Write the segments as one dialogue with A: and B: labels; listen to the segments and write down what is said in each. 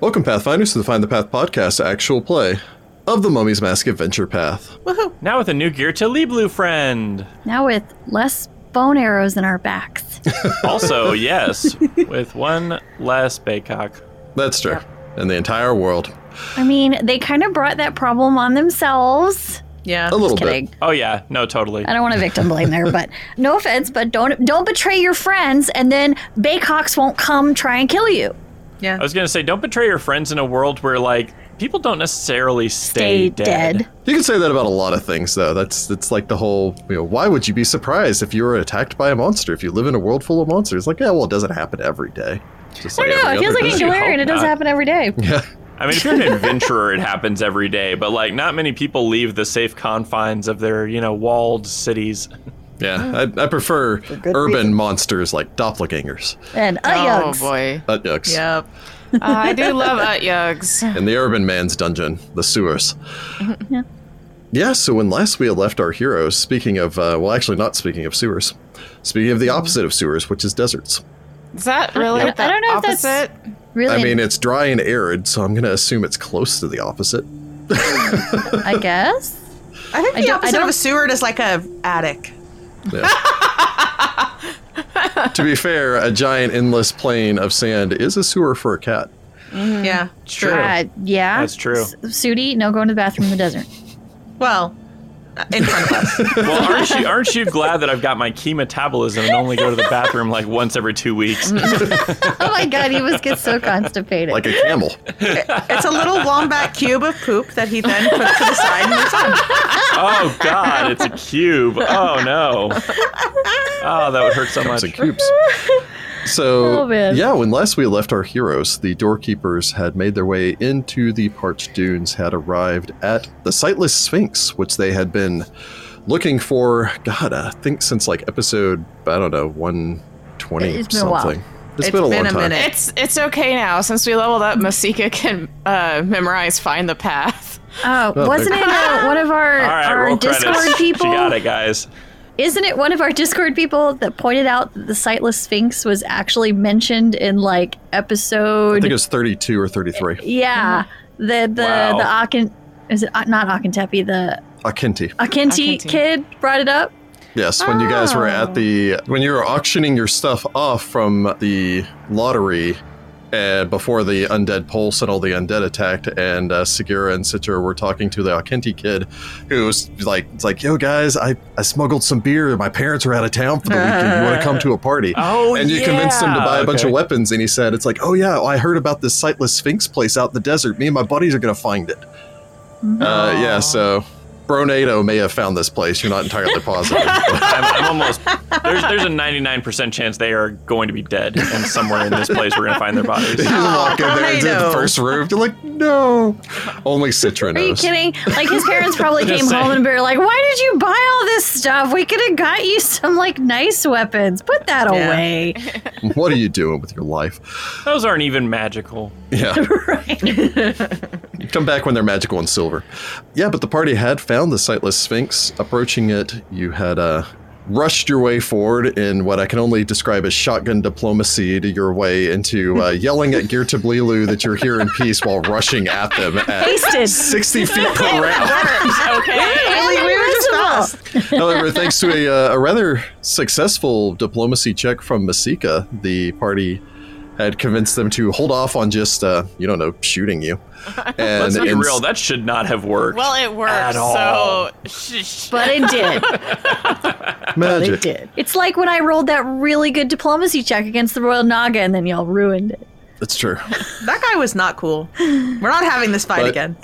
A: Welcome, Pathfinders, to the Find the Path podcast, actual play of the Mummy's Mask Adventure Path.
B: Woohoo! Now with a new gear to Lee Blue Friend.
C: Now with less bone arrows in our backs.
B: Also, yes, with one less Baycock.
A: That's true. And the entire world.
C: I mean, they kind of brought that problem on themselves.
D: Yeah.
A: A little
C: Just kidding.
A: bit.
B: Oh, yeah, no, totally.
C: I don't want to victim blame there, but no offense, but don't don't betray your friends, and then Baycox won't come try and kill you.
D: Yeah.
B: I was going to say, don't betray your friends in a world where, like, people don't necessarily stay,
A: You can say that about a lot of things, though. That's it's like the whole. You know, why would you be surprised if you were attacked by a monster? If you live in a world full of monsters, like yeah, well, it doesn't happen every day. Just
C: I don't know. It
A: every
C: feels
A: other
C: like in
A: day.
B: you
C: Galarian,
B: hope
C: it does
B: not.
C: happen every day.
A: Yeah,
B: I mean, if you're an adventurer, it happens every day, but, like, not many people leave the safe confines of their, you know, walled cities.
A: yeah. I, I prefer
E: good
A: urban
E: reason.
A: monsters like doppelgangers,
C: And
D: Oh
C: Utyugs.
D: boy.
A: utyuks,
D: Yep. Uh, I do love Utyugs.
A: and the urban man's dungeon, the sewers.
C: Mm-hmm. Yeah.
A: Yeah, so when last we had left our heroes, speaking of, uh, well, actually, not speaking of sewers, speaking of the
C: Mm-hmm.
A: opposite of sewers, which is deserts.
D: Is that really
C: I don't-
D: the
C: I don't know if that's-
D: opposite?
C: really?
A: I mean, it's dry and arid, so I'm going to assume it's close to the opposite.
C: I guess.
E: I think
C: I
E: the
C: don't- I
E: opposite of
C: don't-
E: a sewer is like a attic.
A: Yeah. to be fair, a giant endless plain of sand is a sewer for a cat.
E: Yeah.
B: True.
C: Uh, yeah.
B: That's true.
C: S- Sudi, no going to the bathroom in the desert.
E: Well, in front of us.
B: Well, aren't you, aren't you glad that I've got my key metabolism and only go to the bathroom, like, once every two weeks?
C: Oh my god, he was gets so constipated.
A: Like a camel.
E: It's a little wombat cube of poop that he then puts to the side and moves on.
B: Oh God, it's a cube. Oh no. Oh, that would hurt so
A: Cubes
B: much.
A: and cubes.
C: Oh,
A: So,
C: man.
A: yeah, when last we left our heroes, the doorkeepers had made their way into the parched dunes, had arrived at the sightless sphinx, which they had been looking for, God, I think since like episode, I don't know, 120
C: It's been a while.
A: something.
E: It's
A: been a
E: been
A: long
E: a
A: time.
E: minute.
D: It's it's okay now since we leveled up. Masika can uh, memorize find the path.
C: Uh,
A: Oh,
C: wasn't it uh, one of our,
B: All right,
C: our
B: roll
C: Discord
B: credits.
C: people?
B: She got it, guys.
C: Isn't it one of our Discord people that pointed out that the sightless sphinx was actually mentioned in like
A: I
C: episode?
A: think it was 32 or 33.
C: yeah, the the
B: Wow.
C: the Akin is it Ak- not Akintepi the
A: Akinti.
C: Akinti
D: Akinti.
C: kid brought it up.
A: Yes, when you guys were
C: Ah.
A: at the when you were auctioning your stuff off from the lottery uh, before the undead pulse and all the undead attacked, and uh, Segura and Citra were talking to the Akenti kid, who was like, it's like, yo guys, I, I smuggled some beer. My parents were out of town for the weekend. You want to come to a party?
B: Oh,
A: and you
B: yeah.
A: convinced him to buy a bunch
B: Okay.
A: of weapons, and he said, it's like, oh yeah, I heard about this sightless sphinx place out in the desert. Me and my buddies are gonna find it. Uh, yeah, so. Bronado may have found this place. You're not entirely positive. but-
B: I'm, I'm almost. There's there's a 99% chance they are going to be dead, and somewhere in this place we're gonna find their bodies.
A: You just walk in there into the
E: Tornado.
A: first room. You're like, no. Only Citra
C: Are you
A: knows.
C: kidding? Like his parents probably
B: Just
C: came home
B: saying.
C: and were like, "Why did you buy all this stuff? We could have got you some like nice weapons. Put that
E: Yeah.
C: away."
A: What are you doing with your life?
B: Those aren't even magical.
A: Yeah. Come back when they're magical and silver. Yeah, but the party had found the sightless sphinx. Approaching it, you had uh, rushed your way forward in what I can only describe as shotgun diplomacy to your way into uh, yelling at Gear Tablilu that you're here in peace while rushing at them at
C: Wasted.
A: 60 feet per round.
D: okay.
E: Really, we were just fast.
A: However, thanks to a, uh, a rather successful diplomacy check from Masika, the party had convinced them to hold off on just, uh, you don't know, shooting you. And
B: Let's be
A: ins-
B: real. That should not have worked.
D: Well, it worked.
B: At all.
D: So shh.
C: But it did.
A: magic.
C: It's like when I rolled that really good diplomacy check against the Royal Naga, and then y'all ruined it.
A: That's true.
E: That guy was not cool. We're not having this fight
A: But-
E: again.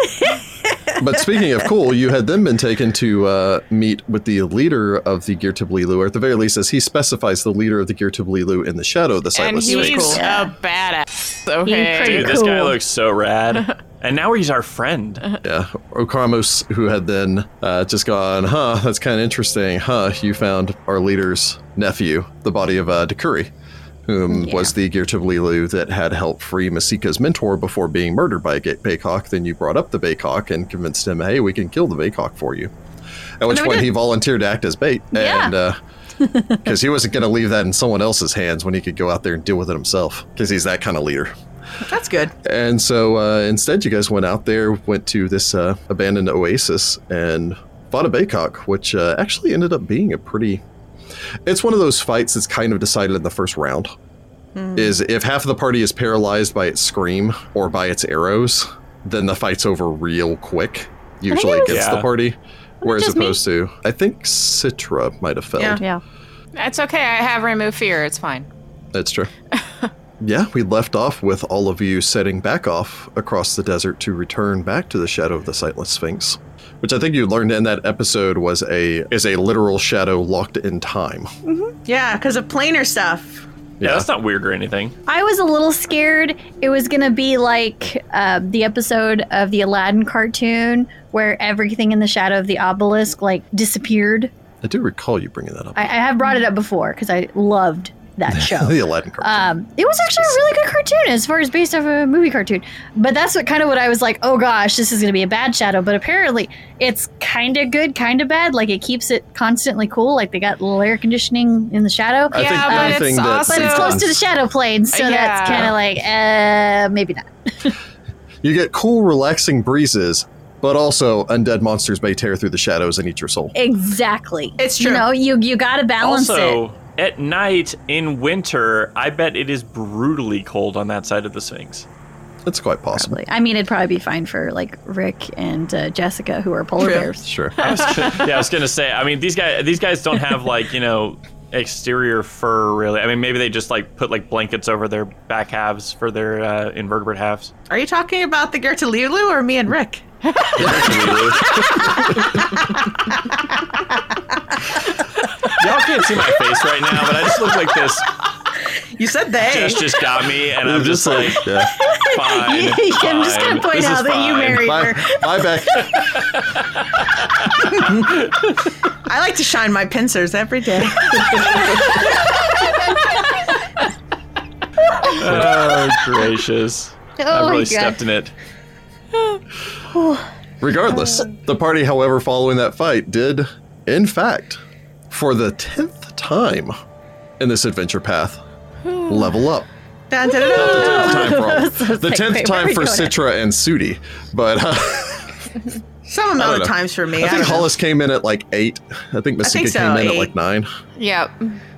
A: But speaking of cool, you had then been taken to uh, meet with the leader of the Gear Tablilu, or at the very least, as he specifies, the leader of the Gear Tablilu in the shadow of the
D: and
A: Sightless
D: he's
A: Sphinx.
E: cool.
D: a badass. Okay.
C: pretty
B: Dude, this guy
C: Cool. Uh-huh.
B: looks so rad. And now he's our friend.
A: Yeah, Okramos, who had then uh, just gone, huh, that's kind of interesting, huh, you found our leader's nephew, the body of uh, Dakuri, whom was the Gear Lilu that had helped free Masika's mentor before being murdered by Ga- Baycock. Then you brought up the Baycock and convinced him, hey, we can kill the Baycock for you. At which
C: then we
A: point
C: did.
A: he volunteered to act as bait,
C: Yeah.
A: and uh, because he wasn't going to leave that in someone else's hands when he could go out there and deal with it himself, because he's that kind of leader.
E: That's good.
A: And so uh, instead, you guys went out there, went to this uh, abandoned oasis, and fought a Baycock, which uh, actually ended up being a pretty. It's one of those fights that's kind of decided in the first round.
C: Hmm.
A: Is if half of the party is paralyzed by its scream or by its arrows, then the fight's over real quick. Usually
C: it was-
A: against the
B: Yeah.
A: party, whereas
C: just me.
A: opposed to I think Citra might have failed.
E: Yeah.
C: Yeah.
D: That's okay. I have remove fear. It's fine.
A: That's true. yeah, we left off with all of you setting back off across the desert to return back to the shadow of the sightless sphinx, which I think you learned in that episode was a is a literal shadow locked in time.
E: Yeah, because of planar stuff.
B: Yeah, that's not weird or anything.
C: I was a little scared it was going to be like uh, the episode of the Aladdin cartoon where everything in the shadow of the obelisk like disappeared.
A: I do recall you bringing that up.
C: I, I have brought it up before because I loved that show.
A: the Aladdin cartoon.
C: Um, it was actually a really good cartoon as far as based off a movie cartoon. But that's what kind of what I was like, oh gosh, this is going to be a bad shadow. But apparently, it's kind of good, kind of bad. Like it keeps it constantly cool. Like they got little air conditioning in the shadow.
A: I think
D: yeah,
A: the
D: but
A: only
D: it's
A: thing that
D: also-
C: but it's
A: we've
C: close
A: done-
C: to the shadow plane, so that's
D: Yeah.
C: kind of like, uh, maybe not.
A: you get cool, relaxing breezes, but also undead monsters may tear through the shadows and eat your soul.
C: Exactly.
E: It's
C: You
E: true.
C: know, you you got to balance it.
B: also, at night in winter, I bet it is brutally cold on that side of the Sphinx.
A: That's quite possible.
C: Like, I mean, it'd probably be fine for like Rick and uh, Jessica, who are polar
E: True.
C: bears.
A: Sure.
B: yeah, I was gonna say. I mean, these guys these guys don't have like you know exterior fur really. I mean, maybe they just like put like blankets over their back halves for their uh, invertebrate halves.
E: Are you talking about the Gertululu or me and Rick?
B: Y'all can't see my face right now, but I just look like this.
E: You said they.
B: Just just got me, and I'm just like
A: yeah.
B: fine.
C: I'm just gonna
B: fine,
C: point
B: this is
C: out that you
B: fine.
C: married
A: Bye,
C: her.
A: bye back.
E: I like to shine my pincers every day.
B: Oh gracious!
C: Oh,
B: I
C: my
B: really
C: God.
B: stepped in it.
A: Regardless,
C: Um,
A: the party, however, following that fight, did, in fact, for the tenth time in this adventure path, level up.
E: Dun, dun, dun, dun, dun.
A: Time for all- the
C: Hmm. like,
A: tenth
C: wait, where are
A: time
C: we
A: for
C: going at?
A: Citra and Sudi, but uh,
E: Some amount
A: know.
E: of times for me.
A: I think
E: don't know.
A: Hollis came in at like eight. I think Masika
E: think so,
A: came in at
E: eight.
A: like nine.
D: Yep.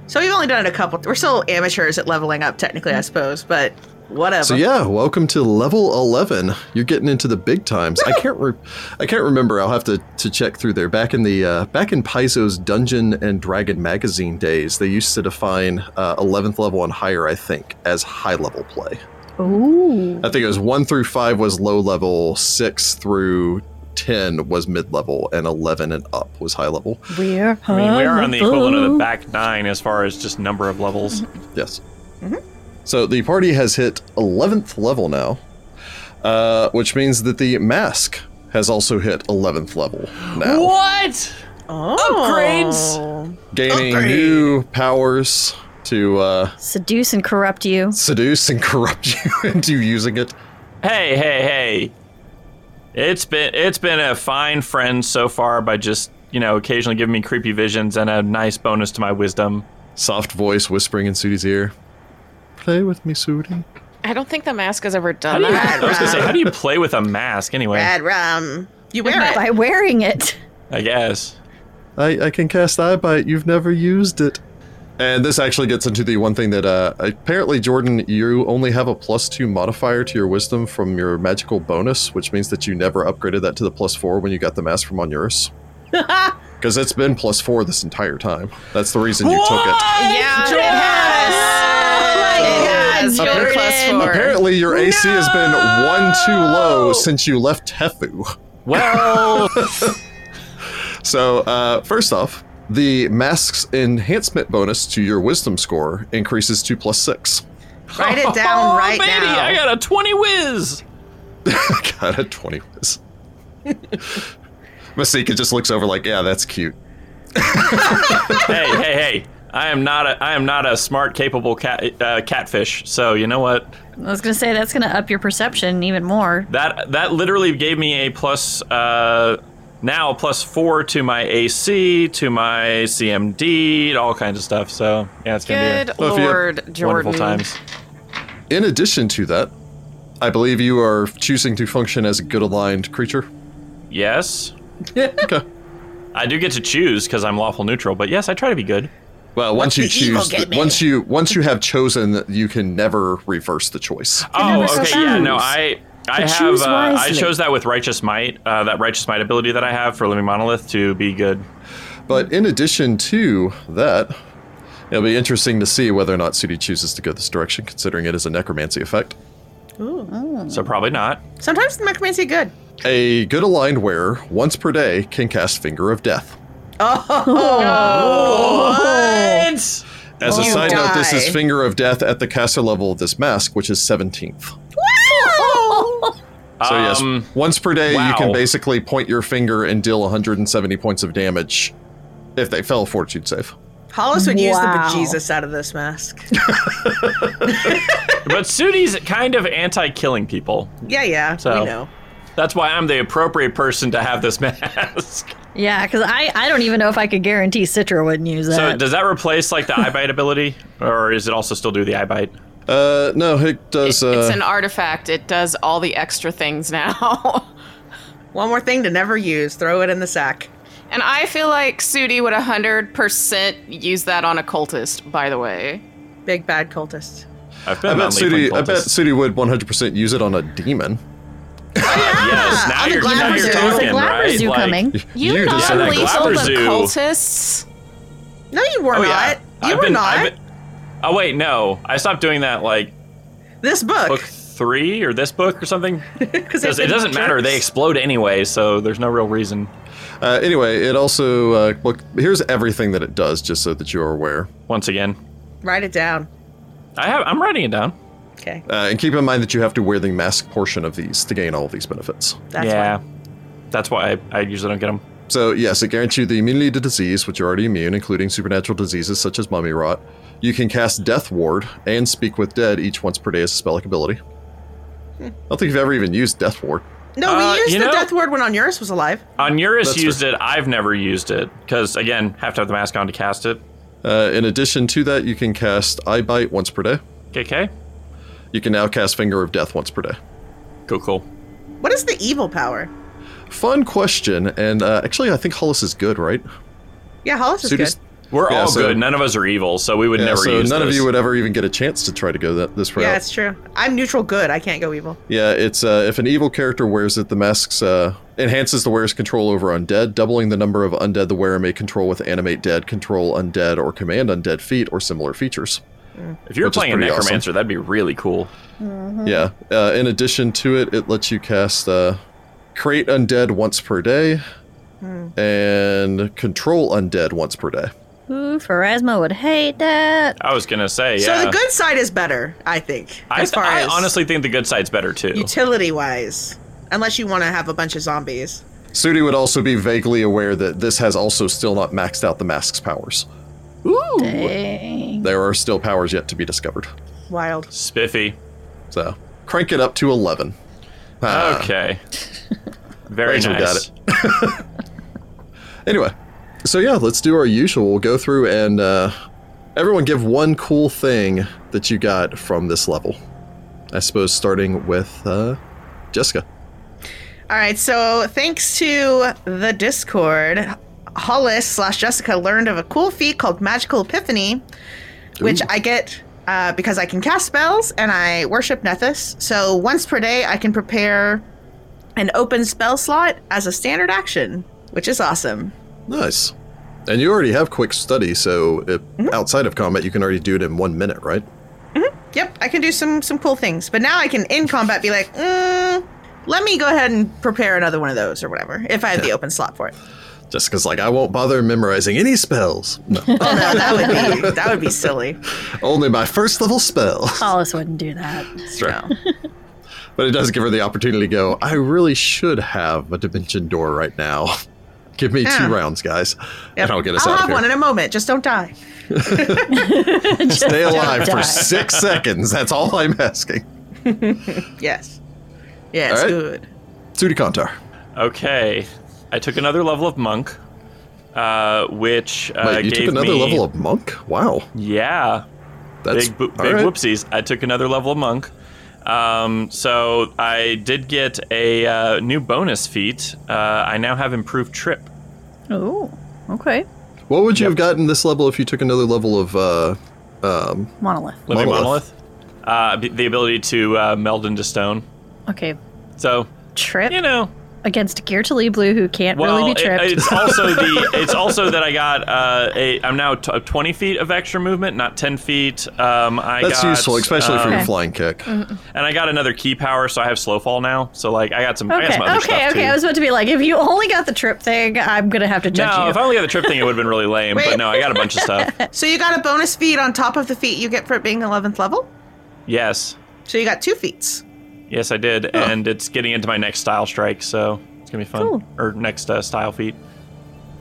E: So we've only done it a couple. We're still amateurs at leveling up, technically, I suppose, but whatever.
A: So yeah, welcome to level eleven. You're getting into the big times. I can't, re- I can't remember. I'll have to, to check through there. Back in the uh, back in Paizo's Dungeon and Dragon magazine days, they used to define uh, eleventh level and higher. I think as high level play.
C: Ooh.
A: I think it was one through five was low level, six through ten was mid level, and eleven and up was high level.
C: We're
B: I mean, we are on the equivalent of the back nine as far as just number of levels.
A: Yes. So the party has hit 11th level now, uh, which means that the mask has also hit 11th level now,
B: What?
E: Upgrades.
A: gaining
E: Upgrade.
A: new powers to uh,
C: seduce and corrupt you.
A: seduce and corrupt you into using it.
B: Hey, hey, hey. It's been it's been a fine friend so far by just, you know, occasionally giving me creepy visions and a nice bonus to my wisdom.
A: Soft voice whispering in Sudi's ear. Play with me, Sudi.
D: I don't think the mask has ever
B: How
D: done
B: do you,
D: that.
B: I was gonna say, how do you play with a mask anyway?
E: Bad rum. You wear it.
C: By wearing it.
B: I guess.
A: I, I can cast eye bite. You've never used it. And this actually gets into the one thing that uh, apparently, Jordan, you only have a plus two modifier to your wisdom from your magical bonus, which means that you never upgraded that to the plus four when you got the mask from Onuris. Because it's been plus four this entire time. That's the reason you took it.
D: Yeah.
E: Jordan!
A: God,
D: Yes. Jordan.
A: Jordan.
D: Plus four.
A: Apparently, your AC has been one too low since you left Tefu.
B: Well
A: So, uh, first off, the mask's enhancement bonus to your wisdom score increases to plus six.
E: Write it down right
B: Oh, baby,
E: now.
B: I got a twenty whiz.
A: God, a 20 was. Masika just looks over like, yeah, that's cute.
B: hey, hey, hey. I am not a I am not a smart, capable cat uh, catfish. So you know what?
C: I was gonna say that's gonna up your perception even more.
B: That that literally gave me a plus uh, now a plus four to my AC, to my CMD, to all kinds of stuff. So yeah, it's gonna
D: Good
B: be
A: Well, if you-
D: Lord,
B: a
D: Jordan.
B: wonderful times.
A: In addition to that, I believe you are choosing to function as a good aligned creature.
B: Yes.
A: Okay.
B: I do get to choose because I'm lawful neutral, but yes, I try to be good.
A: Well, once, you
E: the evil
A: choose,
E: get
A: th- once you once you have chosen, you can never reverse the choice.
B: Oh,
C: never
B: okay, yeah, no,
C: choose.
B: I, I
F: But
B: have,
F: choose
B: uh, I
F: wisely.
B: chose that with righteous might, uh, that righteous might ability that I have for living monolith to be good.
A: But in addition to that, it'll be interesting to see whether or not Sudi chooses to go this direction, considering it is a necromancy effect.
B: So probably not.
E: Sometimes the necromancy good.
A: A good aligned wearer once per day can cast Finger of Death.
B: What?
A: As a
E: You
A: side note, this is
E: die.
A: Finger of Death at the caster level of this mask, which is 17th. So yes,
B: Um,
A: once per day you can
B: wow.
A: basically point your finger and deal 170 points of damage if they fell fortitude save.
E: Hollis would use the
F: Wow.
E: bejesus out of this mask.
B: But Sudi's kind of anti-killing people.
E: yeah, yeah,
B: So.
E: we know.
B: That's why I'm the appropriate person to have this mask.
C: Yeah, because I, I don't even know if I could guarantee Citra wouldn't use that.
B: so does that replace like the eye bite ability, or is it also still do the eye bite?
A: Uh, no, it does. uh,
D: it's an artifact. It does all the extra things now.
E: One more thing to never use. Throw it in the sack.
D: and I feel like Sudi would 100% use that on a cultist, by the way.
E: Big bad cultist.
B: I've been
A: I bet
B: on lethal
A: Sudi. I
B: cultists.
A: bet Sudi would 100% use it on a demon.
B: Yes, now
E: I'm
B: you're,
E: glad
B: now
E: we're
B: you're
E: doing-
B: talking,
C: There's a
B: right?
C: Glabrezu
B: Like,
C: coming.
D: You,
A: You
D: not
A: deserve it.
D: lethal, but
B: Glabrezu.
D: cultists?
E: No, you were
B: oh
E: not.
B: yeah,
E: You
B: I've
E: were
B: been,
E: not.
B: I've been- oh wait, no, I stopped doing that like
E: this book.
B: book three or this book or something.
E: 'cause
B: Because
E: they've
B: it
E: been
B: doesn't matter;
E: jerks.
B: they explode anyway, so there's no real reason.
A: Uh, anyway, it also uh, look. Here's everything that it does, just so that you are aware.
B: Once again,
E: Write it down.
B: I have I'm writing it down.
E: Okay.
A: Uh, and keep in mind that you have to wear the mask portion of these to gain all of these benefits.
E: That's
B: yeah,
E: fine.
B: that's why I, I usually don't get them.
A: So yes, it guarantees you the immunity to disease, which you're already immune, including supernatural diseases such as mummy rot. You can cast Death Ward and Speak with Dead each once per day as a spellic ability.
E: Hmm.
A: I don't think you've ever even used Death Ward.
E: No,
B: Uh,
E: we used
B: you
E: the
B: know-
E: death word when Onuris was alive.
B: Onuris
A: That's
B: used it. I've never used it because again, have to have the mask on to cast it.
A: Uh, in addition to that, you can cast Eye Bite once per day.
B: KK,
A: You can now cast Finger of Death once per day.
B: cool, cool.
E: What is the evil power?
A: Fun question, and uh, actually, I think Hollis is good, right?
E: Yeah, Hollis is good.
A: Sudi's-
B: We're
A: Yeah,
B: all
A: so-
B: good. None of us are evil, so we would
A: Yeah,
B: never
A: so
B: use
A: none of
B: this.
A: you would ever even get a chance to try to go that this route.
E: Yeah, it's true. I'm neutral good. I can't go evil.
A: Yeah, it's uh, if an evil character wears it, the mask's uh, enhances the wearer's control over undead, doubling the number of undead the wearer may control with animate dead, control undead, or command undead feat or similar features.
B: If you were
A: which is
B: playing a
A: pretty awesome.
B: necromancer, that'd be really cool.
A: Yeah. Uh, in addition to it, it lets you cast uh, create undead once per day and control undead once per day.
C: Ooh, Pharasma would hate that.
B: I was gonna say, yeah.
E: So the good side is better, I think.
B: I,
E: as far
B: I
E: as
B: honestly think the good side's better too.
E: utility wise. Unless you want to have a bunch of zombies.
A: Sudi would also be vaguely aware that this has also still not maxed out the mask's powers.
C: Dang.
A: There are still powers yet to be discovered.
E: Wild.
B: Spiffy.
A: So crank it up to 11. Ah.
B: Okay. Very
A: Rachel got
B: nice.
A: Anyway, so yeah, let's do our usual. We'll go through and uh, everyone give one cool thing that you got from this level. I suppose starting with uh, Jessica.
E: All right, so thanks to the Discord, Hollis slash Jessica learned of a cool feat called Magical Epiphany, which
A: Ooh.
E: I get uh, because I can cast spells and I worship Nethys. So once per day, I can prepare an open spell slot as a standard action, which is awesome.
A: Nice. And you already have quick study, so if, outside of combat, you can already do it in one minute, right?
E: Yep, I can do some some cool things, but now I can in combat be like, mm, let me go ahead and prepare another one of those or whatever if I have the open slot for it.
A: Jessica's like, I won't bother memorizing any spells. No,
E: Oh no, that would be that would be silly.
A: only my first level spell.
C: Hollis wouldn't do that.
E: No.
A: But it does give her the opportunity to go, I really should have a dimension door right now. Give me
E: Yeah.
A: two rounds, guys,
E: Yep.
A: and I'll get us
E: I'll
A: out
E: have
A: of here.
E: one in a moment. Just don't die.
A: Stay alive
C: die.
A: for six seconds. That's all I'm asking.
E: Yes. Yeah, it's
A: All right.
E: good.
A: Sudi
B: Uh,
A: Kantar.
B: Okay. I took another level of monk, uh, which uh,
A: Wait, you
B: gave
A: took another
B: me,
A: level of monk? Wow.
B: yeah.
A: That's
B: big bo-
A: all
B: big
A: right.
B: whoopsies. I took another level of monk, Um, so I did get a uh, new bonus feat. Uh, I now have improved trip.
C: Oh, okay.
A: What would you have gotten this level if you took another level of uh, um,
C: Monolith.
B: Living
A: Monolith.
B: monolith. Uh, b- the ability to uh, meld into stone.
C: Okay.
B: So
C: Trip
B: you know,
C: against Geertily Blue, who can't
B: well,
C: really be
B: it-
C: tripped.
B: it's also the it's also that I got uh, a I'm now t- 20 feet of extra movement, not 10 feet. Um, I
A: That's
B: got,
A: useful, especially for
B: um,
A: your
C: Okay.
A: flying kick.
E: Mm.
B: and I got another key power, so I have slow fall now. So like I got some I got
C: okay,
B: some other
C: okay,
B: stuff
C: okay.
B: too.
C: I was about to be like, if you only got the trip thing, I'm gonna have to judge
B: no,
C: you.
B: if I only got the trip thing, it would have been really lame.
E: Wait.
B: But no, I got a bunch of stuff.
E: So you got a bonus feat on top of the feat you get for it being 11th level.
B: Yes,
E: So you got two feats.
B: yes, I did, and it's getting into my next style strike, so it's gonna be fun.
C: Cool.
B: Or next uh, style feat.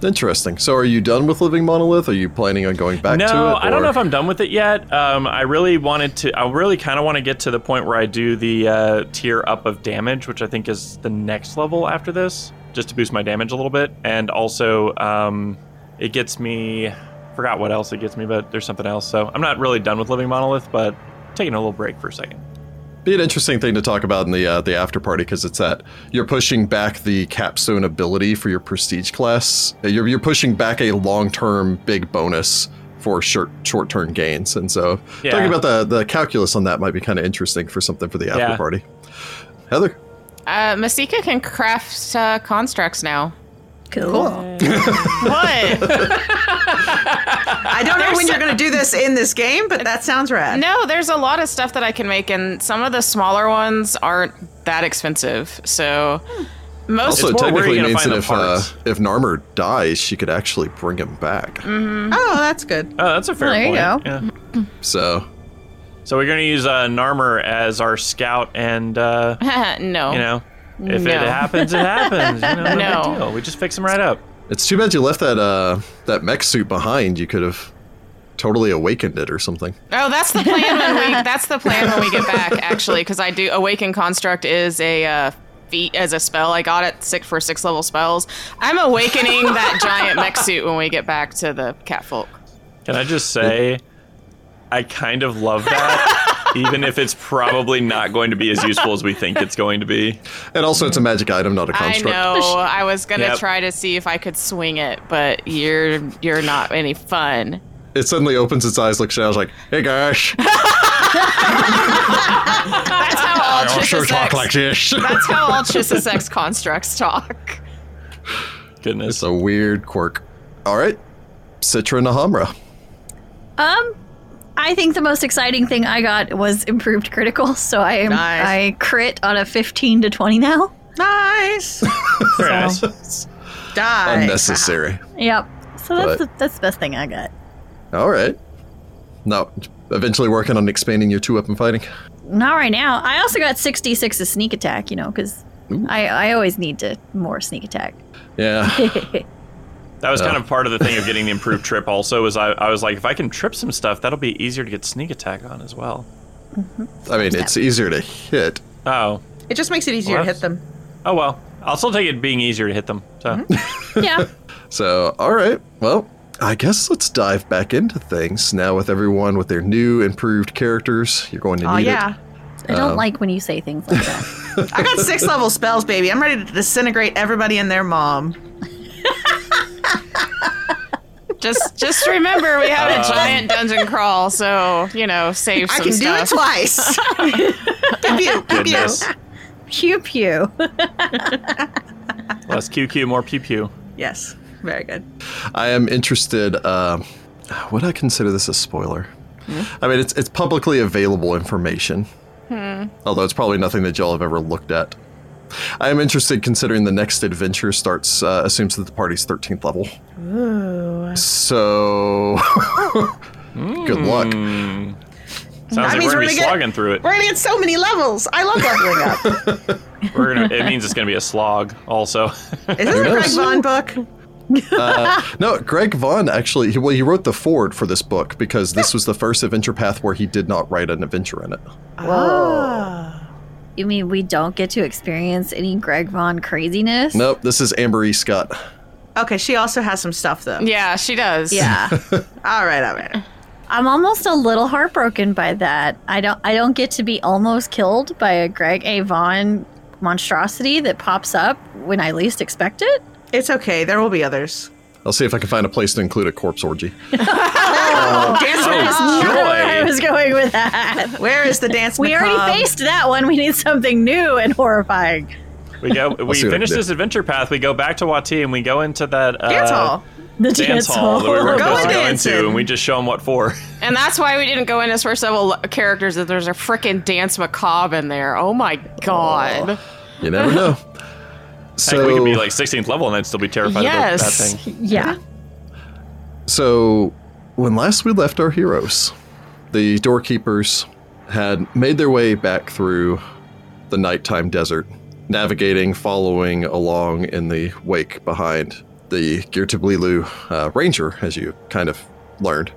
A: Interesting. So, are you done with living monolith? Are you planning on going back
B: no,
A: to it?
B: I don't know
A: or-
B: if I'm done with it yet. Um, I really wanted to. I really kind of want to get to the point where I do the uh, tier up of damage, which I think is the next level after this, just to boost my damage a little bit, and also um, it gets me. Forgot what else it gets me, but there's something else. So I'm not really done with living monolith, but taking a little break for a second.
A: be an interesting thing to talk about in the uh, the after party because it's that you're pushing back the capstone ability for your prestige class. Uh, You're you're pushing back a long term big bonus for short short term gains, and so
B: Yeah.
A: talking about the the calculus on that might be kind of interesting for something for the after
B: Yeah.
A: party. Heather,
D: Uh, Masika can craft uh, constructs now.
C: cool.
D: What?
E: I don't know when you're going to do this in this game, but that sounds rad.
D: no, there's a lot of stuff that I can make, and some of the smaller ones aren't that expensive. So most
A: also
B: more where
A: technically
B: you're gonna
A: means
B: find
A: that
B: the
A: if uh,
B: parts.
A: if Narmer dies, she could actually bring him back.
B: Mm.
E: Oh, that's good.
B: Oh, that's a fair
C: There you
B: point.
C: go.
B: Yeah.
A: So
B: So we're gonna use uh, Narmer as our scout, and uh,
D: no.
C: Oh.
B: you know, if
D: No.
B: it happens, it happens. You know, no,
D: No.
B: big deal. we just fix them right up.
A: it's too bad you left that uh, that mech suit behind. You could have totally awakened it or something.
D: Oh, that's the plan when we that's the plan when we get back actually because I do awaken construct is a uh, feat as a spell I got it sick for six level spells. I'm awakening that giant mech suit when we get back to the catfolk.
B: Can I just say, I kind of love that, even if it's probably not going to be as useful as we think it's going to be.
A: And also, it's a magic item, not a
D: I
A: construct.
D: know I was gonna
B: Yep.
D: try to see if I could swing it, but you're you're not any fun.
A: It suddenly opens its eyes, looks at us like, "Hey gosh,
D: That's how all
A: I sure talk
D: Chisisex-
A: like this."
D: That's how all Chisisex constructs talk.
B: Goodness.
A: it's a weird quirk. All right, Citra and Ahamra.
C: Um, I think the most exciting thing I got was improved critical. So I am
E: Nice.
C: I crit on a 15 to 20 now.
E: Nice.
B: Very nice.
E: Die.
A: Unnecessary.
C: Yep. So that's
A: But-
C: the, that's the best thing I got.
A: All right. Now, eventually working on expanding your two weapon fighting.
C: Not right now. I also got 66 of sneak attack. You know, because I I always need to more sneak attack.
A: Yeah.
B: That was kind of part of the thing of getting the improved trip. Also, is I, I was like, if I can trip some stuff, that'll be easier to get sneak attack on as well.
A: I mean, it's easier to hit.
B: Oh,
E: It just makes it easier
B: Well,
E: to hit them.
B: oh well. I'll still take it being easier to hit them. So
C: Mm-hmm. yeah.
A: So, all right. Well, I guess let's dive back into things now with everyone with their new improved characters. You're going to
E: Oh
A: need
E: yeah.
C: I
B: Um.
C: don't like when you say things like that.
E: I got six level spells, baby. I'm ready to disintegrate everybody and their mom.
D: Just just remember we had a giant dungeon crawl, so you know save some
E: I can
D: stuff.
E: do it twice. pew, pew, pew, pew.
B: goodness.
C: pew pew.
B: Less QQ, more pew pew.
E: Yes. Very good.
A: it. I am interested. Uh, would I consider this a spoiler? I mean, it's it's publicly available information. although it's probably nothing that y'all have ever looked at. I am interested considering the next adventure starts, uh, assumes that the party's 13th level. So, good luck.
B: Sounds like we're
E: That means we're
B: gonna be
E: gonna get-
B: slogging through it.
E: We're gonna get so many levels. I love leveling up.
B: We're gonna. It means it's gonna be a slog. Also, Oh,
E: Is this a Greg
A: knows?
E: Vaughn book?
A: No, Greg Vaughn actually, he, well, he wrote the forward for this book because this was the first adventure path where he did not write an adventure in it.
E: Ah.
C: You mean we don't get to experience any Greg Von craziness?
A: Nope, this is Amber E. Scott.
E: Okay, she also has some stuff though.
D: Yeah, she does.
C: Yeah.
E: All right, all right.
C: I'm almost a little heartbroken by that. I don't I don't get to be almost killed by a Greg A. Vaughn monstrosity that pops up when I least expect it.
E: It's okay. There will be others.
A: I'll see if I can find a place to include a corpse orgy.
E: Dance
B: Oh,
E: moves.
B: Joy.
C: Not where I was going with that.
E: Where is the dance?
C: We already
E: macabre?
C: faced that one. We need something new and horrifying.
B: We go. we
A: see what I
B: finish
A: can do.
B: this adventure path. We go back to Wati and we go into that uh,
E: dance hall.
C: The
B: dance hall that we were
E: We're
B: supposed to
E: going
B: go
E: dancing.
B: into, and we just show them what for.
D: And that's why we didn't go in as first level lo- characters. That there's a frickin' dance macabre in there. Oh my god!
A: You never know.
B: Heck,
A: So
B: we could be like 16th level and I'd still be terrified of that-
D: Yes.
B: that thing.
C: yeah.
A: So, when last we left our heroes, the doorkeepers had made their way back through the nighttime desert, navigating, following along in the wake behind the Girtablilu uh, ranger, as you kind of learned,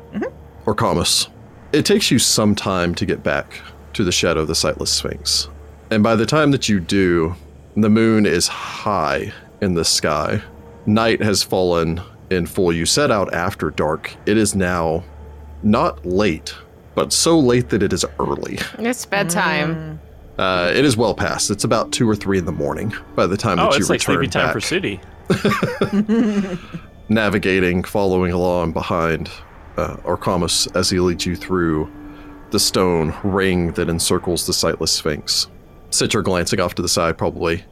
A: or Kamas. It takes you some time to get back to the shadow of the Sightless Sphinx. And by the time that you do, the moon is high in the sky. Night has fallen in full. You set out after dark. It is now not late, but so late that it is early.
D: It's bedtime.
A: Uh, it is well past. It's about two or three in the morning by the time
B: Oh,
A: that you
B: it's like
A: return
B: sleepy time
A: back,
B: for Sudi.
A: navigating, following along behind uh, Orcamus as he leads you through the stone ring that encircles the sightless sphinx. Citra, glancing off to the side, probably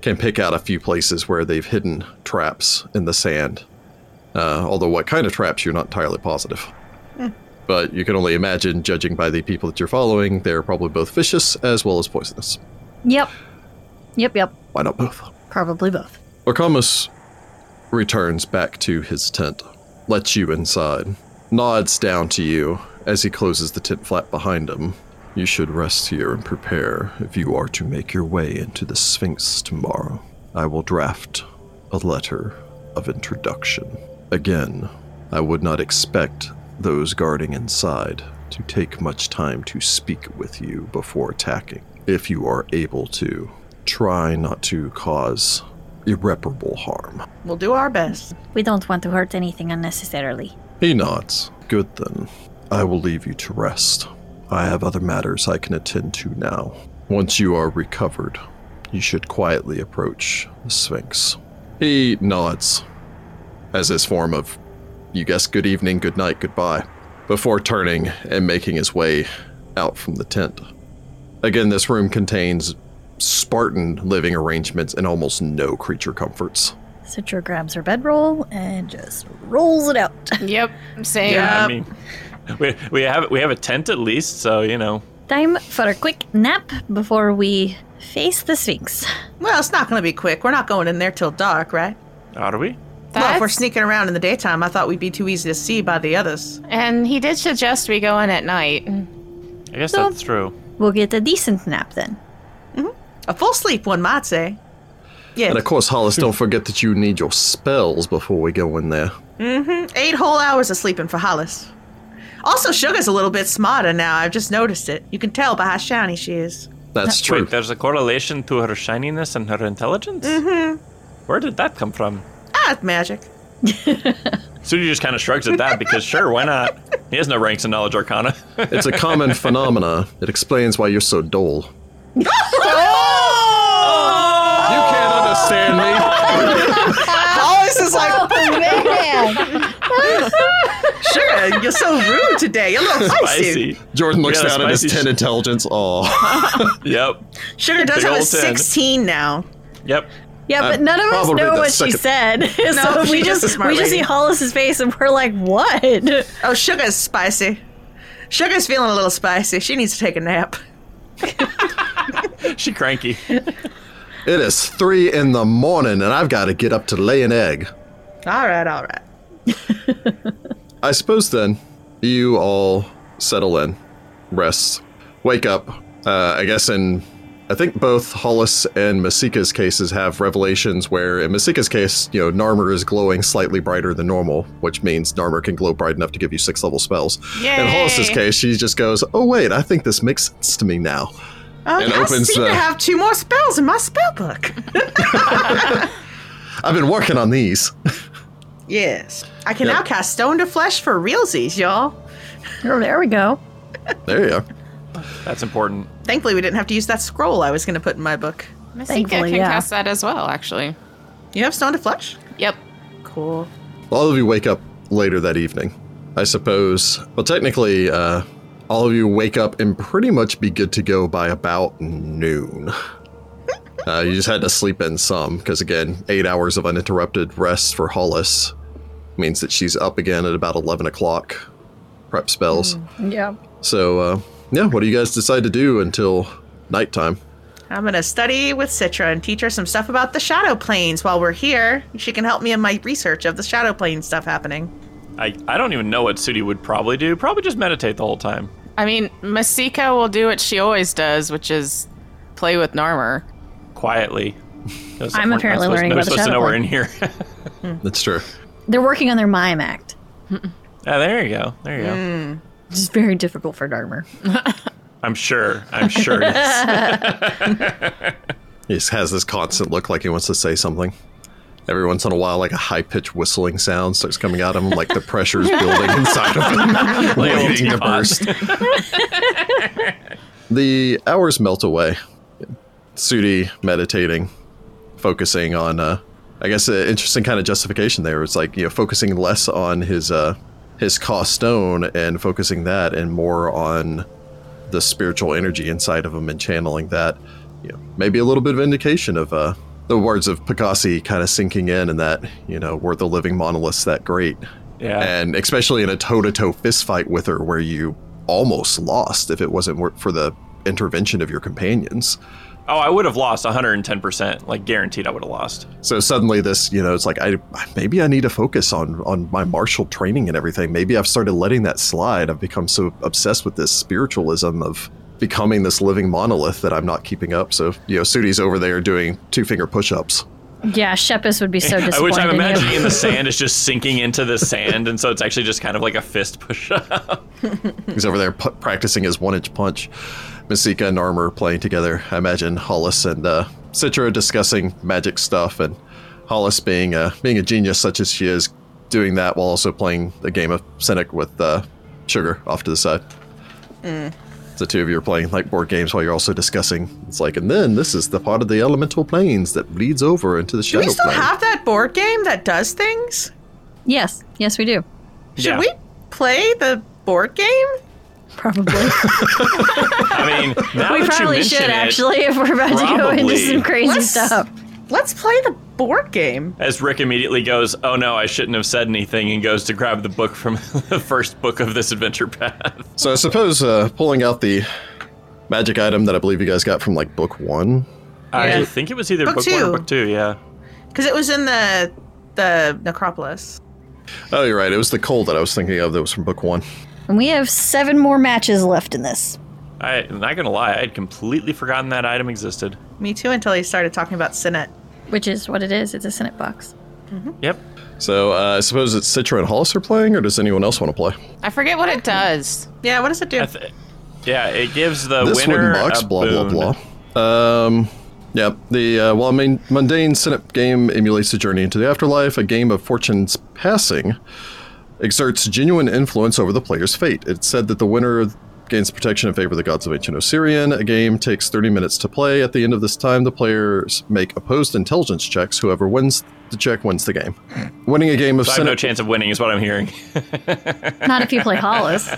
A: can pick out a few places where they've hidden traps in the sand. Uh, although what kind of traps, you're not entirely positive. But you can only imagine, judging by the people that you're following, they're probably both vicious as well as poisonous.
C: Yep. Yep, yep.
A: Why not both?
C: Probably both.
A: Orcamus returns back to his tent, lets you inside, nods down to you as he closes the tent flap behind him. You should rest here and prepare if you are to make your way into the Sphinx tomorrow. I will draft a letter of introduction. Again, I would not expect those guarding inside to take much time to speak with you before attacking. If you are able to, try not to cause irreparable harm.
E: We'll do our best.
C: We don't want to hurt anything unnecessarily.
A: He nods. Good then. I will leave you to rest. I have other matters I can attend to now. Once you are recovered, you should quietly approach the Sphinx. He nods as his form of, you guess, good evening, good night, goodbye, before turning and making his way out from the tent. Again, this room contains Spartan living arrangements and almost no creature comforts.
C: Citra grabs her bedroll and just rolls it out.
D: Yep. Same.
B: Yeah, I mean, we, we have we have a tent at least, so you know.
C: Time for a quick nap before we face the Sphinx.
E: Well, it's not going to be quick. We're not going in there till dark, right?
B: How do we?
E: Well, if we're
D: That's-
E: sneaking around in the daytime, I thought we'd be too easy to see by the others.
D: and he did suggest we go in at night.
B: I guess
C: No.
B: that's true.
C: We'll get a decent nap then.
E: A full sleep, one might say. Yes,
A: And of course, Hollis, don't forget that you need your spells before we go in there.
E: eight whole hours of sleeping for Hollis. Also, Sugar's a little bit smarter now. I've just noticed it. You can tell by how shiny she is.
A: That's true.
B: Wait, there's a correlation to her shininess and her intelligence. Mm-hmm. Where did that come from?
E: Ah, it's magic.
B: Sudi just kind of shrugs at that because sure, why not? He has no ranks in knowledge arcana.
A: it's a common phenomena. It explains why you're so dull.
C: Oh!
A: You can't understand me.
E: Hollis is like,
C: Man!
E: Sugar, you're so rude today. You're a little feisty.
B: Spicy.
A: Jordan looks
B: Yeah,
A: down at his
B: spicy
A: 10
B: sh-
A: intelligence. Aw.
B: Yep.
E: Sugar does
B: Big
E: have a
B: old ten.
E: 16 now.
B: Yep.
C: yeah, but
B: Uh,
A: I'm
C: none of us
A: probably
C: know
A: the
C: what she
A: second-
C: said. so
E: she's
C: we
E: just
C: just
E: a smart
C: we just see
E: lady.
C: Hollis's face and we're like, what?
E: Oh, Sugar's spicy. Sugar's feeling a little spicy. She needs to take a nap.
B: She cranky.
A: It is 3 in the morning, and I've got to get up to lay an egg.
E: All right, all right.
A: I suppose then you all settle in, rest, wake up. Uh, I guess in, I think both Hollis and Masika's cases have revelations where, in Masika's case, you know, Narmer is glowing slightly brighter than normal, which means Narmer can glow bright enough to give you six level spells. In
D: Yay.
A: Hollis's case, she just goes, "Oh wait, I think this makes sense to me now."
E: Oh,
A: And
E: I
A: opens
E: seem
A: the-
E: to have two more spells in my spell book.
A: I've been working on these.
E: yes. I can now
A: Yep.
E: cast Stone to Flesh for realsies, y'all.
C: Oh, there we go.
A: There you are.
B: That's important.
E: Thankfully, we didn't have to use that scroll I was going to put in my book.
D: Masika
C: Thankfully,
D: can
C: yeah.
D: cast that as well, actually.
E: You have stone to flesh?
D: Yep.
E: Cool.
A: All of you wake up later that evening, I suppose. Well, technically, uh, all of you wake up and pretty much be good to go by about noon. Uh, you just had to sleep in some, because again, eight hours of uninterrupted rest for Hollis means that she's up again at about 11 o'clock, prep spells.
C: Yeah.
A: So, uh, yeah, what do you guys decide to do until nighttime?
E: I'm going to study with Citra and teach her some stuff about the shadow planes while we're here. She can help me in my research of the shadow plane stuff happening.
B: I, I don't even know what Sudi would probably do. Probably just meditate the whole time.
D: I mean, Masika will do what she always does, which is play with Narmer.
B: Quietly. Because we're
C: I'm
B: not
C: apparently
B: supposed-
C: learning
B: They're
C: about the
B: supposed to know
C: shadow
B: we're
C: plane.
B: in here.
A: That's true.
C: They're working on their mime act.
B: Ah, there you go. There you go.
C: Mm. Which is very difficult for Darmer.
B: I'm sure. I'm sure. it is.
A: He just has this constant look like he wants to say something. Every once in a while, like a high pitched whistling sound starts coming out of him, like the pressure's building inside of him, waiting to
B: God.
A: burst. the hours melt away. Sudi meditating, focusing on, uh, I guess, an interesting kind of justification there. It's like, you know, focusing less on his, uh, his cost stone and focusing that and more on the spiritual energy inside of him and channeling that, you know, maybe a little bit of indication of uh, the words of Picassi kind of sinking in and that, you know, were the living monoliths that great.
B: Yeah.
A: And especially in a toe to toe fist fight with her where you almost lost if it wasn't wor- for the intervention of your companions.
B: Oh, I would have lost 110%. Like, guaranteed I would have lost.
A: So suddenly this, you know, it's like I maybe I need to focus on on my martial training and everything. Maybe I've started letting that slide. I've become so obsessed with this spiritualism of becoming this living monolith that I'm not keeping up. So, you know, Sudi's over there doing two-finger push-ups.
C: Yeah, Shepis would be so disappointed.
B: I wish I'm
C: in you.
B: imagining the sand is just sinking into the sand. And so it's actually just kind of like a fist push up.
A: He's over there pu- practicing his one-inch punch. Masika and Armor playing together. I imagine Hollis and uh, Citra discussing magic stuff, and Hollis being a being a genius such as she is, doing that while also playing a game of Cynic with uh, Sugar off to the side.
E: Mm.
A: The two of you are playing like board games while you're also discussing. It's like, and then this is the part of the elemental planes that bleeds over into the
E: Do
A: shadow
E: we still
A: plane.
E: have that board game that does things?
C: Yes, yes, we do.
E: Should we play the board game?
C: Probably.
B: I mean, now that
C: we
B: you
C: probably
B: mention
C: should
B: it,
C: actually if we're about to go into
B: Probably.
C: some crazy
E: Let's-
C: stuff.
E: Let's play the board game.
B: As Rick immediately goes, "Oh no, I shouldn't have said anything," and goes to grab the book from the first book of this adventure path.
A: So I suppose uh, pulling out the magic item that I believe you guys got from like book one.
B: I
E: Yeah.
B: think it was either book,
E: Book
B: one or
E: two.
B: book two. Yeah,
E: Because it was in the the necropolis.
A: Oh, you're right. It was the cold that I was thinking of that was from book one.
C: And we have seven more matches left in this.
B: I, I'm not gonna lie, I had completely forgotten that item existed.
E: Me too, until he started talking about Sinet.
C: Which is what it is. It's a Senate box.
B: Yep.
A: So uh, I suppose it's Citra and Hollis are playing, or does anyone else want to play?
D: I forget what it does.
E: Yeah, what does it do?
B: I th- yeah, it gives the
A: this one
B: winner
A: box,
B: a
A: blah
B: boon.
A: blah blah. Um, yeah, the uh, while main, mundane synop game emulates the journey into the afterlife, a game of fortune's passing exerts genuine influence over the player's fate. It's said that the winner gains protection in favor of the gods of ancient Osirian. A game takes 30 minutes to play. At the end of this time, the players make opposed intelligence checks. Whoever wins the check wins the game. Winning a game of
B: So I have no
A: synop-
B: chance of winning, is what I'm hearing.
C: Not if you play Hollis.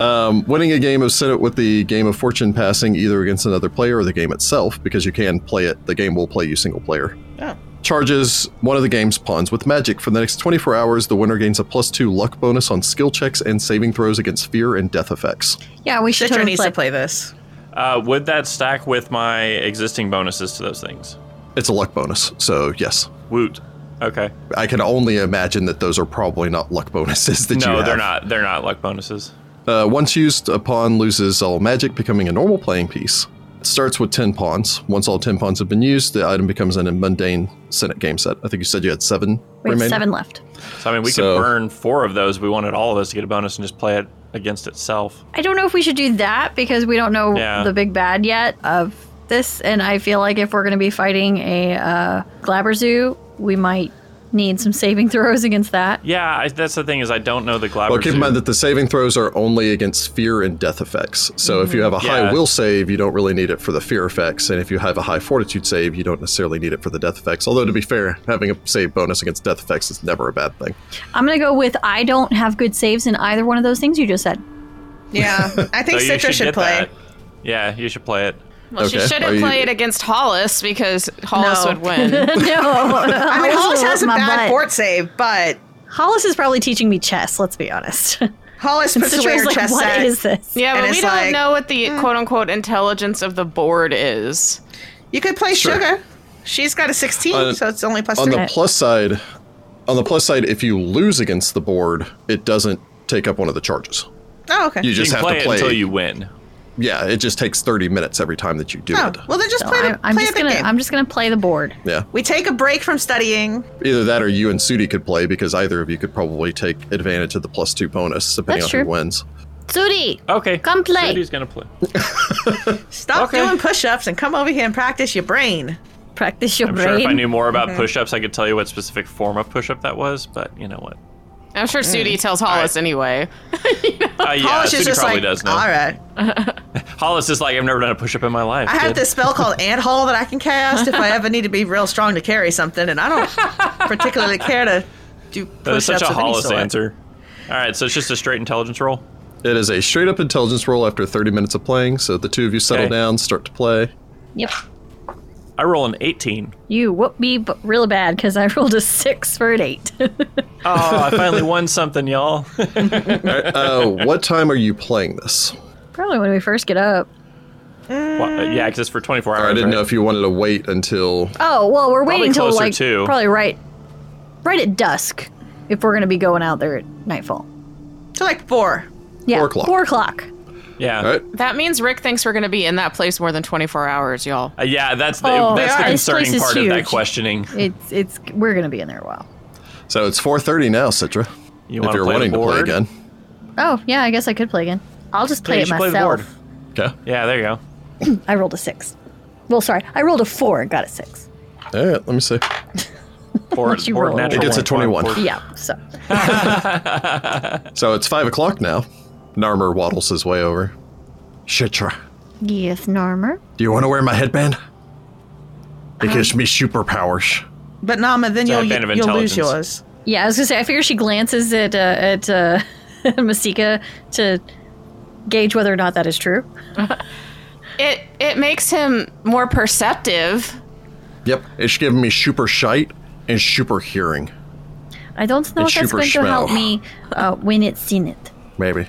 A: Um, winning a game of Senate with the game of Fortune passing either against another player or the game itself, because you can play it, the game will play you single player.
E: Oh.
A: Charges one of the game's pawns with magic. For the next 24 hours, the winner gains a plus two luck bonus on skill checks and saving throws against fear and death effects.
C: Yeah, we should
E: Citra
C: totally
E: needs
C: play.
E: to play this.
B: Uh, would that stack with my existing bonuses to those things?
A: It's a luck bonus, so yes.
B: Woot. Okay.
A: I can only imagine that those are probably not luck bonuses that you
B: no,
A: have.
B: they're not. They're not luck bonuses.
A: Uh, once used, a pawn loses all magic, becoming a normal playing piece. It starts with 10 pawns. Once all 10 pawns have been used, the item becomes an mundane Senate game set. I think you said you had seven
C: We have
A: remaining.
C: seven left.
B: So I mean, we
A: So-
B: could burn four of those. if We wanted all of those to get a bonus and just play it against itself.
C: I don't know if we should do that because we don't know
B: Yeah.
C: the big bad yet of this. And I feel like if we're going to be fighting a uh, Glabberzoo, we might need some saving throws against that.
B: Yeah, I, that's the thing is I don't know the Glabber.
A: Well, keep in mind that the saving throws are only against fear and death effects. So if you
C: Mhm.
A: have a high
B: Yeah.
A: will save, you don't really need it for the fear effects, and if you have a high fortitude save, you don't necessarily need it for the death effects. Although to be fair, having a save bonus against death effects is never a bad thing.
C: I'm gonna go with I don't have good saves in either one of those things you just said.
E: Yeah, I think
B: Oh,
E: Citra should, play.
B: That. Yeah, you should play it.
D: Well, she
A: Okay. Are
D: shouldn't
A: you-
D: play it against Hollis because Hollis
E: No.
D: would win.
C: no,
E: I mean, Hollis has a
C: my
E: bad
C: butt.
E: fort save, but
C: Hollis is probably teaching me chess. Letlet's be honest.
E: Hollis puts away
C: Citra's
E: her
C: like,
E: chest
C: what
E: set.
C: is this?
D: Yeah,
E: And
D: but we
E: it's
D: don't
E: like,
D: know what the quote unquote intelligence of the board is.
E: You could play
A: Sure.
E: Sugar. She's got a 16,
A: Uh,
E: so it's only plus
A: On
E: three.
A: the plus side, on the plus side, if you lose against the board, it doesn't take up one of the charges.
E: oh, okay.
A: You
B: You
A: just
B: can
A: have
B: play
A: to play
B: it until you win.
A: Yeah, it just takes 30 minutes every time that you do
E: oh,
A: it.
E: well, then just
C: So
E: play,
C: I'm,
E: the,
C: I'm
E: play
C: just
E: the
C: gonna
E: game.
C: I'm just gonna play the board.
A: Yeah.
E: we take a break from studying.
A: Either that or you and Sudi could play because either of you could probably take advantage of the plus two bonus depending
C: That's
A: on
C: true.
A: who wins.
C: Sudi,
B: Okay.
C: Come play.
B: Sudi's gonna play.
E: Stop
B: Okay.
E: doing push ups and come over here and practice your brain.
C: practice your
B: I'm
C: brain.
B: sure if I knew more about push-ups, I could tell you what specific form of push-up that was. But you know what?
D: I'm sure Sudi tells Hollis anyway.
B: Uh, yeah,
E: Hollis
B: Sudi
E: is just
B: probably
E: like,
B: does know.
E: all right.
B: Hollis is like, I've never done a push-up in my life.
E: I have
B: kid."
E: this spell called Ant Hole that I can cast if I ever need to be real strong to carry something, and I don't particularly care to do
B: That is
E: push
B: such
E: ups.
B: a Hollis
E: of any
B: answer.
E: sort.
B: All right, so it's just a straight intelligence roll.
A: It is a straight up intelligence roll after 30 minutes of playing, so the two of you settle
B: Okay.
A: down, start to play.
C: Yep.
B: I roll an 18.
C: You whoop me but real bad because I rolled a six for an eight.
B: Oh, I finally won something, y'all.
A: Uh, what time are you playing this?
C: Probably when we first get up.
B: Well, uh, yeah, because it's for 24 hours.
A: I didn't
B: right?
A: know if you wanted to wait until.
C: Oh well, we're waiting till
B: closer
C: like
B: to.
C: probably right, right at dusk if we're gonna be going out there at nightfall.
E: So, like four.
C: Yeah,
A: Four o'clock.
C: Four o'clock.
B: Yeah.
A: All right.
D: That means Rick thinks we're going to be in that place more than 24 hours, y'all.
B: Uh, yeah, that's the
C: Oh,
B: that's the
C: yeah, this place
B: concerning
C: is
B: part of that
C: huge.
B: questioning.
C: It's it's we're gonna be in there a while.
A: So it's 4.30 now, Citra.
B: You
A: if
B: wanna
A: you're
B: play the
A: wanting to play
B: board?
A: again.
C: Oh yeah, I guess I could play again. I'll just play
B: Yeah, you
C: it
B: should play
C: myself.
B: the board.
A: Okay.
B: Yeah, there you go.
C: I rolled a six. Well, sorry, I rolled a four and got a six.
A: All right, let me see.
B: Board,
C: Let you
B: board
C: roll.
B: natural
A: It gets a 21.
B: one. Board-
C: Yeah, so
A: So it's 5 o'clock now. Narmer waddles his way over. Citra,
C: yes, Normer.
A: do you want to wear my headband? It gives me superpowers.
E: But Nama, then you'll,
B: band of
E: you'll lose
B: intelligence.
E: yours.
C: Yeah, I was gonna say. I figure she glances at uh, at uh, Masika to gauge whether or not that is true.
D: It it makes him more perceptive.
A: Yep, it's giving me super sight and super hearing.
C: I don't know
A: It's
C: if that's
A: super
C: going to help
A: smell.
C: me uh, when it's seen it.
A: Maybe.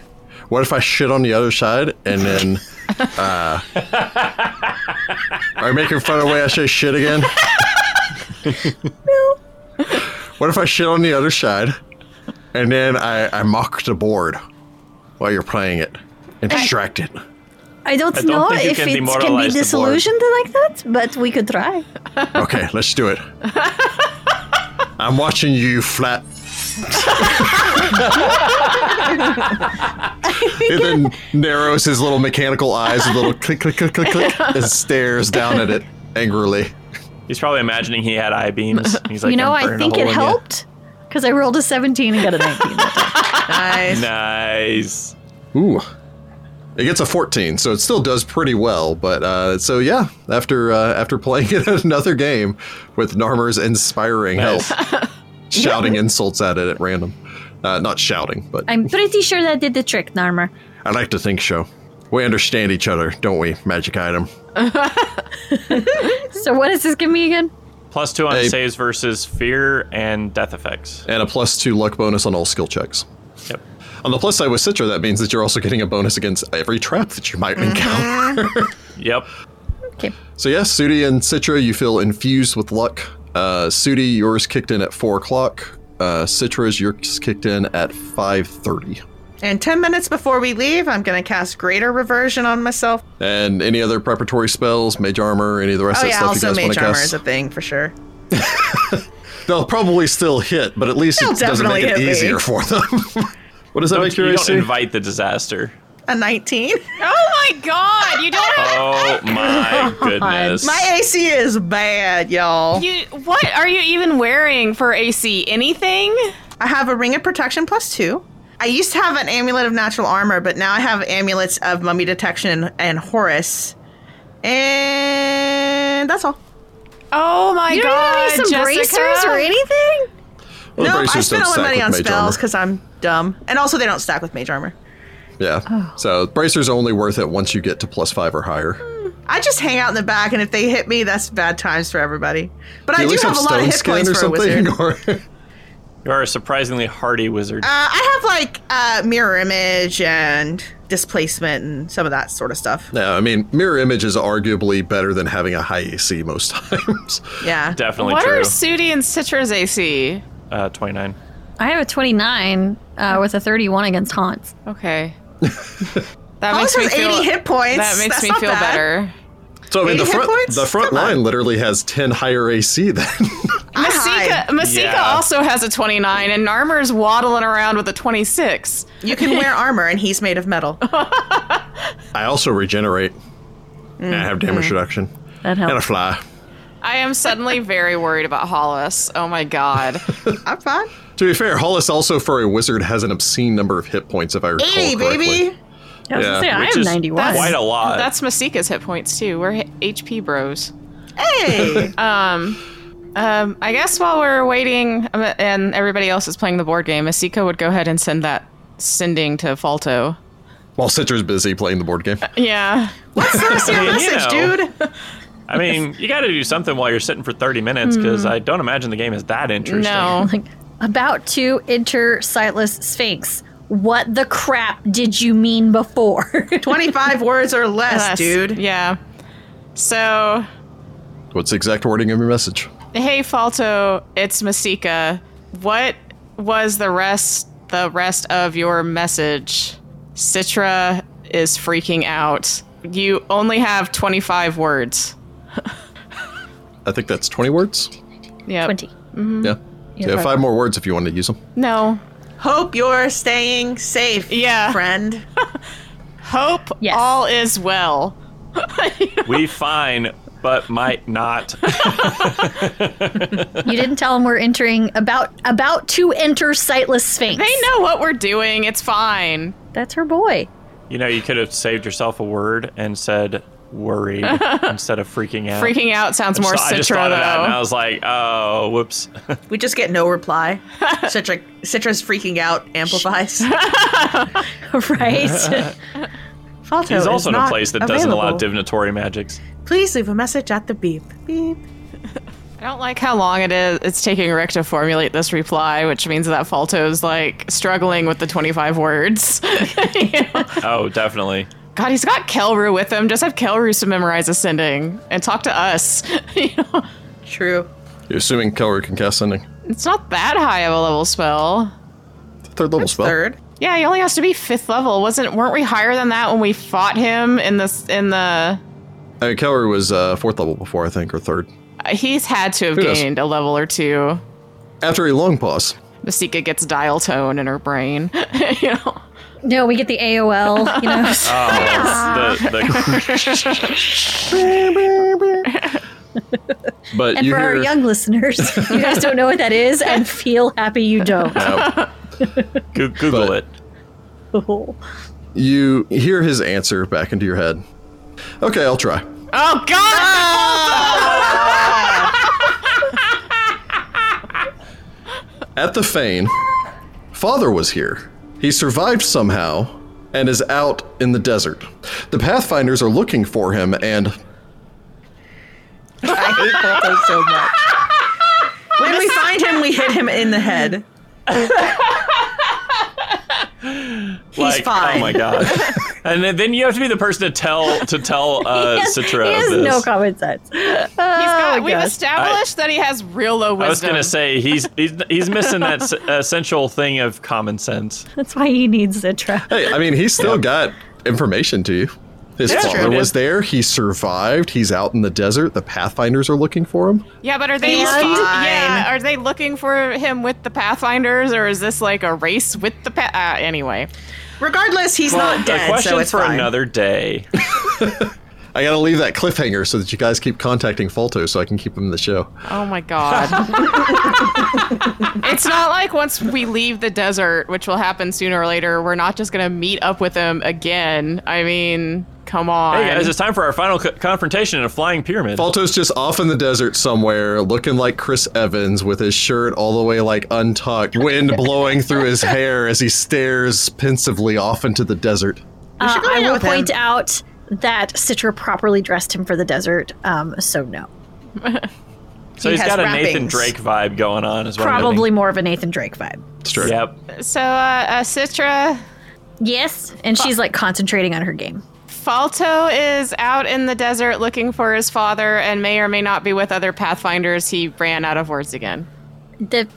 A: What if I shit on the other side and then uh Are you making fun of the way I say shit again? no. What if I shit on the other side and then I, I mock the board while you're playing it and distract it?
C: I don't,
B: I don't
C: know
B: think you
C: if
B: can
C: it can be
B: demoralize the board.
C: disillusioned like that, but we could try.
A: Okay, let's do it. I'm watching you flat. it then narrows his little mechanical eyes, a little click, click, click, click, click, and stares down at it angrily.
B: He's probably imagining he had eye beams. He's like,
C: you know,
B: "I'm
C: I
B: burning a
C: think it
B: hole in ya."
C: helped because I rolled a 17 and got a 19.
E: Nice.
B: Nice.
A: Ooh. It gets a 14, so it still does pretty well. But uh, so yeah, after uh, after playing it another game with Narmer's inspiring
B: Nice.
A: help, shouting insults at it at random, uh, not shouting, but
C: I'm pretty sure that did the trick, Narmer.
A: I like to think so. We understand each other, don't we, Magic Item?
C: So what does this give me again?
B: Plus two on
A: Hey.
B: saves versus fear and death effects.
A: And a plus two luck bonus on all skill checks.
B: Yep.
A: On the plus side with Citra, that means that you're also getting a bonus against every trap that you
E: Mm-hmm.
A: might encounter.
B: Yep.
C: Okay.
A: So yeah, Sudi and Citra, you feel infused with luck. Uh, Sudi, yours kicked in at four o'clock. Uh, Citra's, yours kicked in at five thirty.
E: And 10 minutes before we leave, I'm going to cast Greater Reversion on myself.
A: And any other preparatory spells, mage armor, any of the rest
E: Oh,
A: of the
E: yeah,
A: stuff
E: also
A: you guys want
E: Mage
A: to
E: Armor
A: cast?
E: is a thing for sure.
A: They'll probably still hit, but at least
E: They'll
A: it doesn't make it
E: definitely hit me.
A: easier for them. what does that
B: Don't,
A: make your
B: you don't
A: AC?
B: invite the disaster.
E: A 19.
D: Oh my god, you don't have
B: Oh my goodness.
E: My AC is bad, y'all.
D: you what are you even wearing for AC? Anything?
E: I have a ring of protection plus two. I used to have an amulet of natural armor, but now I have amulets of mummy detection and Horus. And that's all.
D: Oh my
C: You don't
D: god.
C: even need some
D: Jessica.
C: bracers or anything?
A: Well,
E: no, I
A: bracers
E: spent
A: don't
E: all
A: stack
E: my money
A: with
E: on
A: mage
E: spells
A: armor.
E: because I'm dumb, and also they don't stack with mage armor.
A: Yeah.
E: Oh.
A: So bracers are only worth it once you get to plus five or
E: Mm,
A: higher.
E: I just hang out in the back, and if they hit me, that's bad times for everybody. But
A: You
E: I
A: at
E: do
A: least
E: have a lot of
A: stone
E: hit
A: skin
E: points
A: or
E: for a
A: something.
E: wizard. Uh,
A: Or
B: you are a surprisingly hardy wizard.
E: I have like uh, mirror image and displacement and some of that sort of stuff.
A: no, I mean mirror image is arguably better than having a high AC most times.
E: Yeah,
B: Definitely
D: What
B: true.
D: are Sudi and Citra's AC?
B: uh, 29.
C: I have a 29 uh, with a 31 against Haunts.
D: Okay. That makes
E: Hollis
D: me
E: has
D: feel
E: 80 hit points.
D: That makes
E: That's
D: me
E: not
D: feel
E: bad.
D: better.
A: So I mean the
E: Eighty hit
A: front
E: points?
A: the front
E: Come on.
A: line literally has ten higher AC than
E: I'm high.
D: Masika, Masika
B: Yeah.
D: also has a 29, and Narmer's waddling around with a 26.
E: You can wear armor, and he's made of metal.
A: I also regenerate.
E: Mm,
A: And I have damage reduction.
C: That
A: And I
C: helps.
A: fly.
D: I am suddenly very worried about Hollis. Oh my god.
E: I'm fine.
A: To be fair, Hollis also for a wizard has an obscene number of hit points if I recall
E: 80,
A: correctly.
E: baby.
C: I was
A: Yeah,
C: gonna say, I
B: Which
C: have
B: is
C: 91.
B: Quite a lot.
D: That's Masika's hit points too. We're h- HP bros.
E: Hey.
D: Um, I guess while we're waiting um, and everybody else is playing the board game, Masika would go ahead and send that sending to Falto.
A: While Citra's busy playing the board game.
E: Uh,
D: Yeah.
E: Send us your
B: You
E: message,
B: know.
E: dude.
B: I mean, you got to do something while you're sitting for 30 minutes because I don't imagine the game is that interesting.
D: Hmm. No.
C: Like, about to enter Sightless Sphinx. What the crap did you mean before?
E: 25 words or less,
D: Yes.
E: dude.
D: Yeah. So,
A: What's the exact wording of your message?
D: hey Falto, it's Masika. What was the rest the rest of your message? Citra is freaking out. You only have 25 words.
A: I think that's 20 words.
D: Yeah.
C: 20.
A: Yeah.
C: Mm-hmm. Yeah,
A: Yeah,
C: five
A: five more words if you want to use them.
D: No.
E: Hope you're staying safe,
D: Yeah.
E: friend.
D: Hope
C: Yes.
D: all is well.
B: We fine, but might not.
C: You didn't tell them we're entering about about to enter Sightless Sphinx.
D: They know what we're doing. It's fine.
C: That's her boy.
B: You know, you could have saved yourself a word and said worried instead of freaking out.
D: Freaking out sounds more
B: So I just
D: Citra
B: thought of that and I
D: though.
B: was like, oh, whoops.
E: We just get no reply. Citra, Citra's freaking out amplifies.
C: right?
E: Falto
B: He's
E: is
B: also in a
E: not
B: place that doesn't allow
E: available.
B: divinatory magics.
E: Please leave a message at the beep. Beep.
D: I don't like how long it is. It's taking Rick to formulate this reply, which means that Falto's like struggling with the 25 words.
B: Oh, definitely.
D: God, he's got Kelru with him. Just have Kelru to memorize ascending and talk to us. You know,
E: True.
A: You're assuming Kelric can cast sending.
D: it's not that high of a level spell.
A: Third level spell.
E: Third.
D: Yeah, he only has to be fifth level. Wasn't weren't we higher than that when we fought him in this in
A: I
D: the?
A: mean, Kelric was uh, fourth level before, I think, or third.
D: He's had to have
A: Who knows?
D: gained a level or two.
A: After a long pause.
D: Masika gets dial tone in her brain. you know.
C: no, we get the AOL, you know.
B: Uh, Oh, the, the,
A: But
C: and
A: you
C: for our
A: hear-
C: young listeners, you guys don't know what that is and feel happy you don't.
A: No.
B: Goo- Google
A: But-
B: it.
A: you hear his answer back into your head. Okay, I'll try.
D: Oh God!
A: At the fane, father was here. He survived somehow and is out in the desert. The Pathfinders are looking for him, and
E: I hate Falto so much. When we find him, we hit him in the head. He's
B: like,
E: fine.
B: Oh my god! and then- then you have to be the person to tell to tell uh,
C: He has-
B: Citra
C: he has
B: this.
C: no common sense. Oh,
E: Oh,
D: He's got, we've
C: gosh.
D: established that he has real low wisdom.
B: I was gonna say he's he's he's missing that s- essential thing of common sense.
C: That's why he needs Citra.
A: hey, I mean, he's still got information to you. His
B: Yeah,
A: father
B: true.
A: was there. He survived. He's out in the desert. The Pathfinders are looking for him.
D: Yeah, but are they
E: He's
D: looking?
E: fine.
D: Yeah, are they looking for him with the Pathfinders, or is this like a race with the pa- uh, anyway?
E: Regardless, he's
B: Well,
E: not
B: a
E: dead,
B: question
E: so it's
B: for
E: fine.
B: another day.
A: I gotta leave that cliffhanger so that you guys keep contacting Falto so I can keep him in the show.
D: Oh my god. it's not like once we leave the desert, which will happen sooner or later, we're not just going to meet up with him again. I mean, come on.
B: Hey guys, it's time for our final co- confrontation in a flying pyramid.
A: Falto's just off in the desert somewhere, looking like Chris Evans with his shirt all the way like untucked, wind blowing through his hair as he stares pensively off into the desert.
C: Uh,
E: go
C: I
E: hang out
C: will
E: with him.
C: point out that Citra properly dressed him for the desert, um, so no.
B: so
E: he
B: he's
E: has
B: got a Nathan
E: wrappings.
B: Drake vibe going on as well.
C: Probably more of a Nathan Drake vibe.
A: It's true.
B: Yep.
D: so, uh, uh, Citra,
C: Yes, and she's like concentrating on her game.
D: Falto is out in the desert looking for his father and may or may not be with other Pathfinders. He ran out of words again.
C: The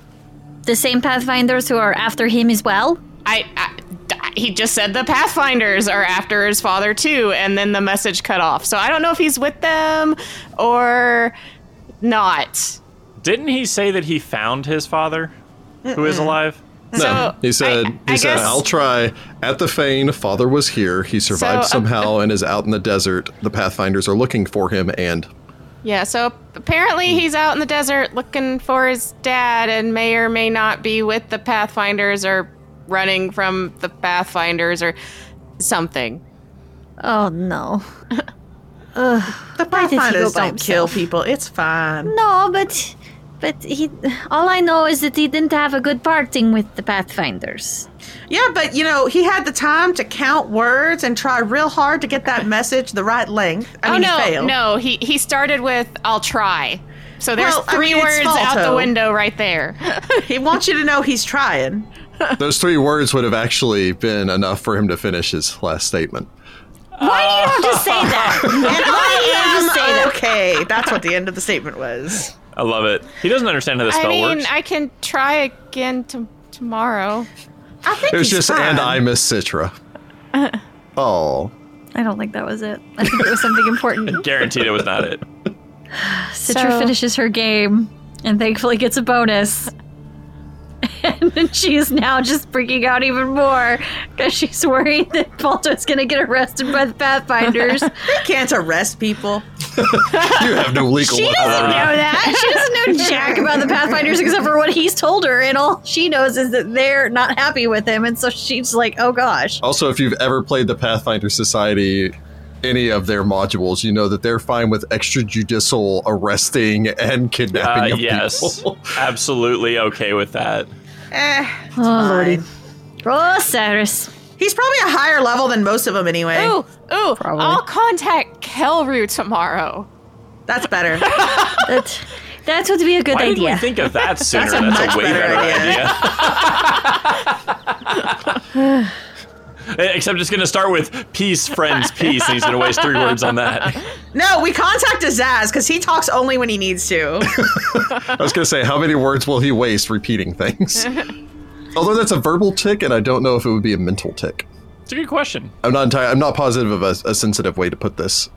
C: the same pathfinders who are after him as well.
D: I, I he just said the Pathfinders are after his father too, and then the message cut off. So I don't know if he's with them or not.
B: Didn't he say that he found his father, who is alive?
A: No,
D: So,
A: he said.
D: I-
A: he
D: I
A: said,
D: guess-
A: "I'll try." At the Fane, father was here. He survived
D: So, uh,
A: somehow and is out in the desert. The Pathfinders are looking for him, and
D: Yeah. So apparently he's out in the desert looking for his dad, and may or may not be with the Pathfinders or running from the Pathfinders or something.
C: Oh no.
E: The
C: did he go
E: Pathfinders
C: by
E: don't kill
C: himself?
E: people. It's fine.
C: No, but but he all I know is that he didn't have a good parting with the pathfinders.
E: Yeah, but you know, he had the time to count words and try real hard to get that message the right length. I mean,
D: oh
E: he
D: no,
E: failed.
D: no. He he started with "I'll try." So there's
E: Well, I
D: three
E: mean, it's
D: words out the
E: Falto.
D: window right there.
E: He wants you to know he's trying.
A: those three words would have actually been enough for him to finish his last statement.
C: Why do you have to say that? you
E: And
C: just say
E: I
C: that?
E: am okay. That's what the end of the statement was.
B: I love it. He doesn't understand how the spell
D: I mean,
B: works.
D: I can try again to- tomorrow.
E: I think
A: It was
E: he's
A: just,
E: fine.
A: "And I miss Citra." oh,
C: I don't think that was it. I think it was something important.
B: Guaranteed it was not it.
C: Citra
D: So-
C: finishes her game and thankfully gets a bonus. And then she is now just freaking out even more because she's worried that Balto's going to get arrested by the Pathfinders.
E: They can't arrest people.
A: you have no legal
C: she doesn't
A: authority.
C: know that. She doesn't know jack about the Pathfinders except for what he's told her. And all she knows is that they're not happy with him. And so she's like, oh gosh.
A: Also, if you've ever played the Pathfinder Society, any of their modules, you know that they're fine with extrajudicial arresting and kidnapping
B: Uh,
A: of
B: yes,
A: people.
B: absolutely okay with that.
E: Eh,
C: Oh, Lordy. Oh, Cyrus.
E: he's probably a higher level than most of them anyway.
D: Ooh, ooh!
C: Probably.
D: I'll contact Kelru tomorrow.
E: That's better.
C: That, that would be a good
B: Why did
C: idea.
B: we think of that sooner?
E: That's a much
B: way
E: better idea.
B: idea. Except it's going to start with peace, friends, peace, and he's going to waste three words on that.
E: no, we contacted Zaz because he talks only when he needs to.
A: I was going to say, how many words will he waste repeating things? Although that's a verbal tick, and I don't know if it would be a mental tick.
B: It's a good question.
A: I'm not entire, I'm not positive of a, a sensitive way to put this.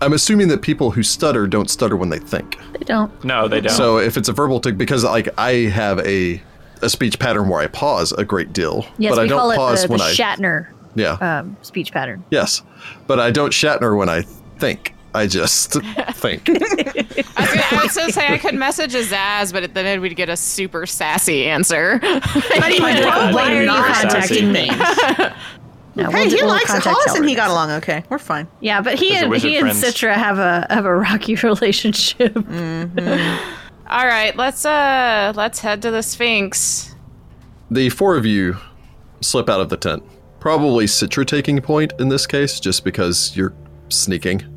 A: I'm assuming that people who stutter don't stutter when they think.
C: They don't.
B: No, they don't.
A: So if it's a verbal tick, because like I have a a speech pattern where I pause a great deal,
C: Yes,
A: but
C: we
A: I don't
C: call it
A: pause
C: the, the
A: when I
C: Shatner
A: yeah
C: um, speech pattern.
A: Yes, but I don't Shatner when I think. I just think.
D: I was, gonna, I was gonna say I could message a Zaz, but then we'd get a super sassy answer.
E: But he
B: my God,
E: probably
B: why are you
E: not
B: contacting
E: me?
C: No,
E: Hey,
C: we'll-
E: he
C: we'll
E: likes
C: contact
E: Hollis and he
C: Elric.
E: got along okay. We're fine.
C: Yeah, but he
B: As a
C: and
B: wizard
C: he and
B: friends.
C: Citra have a have a rocky relationship.
D: All right, let's uh let's head to the Sphinx.
A: the four of you slip out of the tent. Probably Citra taking point in this case, just because you're sneaking.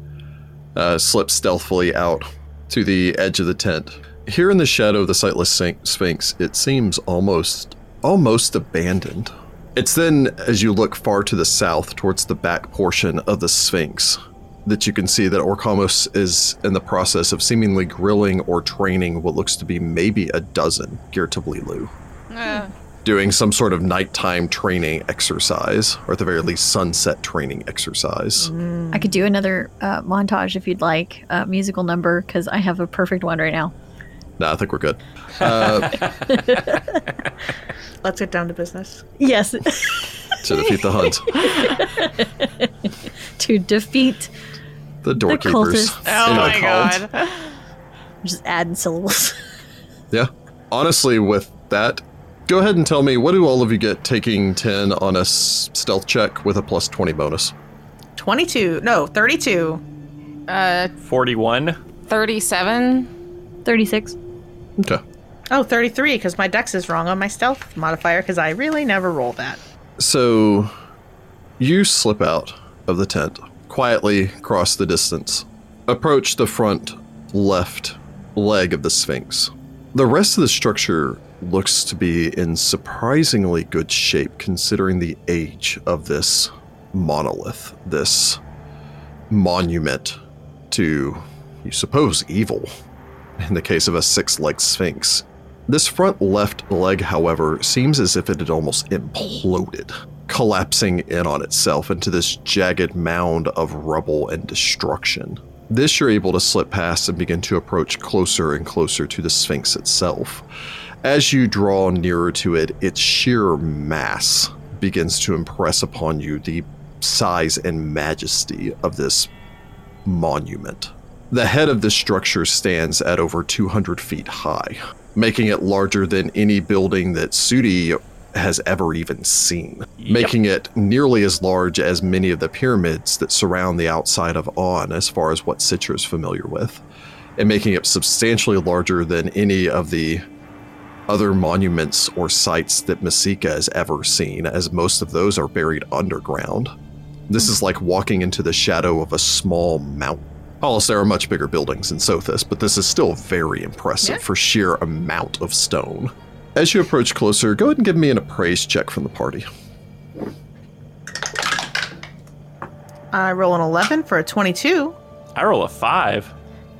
A: Uh, slip stealthily out to the edge of the tent. Here in the shadow of the sightless syn- sphinx, it seems almost, almost abandoned. It's then, as you look far to the south towards the back portion of the sphinx, that you can see that Orcamos is in the process of seemingly grilling or training what looks to be maybe a dozen Girtablilu doing some sort of nighttime training exercise, or at the very least, sunset training exercise.
D: Mm-hmm.
C: I could do another uh, montage if you'd like, uh, musical number, because I have a perfect one right now.
A: No, I think we're good.
E: Let's get down to business.
C: Yes,
A: To defeat the Huns.
C: to defeat.
A: The doorkeepers.
C: cultists.
D: Oh
A: you know,
D: my
A: called.
D: god.
C: Just adding syllables.
A: Yeah. Honestly, with that, go ahead and tell me what do all of you get taking 10 on a s- stealth check with a plus 20 bonus?
E: 22. No, 32.
D: Uh,
B: 41.
D: 37?
C: 36.
A: Okay.
E: Oh, 33, because my dex is wrong on my stealth modifier, because I really never roll that.
A: So you slip out of the tent, quietly cross the distance, approach the front left leg of the Sphinx. The rest of the structure looks to be in surprisingly good shape considering the age of this monolith, this monument to, you suppose, evil, in the case of a six legged Sphinx. This front left leg, however, seems as if it had almost imploded, collapsing in on itself into this jagged mound of rubble and destruction. This you're able to slip past and begin to approach closer and closer to the Sphinx itself. As you draw nearer to it, its sheer mass begins to impress upon you the size and majesty of this monument. The head of this structure stands at over 200 feet high, making it larger than any building that Sudi has ever even seen, making it nearly as large as many of the pyramids that surround the outside of On, as far as what Citra is familiar with, and making it substantially larger than any of the other monuments or sites that Masika has ever seen, as most of those are buried underground. This is like walking into the shadow of a small mountain. Also, there are much bigger buildings in Sothis, but this is still very impressive for sheer amount of stone. As you approach closer, go ahead and give me an appraise check from the party.
E: I roll an 11 for a 22.
B: I roll a five.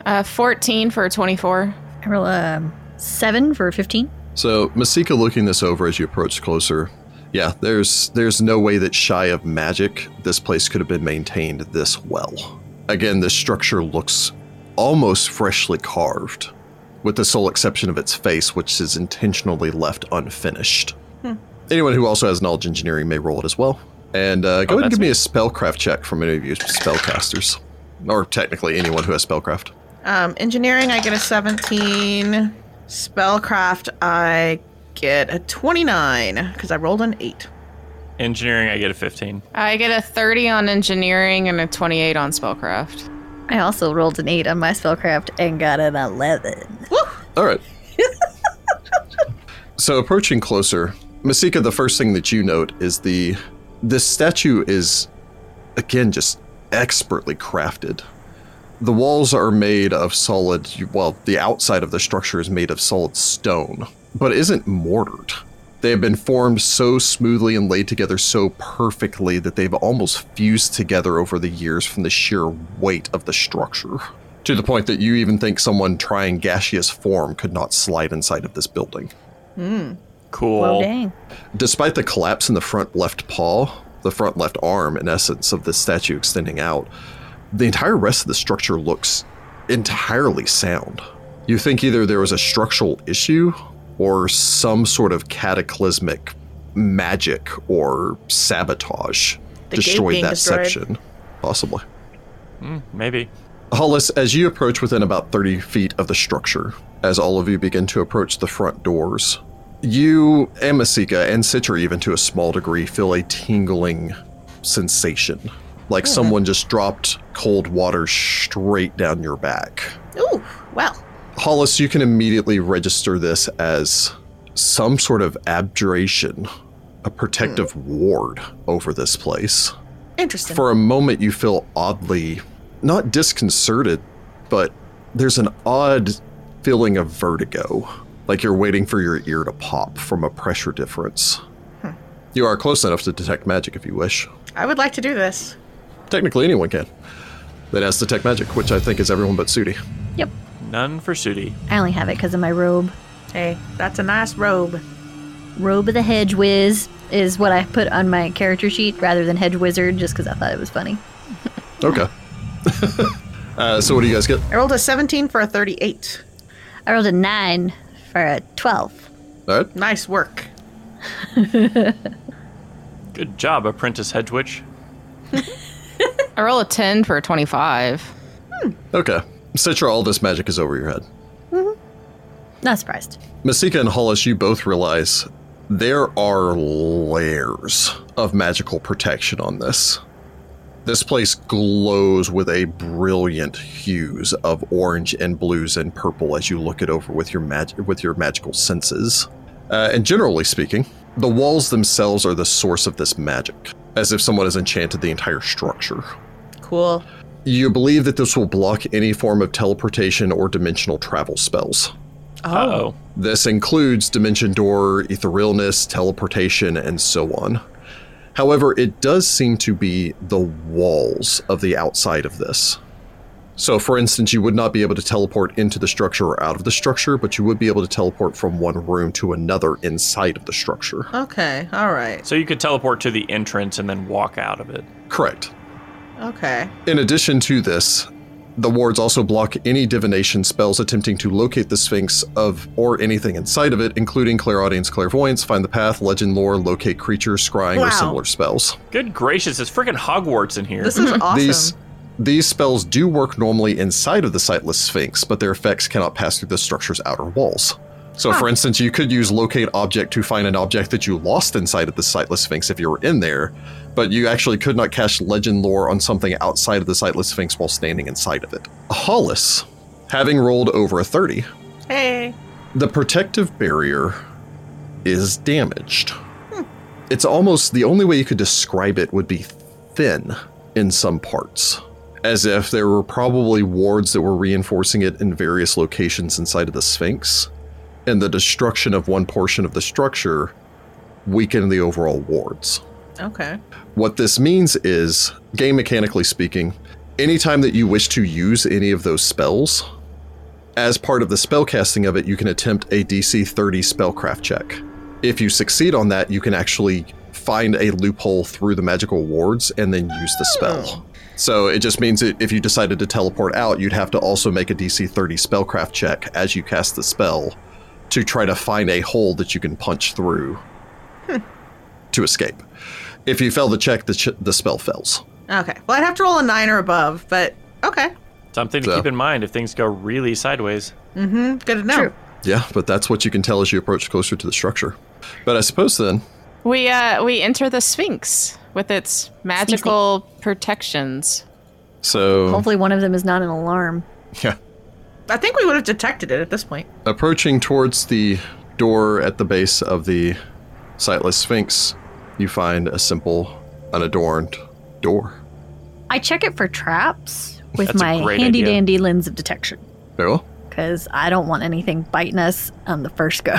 D: Uh, 14 for 24.
C: I roll um, 7 for 15.
A: So Masika looking this over as you approach closer. Yeah, there's there's no way that shy of magic this place could have been maintained this well. Again, this structure looks almost freshly carved, with the sole exception of its face, which is intentionally left unfinished. Anyone who also has knowledge engineering may roll it as well. And uh, go ahead and
B: that's
A: give me
B: me.
A: a spellcraft check from any of you spellcasters, or technically anyone who has spellcraft.
E: Um, engineering, I get a 17. Spellcraft, I get a 29, because I rolled an 8.
B: Engineering, I get a 15.
D: I get a 30 on engineering and a 28 on spellcraft.
C: I also rolled an 8 on my spellcraft and got an 11.
A: All right. so approaching closer, Masika, the first thing that you note is the this statue is again just expertly crafted. The walls are made of solid, well, the outside of the structure is made of solid stone, but isn't mortared. They have been formed so smoothly and laid together so perfectly that they've almost fused together over the years from the sheer weight of the structure. To the point that you even think someone trying gaseous form could not slide inside of this building.
B: Cool.
C: Well, dang.
A: Despite the collapse in the front left paw, the front left arm, in essence, of the statue extending out, the entire rest of the structure looks entirely sound. You think either there was a structural issue or some sort of cataclysmic magic or sabotage
E: The gate
A: destroyed
E: being
A: that
E: destroyed.
A: section, possibly.
B: Maybe.
A: Hollis, as you approach within about 30 feet of the structure, as all of you begin to approach the front doors, you and Masika and Citra, even to a small degree, feel a tingling sensation. Like someone just dropped cold water straight down your back.
E: Ooh, well.
A: Hollis, you can immediately register this as some sort of abjuration, a protective ward over this place.
E: Interesting.
A: For a moment, you feel oddly, not disconcerted, but there's an odd feeling of vertigo, like you're waiting for your ear to pop from a pressure difference. You are close enough to detect magic if you wish.
E: I would like to do this.
A: Technically, anyone can. That has detect magic, which I think is everyone but Sudi.
C: Yep.
B: None for Sudi.
C: I only have it because of my robe.
E: Hey, that's a nice robe.
C: Robe of the Hedge Wiz is what I put on my character sheet rather than Hedge Wizard just because I thought it was funny.
A: Okay. uh, so, what do you guys get?
E: I rolled a 17 for a 38.
C: I rolled a 9 for a 12.
A: All right.
E: Nice work.
B: Good job, Apprentice Hedgewitch.
D: I roll a 10 for a 25.
A: Okay. Citra, all this magic is over your head.
C: Not surprised.
A: Masika and Hollis, you both realize there are layers of magical protection on this. This place glows with a brilliant hues of orange and blues and purple as you look it over with your mag- with your magical senses. Uh, and generally speaking, the walls themselves are the source of this magic, as if someone has enchanted the entire structure.
E: Cool.
A: You believe that this will block any form of teleportation or dimensional travel spells.
E: Oh.
B: Uh-oh.
A: This includes Dimension Door, Etherealness, Teleportation, and so on. However, it does seem to be the walls of the outside of this. So, for instance, you would not be able to teleport into the structure or out of the structure, but you would be able to teleport from one room to another inside of the structure.
E: Okay. All right.
B: So you could teleport to the entrance and then walk out of it.
A: Correct.
E: Okay.
A: In addition to this, the wards also block any divination spells attempting to locate the Sphinx of or anything inside of it, including clairaudience, clairvoyance, find the path, legend lore, locate creatures, scrying,
E: Wow.
A: or similar spells.
B: Good gracious, it's freaking Hogwarts in here.
E: This is awesome.
A: These these spells do work normally inside of the sightless Sphinx, but their effects cannot pass through the structure's outer walls. So, for instance, you could use locate object to find an object that you lost inside of the sightless Sphinx if you were in there, but you actually could not cast legend lore on something outside of the sightless Sphinx while standing inside of it. Hollis, having rolled over a 30,
E: hey.
A: the protective barrier is damaged. It's almost the only way you could describe it would be thin in some parts, as if there were probably wards that were reinforcing it in various locations inside of the Sphinx, and the destruction of one portion of the structure weakened the overall wards.
E: Okay.
A: What this means is, game mechanically speaking, anytime that you wish to use any of those spells, as part of the spellcasting of it, you can attempt a DC 30 spellcraft check. If you succeed on that, you can actually find a loophole through the magical wards and then use the spell. So it just means that if you decided to teleport out, you'd have to also make a DC 30 spellcraft check as you cast the spell to try to find a hole that you can punch through to escape. If you fail the check, the, ch- the spell fails.
E: Okay. Well, I'd have to roll a nine or above, but okay.
B: Something to
A: So.
B: keep in mind if things go really sideways.
E: Mm-hmm. Good to know.
C: True.
A: Yeah, but that's what you can tell as you approach closer to the structure. But I suppose then,
D: We uh we enter the Sphinx with its magical protections.
A: so
C: Hopefully, one of them is not an alarm.
A: yeah,
E: I think we would have detected it at this point.
A: approaching towards the door at the base of the sightless sphinx, you find a simple, unadorned door.
C: I check it for traps with
B: That's a
C: my
B: great
C: handy
B: idea.
C: dandy lens of detection
A: Very well.
C: because I don't want anything biting us on the first go.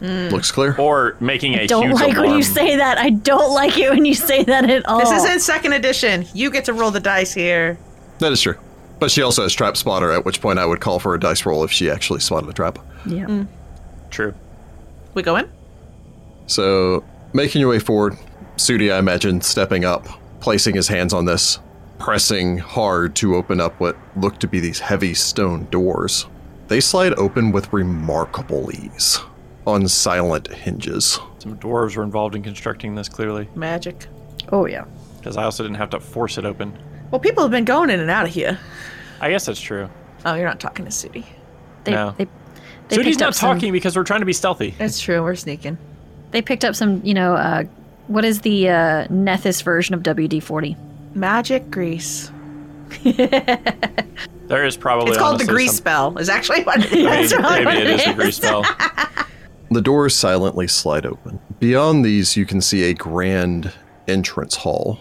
A: Looks clear.
B: Or making a
C: don't
B: huge
C: like when
B: alarm.
C: you say that. I don't like it when you say that at all.
E: This is in second edition. You get to roll the dice here.
A: That is true. But she also has trap spotter, at which point I would call for a dice roll if she actually spotted a trap.
C: Yeah.
B: True.
E: We go in?
A: So, making your way forward, Sudi, I imagine, stepping up, placing his hands on this, pressing hard to open up what look to be these heavy stone doors. They slide open with remarkable ease on silent hinges.
B: Some dwarves were involved in constructing this clearly,
E: Magic.
C: Oh yeah.
B: because I also didn't have to force it open.
E: Well, people have been going in and out of here.
B: I guess that's true.
E: Oh, you're not talking to Sudi.
C: They,
B: No.
C: they, they
B: So he's
C: picked up
B: not talking
C: Some,
B: because we're trying to be stealthy.
E: That's true. We're sneaking.
C: they picked up some, you know, uh, what is the uh, Nethys version of WD 40?
E: Magic grease.
B: There is probably
E: It's called the
B: honestly
E: grease
B: some-
E: spell. Is actually what it
B: Maybe,
E: is.
B: maybe
E: really what
B: it is the grease spell.
A: The doors silently slide open. Beyond these, you can see a grand entrance hall,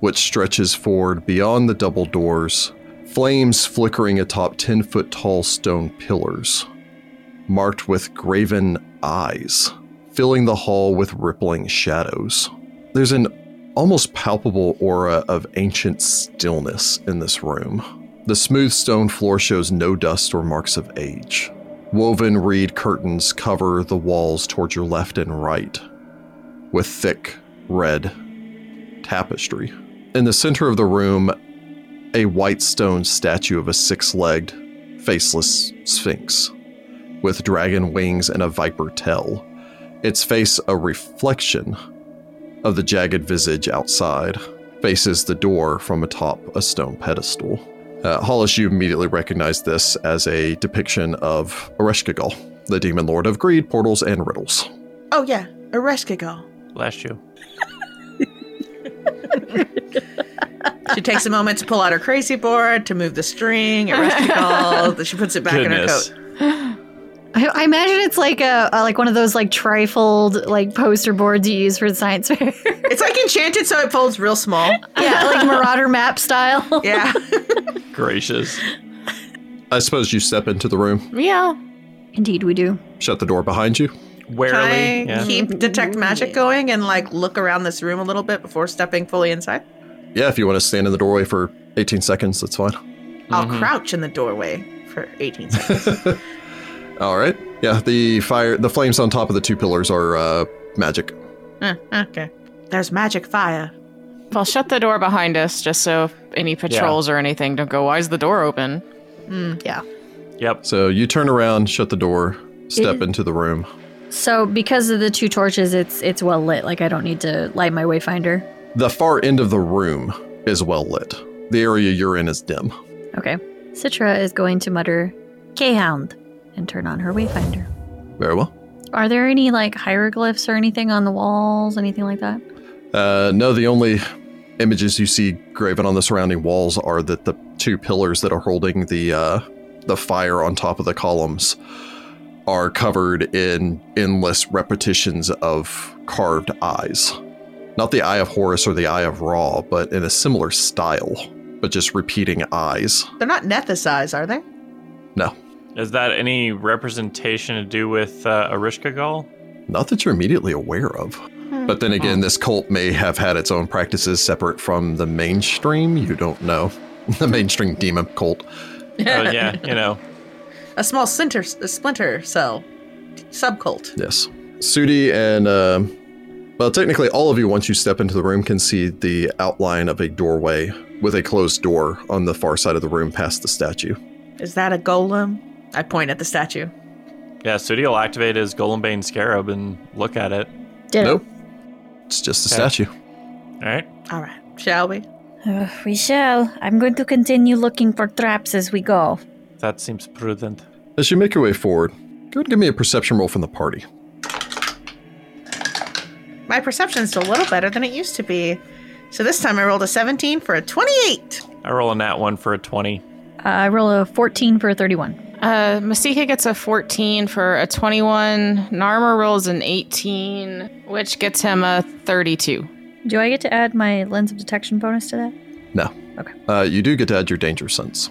A: which stretches forward beyond the double doors, flames flickering atop 10 foot tall stone pillars, marked with graven eyes, filling the hall with rippling shadows. There's an almost palpable aura of ancient stillness in this room. The smooth stone floor shows no dust or marks of age. Woven reed curtains cover the walls toward your left and right with thick red tapestry. In the center of the room, a white stone statue of a six legged, faceless sphinx with dragon wings and a viper tail, its face a reflection of the jagged visage outside, faces the door from atop a stone pedestal. Uh, Hollis, you immediately recognize this as a depiction of Ereshkigal, the demon lord of greed, portals, and riddles.
E: Oh yeah, Ereshkigal.
B: Last you.
E: She takes a moment to pull out her crazy board, to move the string, Ereshkigal. then she puts it back
B: Goodness.
E: in her coat.
C: I, I imagine it's like a, a like one of those like trifold like poster boards you use for the science fair.
E: It's like enchanted, so it folds real small.
C: yeah, like Marauder map style.
E: Yeah.
B: Gracious.
A: I suppose you step into the room,
D: Yeah.
C: Indeed, we do.
A: shut the door behind you.
E: Can
B: Warily.
E: I
B: Yeah.
E: keep detect magic going and like look around this room a little bit before stepping fully inside?
A: Yeah, if you want to stand in the doorway for 18 seconds, that's fine.
B: Mm-hmm.
E: I'll crouch in the doorway for 18 seconds.
A: All right. Yeah, the fire, the flames on top of the two pillars are uh, magic.
E: Uh, okay. There's magic fire.
D: Well, shut the door behind us just so if any patrols or anything don't go, why is the door open?
C: Yeah.
B: Yep.
A: So you turn around, shut the door, step into the room.
C: So because of the two torches, it's it's well lit. Like I don't need to light my wayfinder.
A: The far end of the room is well lit. The area you're in is dim.
C: Okay. Citra is going to mutter K-hound and turn on her wayfinder.
A: Very well.
C: Are there any like hieroglyphs or anything on the walls, anything like that?
A: Uh, no, the only images you see graven on the surrounding walls are that the two pillars that are holding the uh, the fire on top of the columns are covered in endless repetitions of carved eyes. Not the eye of Horus or the eye of Ra, but in a similar style, but just repeating eyes.
E: They're not Nethys eyes, are they?
A: No,
B: Is that any representation to do with uh, Ereshkigal?
A: Not that you're immediately aware of. But then again, this cult may have had its own practices separate from the mainstream. You don't know. The mainstream demon cult.
B: Oh yeah, you know.
E: A small splinter, a splinter cell subcult.
A: Yes. Sudi and, um well, technically, all of you, once you step into the room, can see the outline of a doorway with a closed door on the far side of the room past the statue.
E: Is that a golem? I point at the statue.
B: Yeah, Sudi will activate his Golembane Scarab and look at it.
C: Did
A: Nope. It's just a
B: Okay.
A: statue.
B: All right.
E: All right, shall we?
C: we shall. I'm going to continue looking for traps as we go.
B: That seems prudent.
A: As you make your way forward, go ahead and give me a perception roll from the party.
E: My perception's a little better than it used to be. So this time I rolled a 17 for a 28.
B: I roll a nat one for a twenty.
C: Uh, I roll a 14 for a 31.
D: Uh, Masika gets a 14 for a 21. Narmer rolls an 18, which gets him a 32.
C: Do I get to add my lens of detection bonus to that?
A: No.
C: Okay.
A: Uh, you do get to add your danger sense.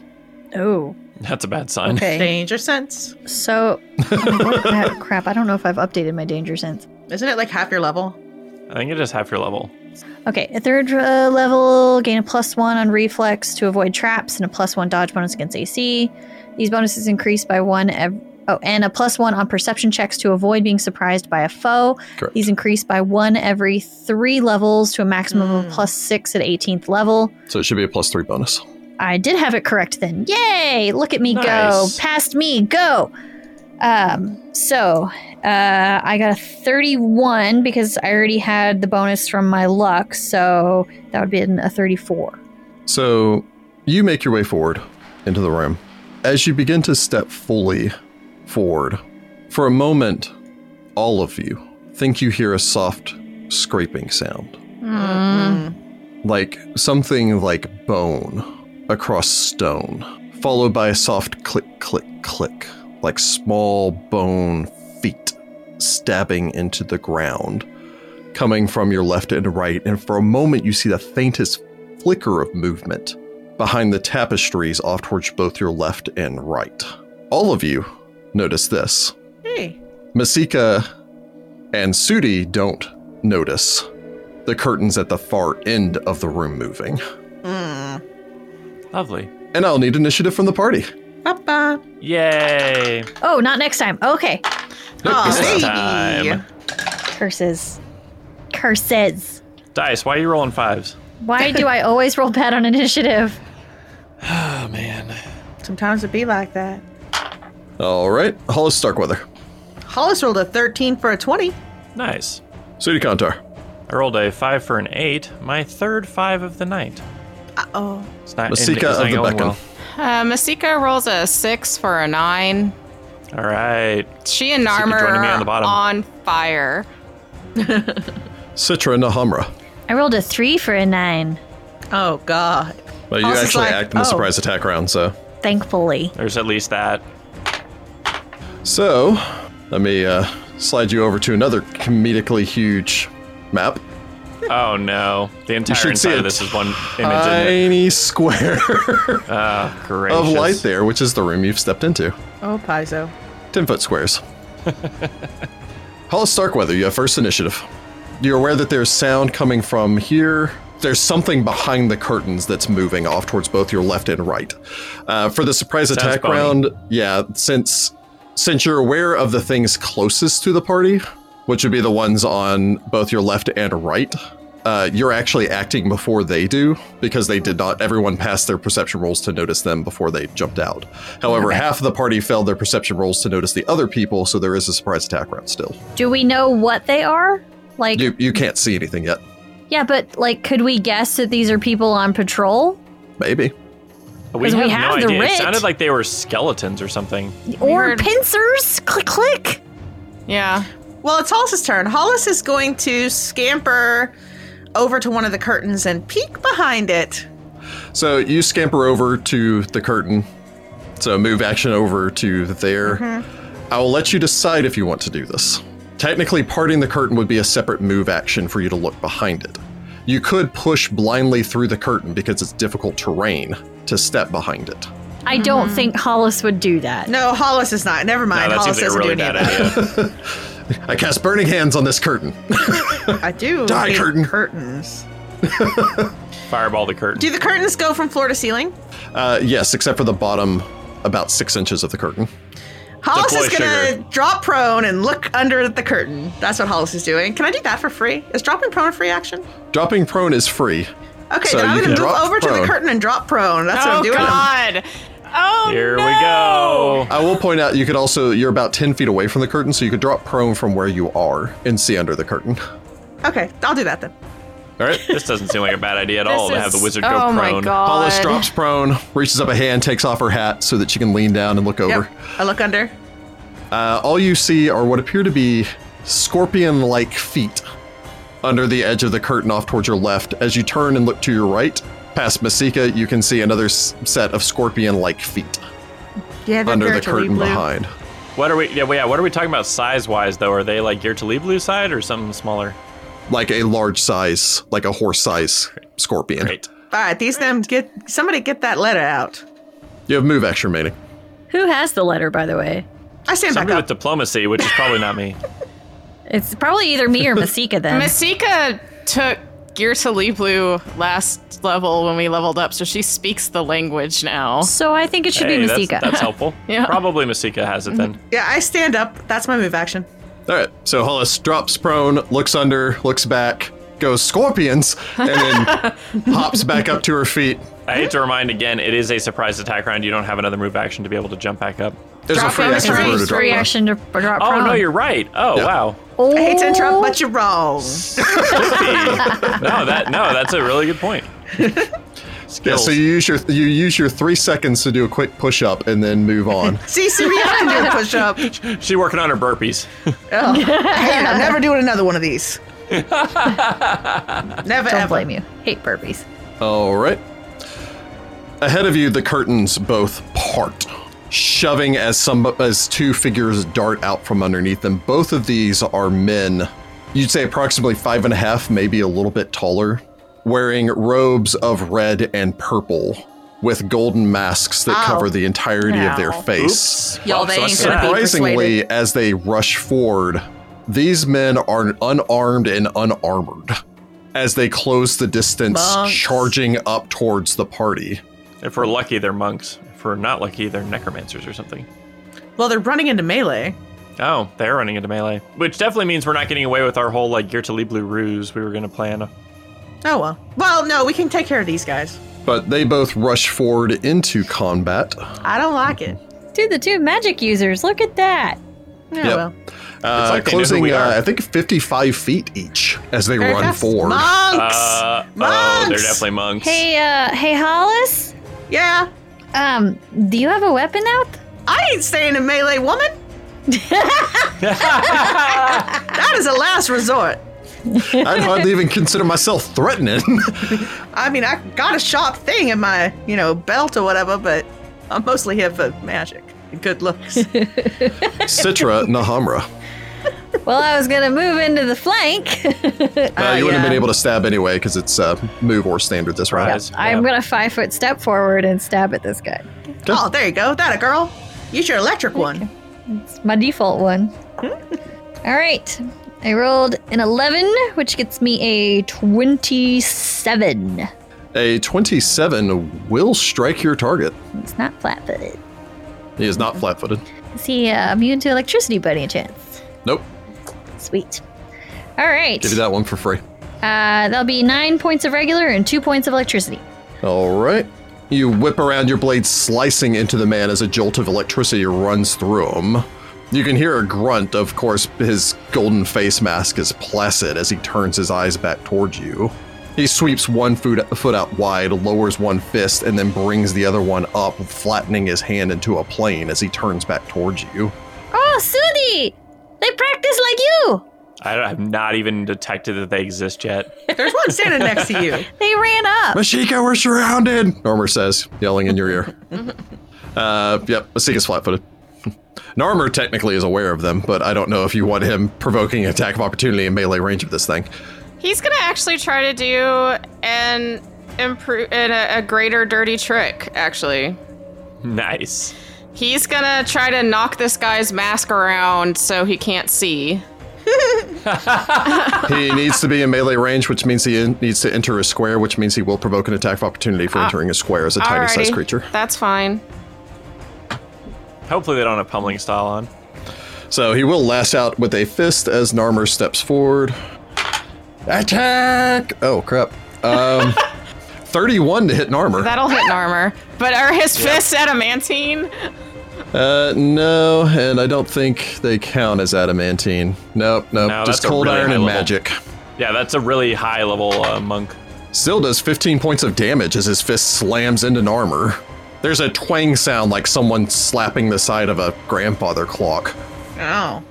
C: Oh.
B: That's a bad sign.
E: Danger sense.
C: So, oh, what the crap, I don't know if I've updated my danger sense.
E: Isn't it like half your level?
B: I think it is half your level.
C: Okay, at third uh, level, gain a plus one on reflex to avoid traps and a plus one dodge bonus against AC. These bonuses increase by one. Ev- oh, and a plus one on perception checks to avoid being surprised by a foe.
A: Correct.
C: These increase by one every three levels to a maximum of plus six at 18th level.
A: So it should be a plus three bonus.
C: I did have it correct then. Yay! Look at me
B: Nice.
C: go. Past me, go. Um, so uh, I got a 31 because I already had the bonus from my luck, so that would be an- a 34.
A: So you make your way forward into the room. As you begin to step fully forward, for a moment, all of you think you hear a soft scraping sound, like something like bone across stone, followed by a soft click, click, click, like small bone feet stabbing into the ground, coming from your left and right. And for a moment, you see the faintest flicker of movement behind the tapestries off towards both your left and right. All of you notice this.
E: Mm-hmm. Hey.
A: Masika and Sudi don't notice the curtains at the far end of the room moving.
B: Lovely.
A: And I'll need initiative from the party.
E: Papa.
B: Yay!
C: Oh, not next time. Okay.
E: Aw,
B: it's
E: baby.
B: time.
C: Curses. Curses.
B: Dice, why are you rolling fives?
C: Why do I always roll bad on initiative?
B: Oh man.
E: Sometimes it be like that.
A: All right, Hollis Starkweather.
E: Hollis rolled a 13 for a 20.
B: Nice.
A: Sudi Kantar.
B: I rolled a five for an eight, my third five of the night.
E: Oh,
B: It's not
A: Masika
B: ending- it's not
A: of the
B: going
A: Beacon.
B: well.
D: Uh, Masika rolls a six for a nine.
B: All right.
D: She and
B: Masika
D: Narmer
B: joining me on the
D: are
B: bottom.
D: on fire.
A: Citra Nahamra.
C: I rolled a three for a nine,
E: oh God.
A: Well, you
E: Also, it's
A: actually
E: like-
A: act in the
E: oh.
A: surprise attack round, so.
C: thankfully.
B: There's at least that.
A: So, let me uh, slide you over to another comedically huge map.
B: Oh no. The entire
A: should see
B: inside
A: a
B: of this is one image, isn't it?
A: Tiny square
B: Oh, gracious.
A: of light there, which is the room you've stepped into.
E: Oh, Paizo.
A: 10 foot squares. Hollis Starkweather, you have first initiative. You're aware that there's sound coming from here. There's something behind the curtains that's moving off towards both your left and right. Uh, for the surprise attack
B: phony.
A: round, yeah, since since you're aware of the things closest to the party, which would be the ones on both your left and right, uh, you're actually acting before they do because they did not. Everyone passed their perception rolls to notice them before they jumped out. However, half of the party failed their perception rolls to notice the other people, so there is a surprise attack round still.
C: Do we know what they are? Like,
A: You you can't see anything yet.
C: yeah, but like, could we guess that these are people on patrol?
A: Maybe.
B: We
C: 'Cause
B: have,
C: we have
B: no
C: the
B: idea. It
C: writ.
B: sounded like they were skeletons or something.
C: Or
D: heard-
C: pincers? Click, click.
D: Yeah.
E: Well, it's Hollis's turn. Hollis is going to scamper over to one of the curtains and peek behind it.
A: So you scamper over to the curtain. So move action over to there. I will let you decide if you want to do this. Technically, parting the curtain would be a separate move action for you to look behind it. You could push blindly through the curtain because it's difficult terrain to step behind it.
C: I don't think Hollis would do that.
E: No, Hollis is not. Never
B: No,
E: mind.
B: that
E: Hollis
B: seems like a really
E: doesn't do
B: bad
E: any of that.
B: idea.
A: I cast Burning Hands on this curtain.
E: I do.
A: Die,
E: hate
A: curtain.
E: Curtains.
B: Fireball the curtain.
E: Do the curtains go from floor to ceiling?
A: Uh, yes, except for the bottom about six inches of the curtain.
E: Hollis is
B: Deploy
E: gonna
B: sugar.
E: drop prone and look under the curtain. That's what Hollis is doing. Can I do that for free? Is dropping prone a free action?
A: Dropping prone is free.
E: Okay,
A: So
E: then I'm
A: you
E: gonna
A: can
E: move
A: drop
E: over to the
A: prone.
E: curtain and drop prone. That's what I'm
D: oh
E: doing.
D: God. Oh
B: Here
D: no.
B: we go.
A: I will point out you could also, you're about 10 feet away from the curtain, so you could drop prone from where you are and see under the curtain.
E: Okay, I'll do that then.
A: All right.
B: This doesn't seem like a bad idea at all to
D: This
B: have the
D: is-
B: wizard go
D: oh
B: prone.
D: my god.
A: Paulus drops prone, reaches up a hand, takes off her hat so that she can lean down and look over.
E: Yep. I look under.
A: Uh, all you see are what appear to be scorpion like feet under the edge of the curtain off towards your left. As you turn and look to your right, past Masika, you can see another s- set of scorpion like feet
E: Yeah, they're
A: under the
E: virtually
A: curtain
E: blue.
A: behind.
B: What are we? Yeah, wait, yeah. What are we talking about size wise though? Are they like geared to leave blue side or something smaller?
A: Like a large size, like a horse size scorpion.
B: Great.
E: All right, these them get somebody get that letter out.
A: You have move action remaining.
C: Who has the letter, by the way?
E: I stand
B: Somebody
E: back
B: with
E: up.
B: diplomacy, which is probably not me.
C: It's probably either me or Masika then.
D: Masika took Gear to Lee Blue last level when we leveled up, so she speaks the language now.
C: so I think it should
B: Hey,
C: be
B: that's,
C: Masika.
B: that's helpful.
D: Yeah.
B: Probably Masika has it then.
E: yeah, I stand up. That's my move action.
A: All right. So Hollis drops prone, looks under, looks back, goes scorpions, and then hops back up to her feet.
B: I hate to remind again, it is a surprise attack round. You don't have another move action to be able to jump back up.
A: There's
D: Drop
A: a free
D: prone
A: action
D: is
A: for
D: free.
A: her to
C: It's
A: drop.
C: free
A: prone.
C: action to drop
B: Oh
C: prone.
B: no, you're right. Oh
A: Yeah.
B: wow.
E: I hate to interrupt,
C: Oh.
E: but you're wrong.
B: no, that no, that's a really good point.
A: Yeah,
B: Skills.
A: so you use your you use your three seconds to do a quick push up and then move on.
E: See, see, we have to do a push up.
B: she working on her burpees.
E: Ugh. Hey, I'm never doing another one of these. never
C: Don't
E: ever.
C: blame you. Hate burpees.
A: All right. Ahead of you, the curtains both part, shoving as some as two figures dart out from underneath them. Both of these are men. You'd say approximately five and a half, maybe a little bit taller, wearing robes of red and purple with golden masks that
E: Ow.
A: cover the entirety of their
D: Ow.
A: face.
B: Oops.
E: Y'all, they
B: so
E: ain't
B: that's
E: gonna
B: that.
E: be-
A: Surprisingly,
E: persuaded.
A: as they rush forward, these men are unarmed and unarmored as they close the distance,
E: Monks.
A: charging up towards the party.
B: If we're lucky, they're monks. If we're not lucky, they're necromancers or something.
E: Well, they're running into melee.
B: Oh, they're running into melee, which definitely means we're not getting away with our whole like gear to leave blue ruse we were gonna
A: Uh,
B: plan.
E: Oh well. Well, no, we can take care of these guys.
A: But they both rush forward into combat.
E: I don't like it.
C: Dude, the two magic users. Look at that.
E: Yeah,
A: Yep.
E: well.
A: It's
B: Uh,
A: like
B: they know who
A: closing,
B: we
A: uh,
B: are.
A: I think, 55 feet each as they
E: Very
A: run
E: fast.
A: forward.
E: Monks!
B: Uh, oh,
E: Monks!
B: they're definitely monks.
C: Hey, uh, hey, Hollis.
E: yeah.
C: Um, do you have a weapon out?
E: I ain't staying a melee woman. That is a last resort.
A: I'd hardly even consider myself threatening.
E: I mean, I got a sharp thing in my, you know, belt or whatever, but I'm mostly here for magic and good looks.
A: Citra
E: Uh,
A: Nahamra.
C: Well, I was gonna move into the flank.
A: Uh,
E: Uh,
A: you wouldn't have
E: yeah.
A: been able to stab anyway because it's uh, move or standard this round.
B: Surprise. Yeah.
C: I'm gonna five foot step forward and stab at this guy.
E: oh, there you go. That a girl. Use your electric one.
C: It's my default one. All right. I rolled an 11, which gets me a 27.
A: A 27 will strike your target.
C: It's not flat footed.
A: He is not flat footed.
C: Is he uh, immune to electricity by any chance?
A: Nope.
C: Sweet. All right.
A: Give you that one for free.
C: Uh, that'll be nine points of regular and two points of electricity.
A: All right. You whip around your blade, slicing into the man as a jolt of electricity runs through him. You can hear a grunt. Of course, his golden face mask is placid as he turns his eyes back towards you. He sweeps one foot, foot out wide, lowers one fist, and then brings the other one up, flattening his hand into a plane as he turns back towards you.
C: Oh, Sudi! They practice like you!
B: I have not even detected that they exist yet.
E: There's one standing next to you.
C: They ran up.
A: Mashika, we're surrounded, Normer says, yelling in your ear. uh, yep, Masika's flat footed. Normer technically is aware of them, but I don't know if you want him provoking an attack of opportunity in melee range of this thing.
D: He's gonna actually try to do an improve an, a, a greater dirty trick. Actually,
B: Nice.
D: he's gonna try to knock this guy's mask around so he can't see.
A: he needs to be in melee range, which means he in- needs to enter a square, which means he will provoke an attack of opportunity for entering a square as a tiny sized
D: Alrighty,
A: creature.
D: That's fine.
B: Hopefully they don't have pummeling style on.
A: So he will lash out with a fist as Narmer steps forward. Attack! Oh, crap. Um, 31 to hit Narmer.
D: That'll hit Narmer. But are his fists adamantine?
A: Uh, no, and I don't think they count as adamantine. Nope, nope.
B: No,
A: just
B: that's a
A: cold
B: really
A: iron
B: high
A: and
B: level.
A: magic.
B: Yeah, that's a really high level uh, monk.
A: Still does 15 points of damage as his fist slams into an armor. There's a twang sound like someone slapping the side of a grandfather clock.
E: Oh.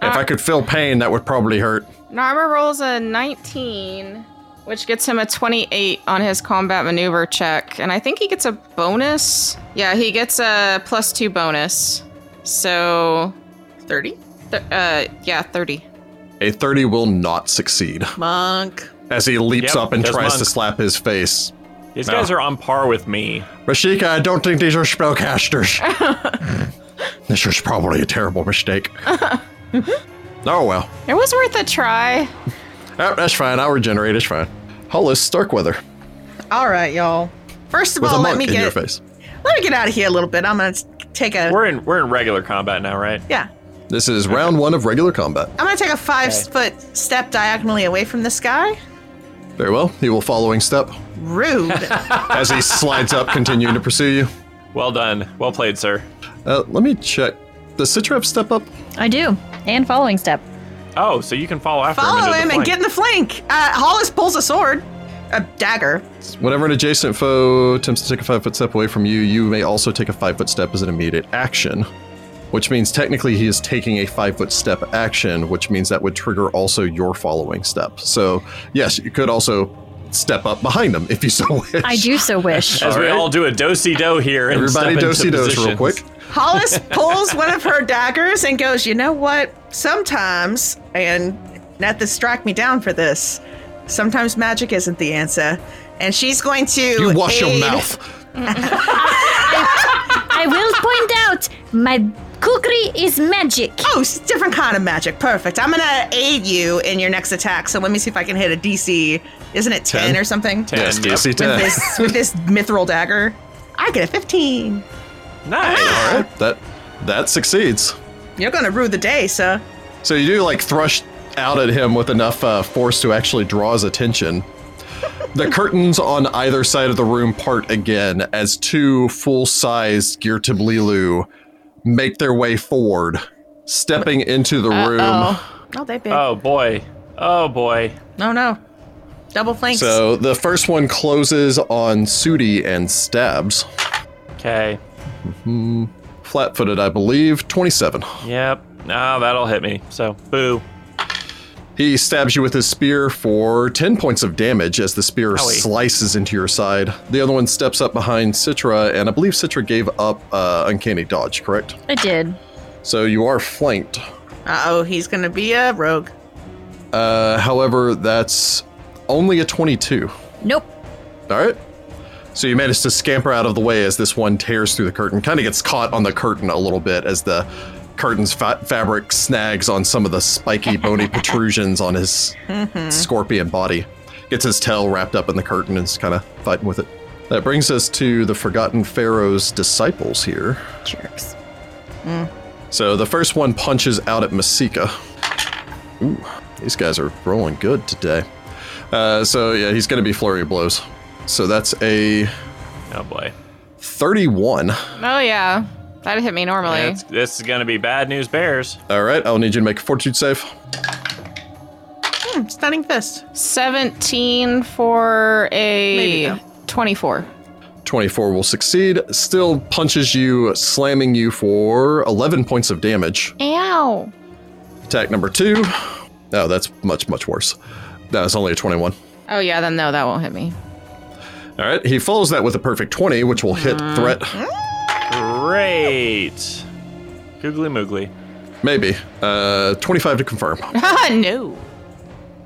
A: If I could feel pain, that would probably hurt.
D: Narmer rolls a 19, which gets him a 28 on his combat maneuver check. And I think he gets a bonus. Yeah, he gets a plus two bonus. So,
E: 30.
D: th- uh, yeah, 30.
A: A 30 will not succeed
E: Monk.
A: as he leaps
B: Yep,
A: up and
B: that's
A: tries to
B: monk.
A: slap his face.
B: These
A: No.
B: guys are on par with me.
A: Rashika, I don't think these are spellcasters. this was probably a terrible mistake. oh well.
D: It was worth a try.
A: Oh, that's fine. I'll regenerate. It's fine. Hollis Starkweather
E: All right, y'all. First of
A: with
E: all,
A: a
E: let
A: monk
E: me
A: in your
E: get
A: face.
E: let me get out of here a little bit. I'm gonna take a
B: We're in we're in regular combat now, right?
E: yeah.
A: This is round one of regular combat.
E: I'm gonna take a five foot step diagonally away from this guy.
A: Very well. He will following step
E: Rude.
A: as he slides up, continuing to pursue you.
B: Well done. Well played, sir.
A: Uh, let me check. Does Citra have step up?
C: I do. And following step.
B: Oh, so you can follow after him.
E: Follow
B: into the
E: him and
B: flank.
E: get in the flank. Uh, Hollis pulls a sword, a dagger.
A: Whenever an adjacent foe attempts to take a five foot step away from you, you may also take a five foot step as an immediate action, which means technically he is taking a five foot step action, which means that would trigger also your following step. So, yes, you could also step up behind him if you so wish.
C: I do so wish.
B: As we
A: Alright.
B: all do a do-si do here. And
A: Everybody,
B: step into
A: do see those real
B: positions.
A: quick.
E: Hollis pulls one of her daggers and goes, You know what? Sometimes, and not to strike me down for this, sometimes magic isn't the answer. And she's going to.
A: You wash your
E: aid-
A: mouth.
C: I will point out my cookery is magic.
E: Oh, it's a different kind of magic. Perfect. I'm going to aid you in your next attack. So let me see if I can hit a DC. Isn't it 10,
A: Ten.
E: or something?
B: Ten.
A: Yes,
B: Yep.
A: DC
E: With,
A: 10.
E: this, with this mithril dagger. I get a 15.
B: Nice.
A: All right, that that succeeds.
E: You're going to rue the day, sir.
A: So you do like thrush out at him with enough uh, force to actually draw his attention. The curtains on either side of the room part again as two full-sized Gear Tiblilu make their way forward, stepping into the room.
D: Uh-oh.
E: Oh, they big.
B: Oh boy. Oh boy.
E: No, no. Double flanks.
A: So the first one closes on Sudi and stabs.
B: Okay.
A: Flat footed, I believe. 27.
B: Yep. Ah, that'll hit me. So boo.
A: He stabs you with his spear for 10 points of damage as the spear
B: Owie.
A: slices into your side. The other one steps up behind Citra, and I believe Citra gave up uh, Uncanny Dodge, correct?
C: I did.
A: So you are flanked.
E: Uh oh, he's gonna be a rogue.
A: Uh, however, that's only a 22.
C: Nope.
A: All right. So you manage to scamper out of the way as this one tears through the curtain, kind of gets caught on the curtain a little bit as the curtain's fa- fabric snags on some of the spiky, bony protrusions on his scorpion body. Gets his tail wrapped up in the curtain and is kind of fighting with it. That brings us to the Forgotten Pharaoh's disciples here.
C: Jerks.
A: So the first one punches out at Masika. Ooh, these guys are rolling good today. Uh, so yeah, he's going to be flurry of blows. So that's a
B: Oh boy.
A: 31.
D: Oh yeah, that'd hit me normally.
B: That's- this is gonna be bad news bears.
A: All right, I'll need you to make a fortitude save.
E: Hmm, stunning fist.
D: Seventeen for
E: Maybe
D: a
E: no.
D: twenty-four.
A: 24 will succeed. Still punches you, slamming you for 11 points of damage.
D: Ow!
A: Attack number two. Oh, that's much, much worse. No, it's only a 21.
D: Oh yeah, then no, that won't hit me.
A: All right, he follows that with a perfect 20, which will hit
C: Mm.
A: threat.
B: Great. Googly moogly.
A: Maybe. Uh, 25 to confirm.
D: no.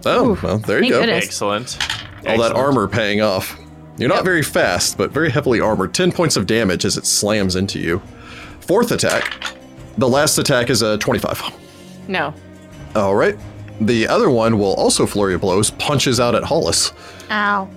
A: Oh, well, there you
C: thank
A: go.
C: goodness. Yes.
B: Excellent.
A: All that
B: Excellent.
A: armor paying off. You're not very fast, but very heavily armored. 10 points of damage as it slams into you. Fourth attack. The last attack is a 25.
D: No.
A: All right. The other one will also flurry of blows, punches out at Hollis.
C: Ow.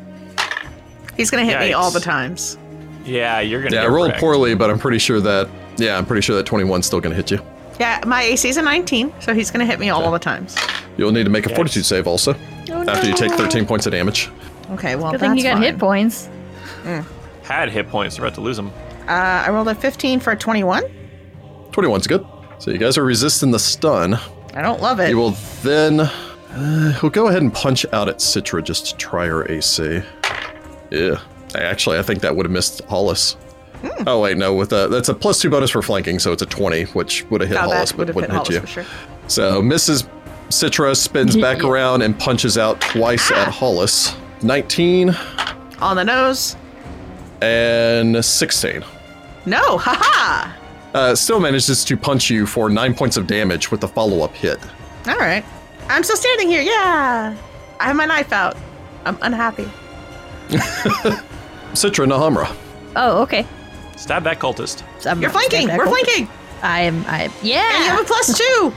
E: He's gonna hit me
B: Yikes.
E: all the times.
B: Yeah, you're gonna.
A: Yeah, I
B: get
A: rolled
B: wrecked.
A: poorly, but I'm pretty sure that yeah, I'm pretty sure that 21's still going to hit you.
E: Yeah, my AC's a 19, so he's gonna hit me all the times.
A: You'll need to make a fortitude save also
C: Oh,
A: after you take
C: no.
A: 13 points of damage.
E: Okay, well,
C: Good thing you
E: that's
C: got hit
E: fine.
C: points.
B: Had hit points. You're about to lose them.
E: Uh, I rolled a 15 for a 21.
A: 21's good. So you guys are resisting the stun.
E: I don't love it.
A: He will then. Uh, he'll go ahead and punch out at Citra just to try her AC. Yeah. I- Actually, I think that would have missed Hollis.
E: Hmm.
A: Oh wait, no. With a that's a plus two bonus for flanking, so it's a twenty, which would have hit
E: Now
A: Hollis,
E: Oh, that
A: but
E: would have hit
A: wouldn't hit
E: Hollis
A: you.
E: for sure.
A: So Mrs. Citra spins back around and punches out twice at Hollis. Nineteen
E: On the nose.
A: and sixteen.
E: No, haha.
A: Uh, still manages to punch you for nine points of damage with the follow-up hit.
E: All right. I'm still standing here. Yeah. I have my knife out. I'm unhappy.
A: Citra Nahamra.
C: Oh, okay.
B: Stab that cultist.
C: So I'm
E: You're
C: not-
E: flanking.
C: back
E: We're
C: over.
E: flanking.
C: I'm. I
E: And you
C: yeah.
E: have a plus two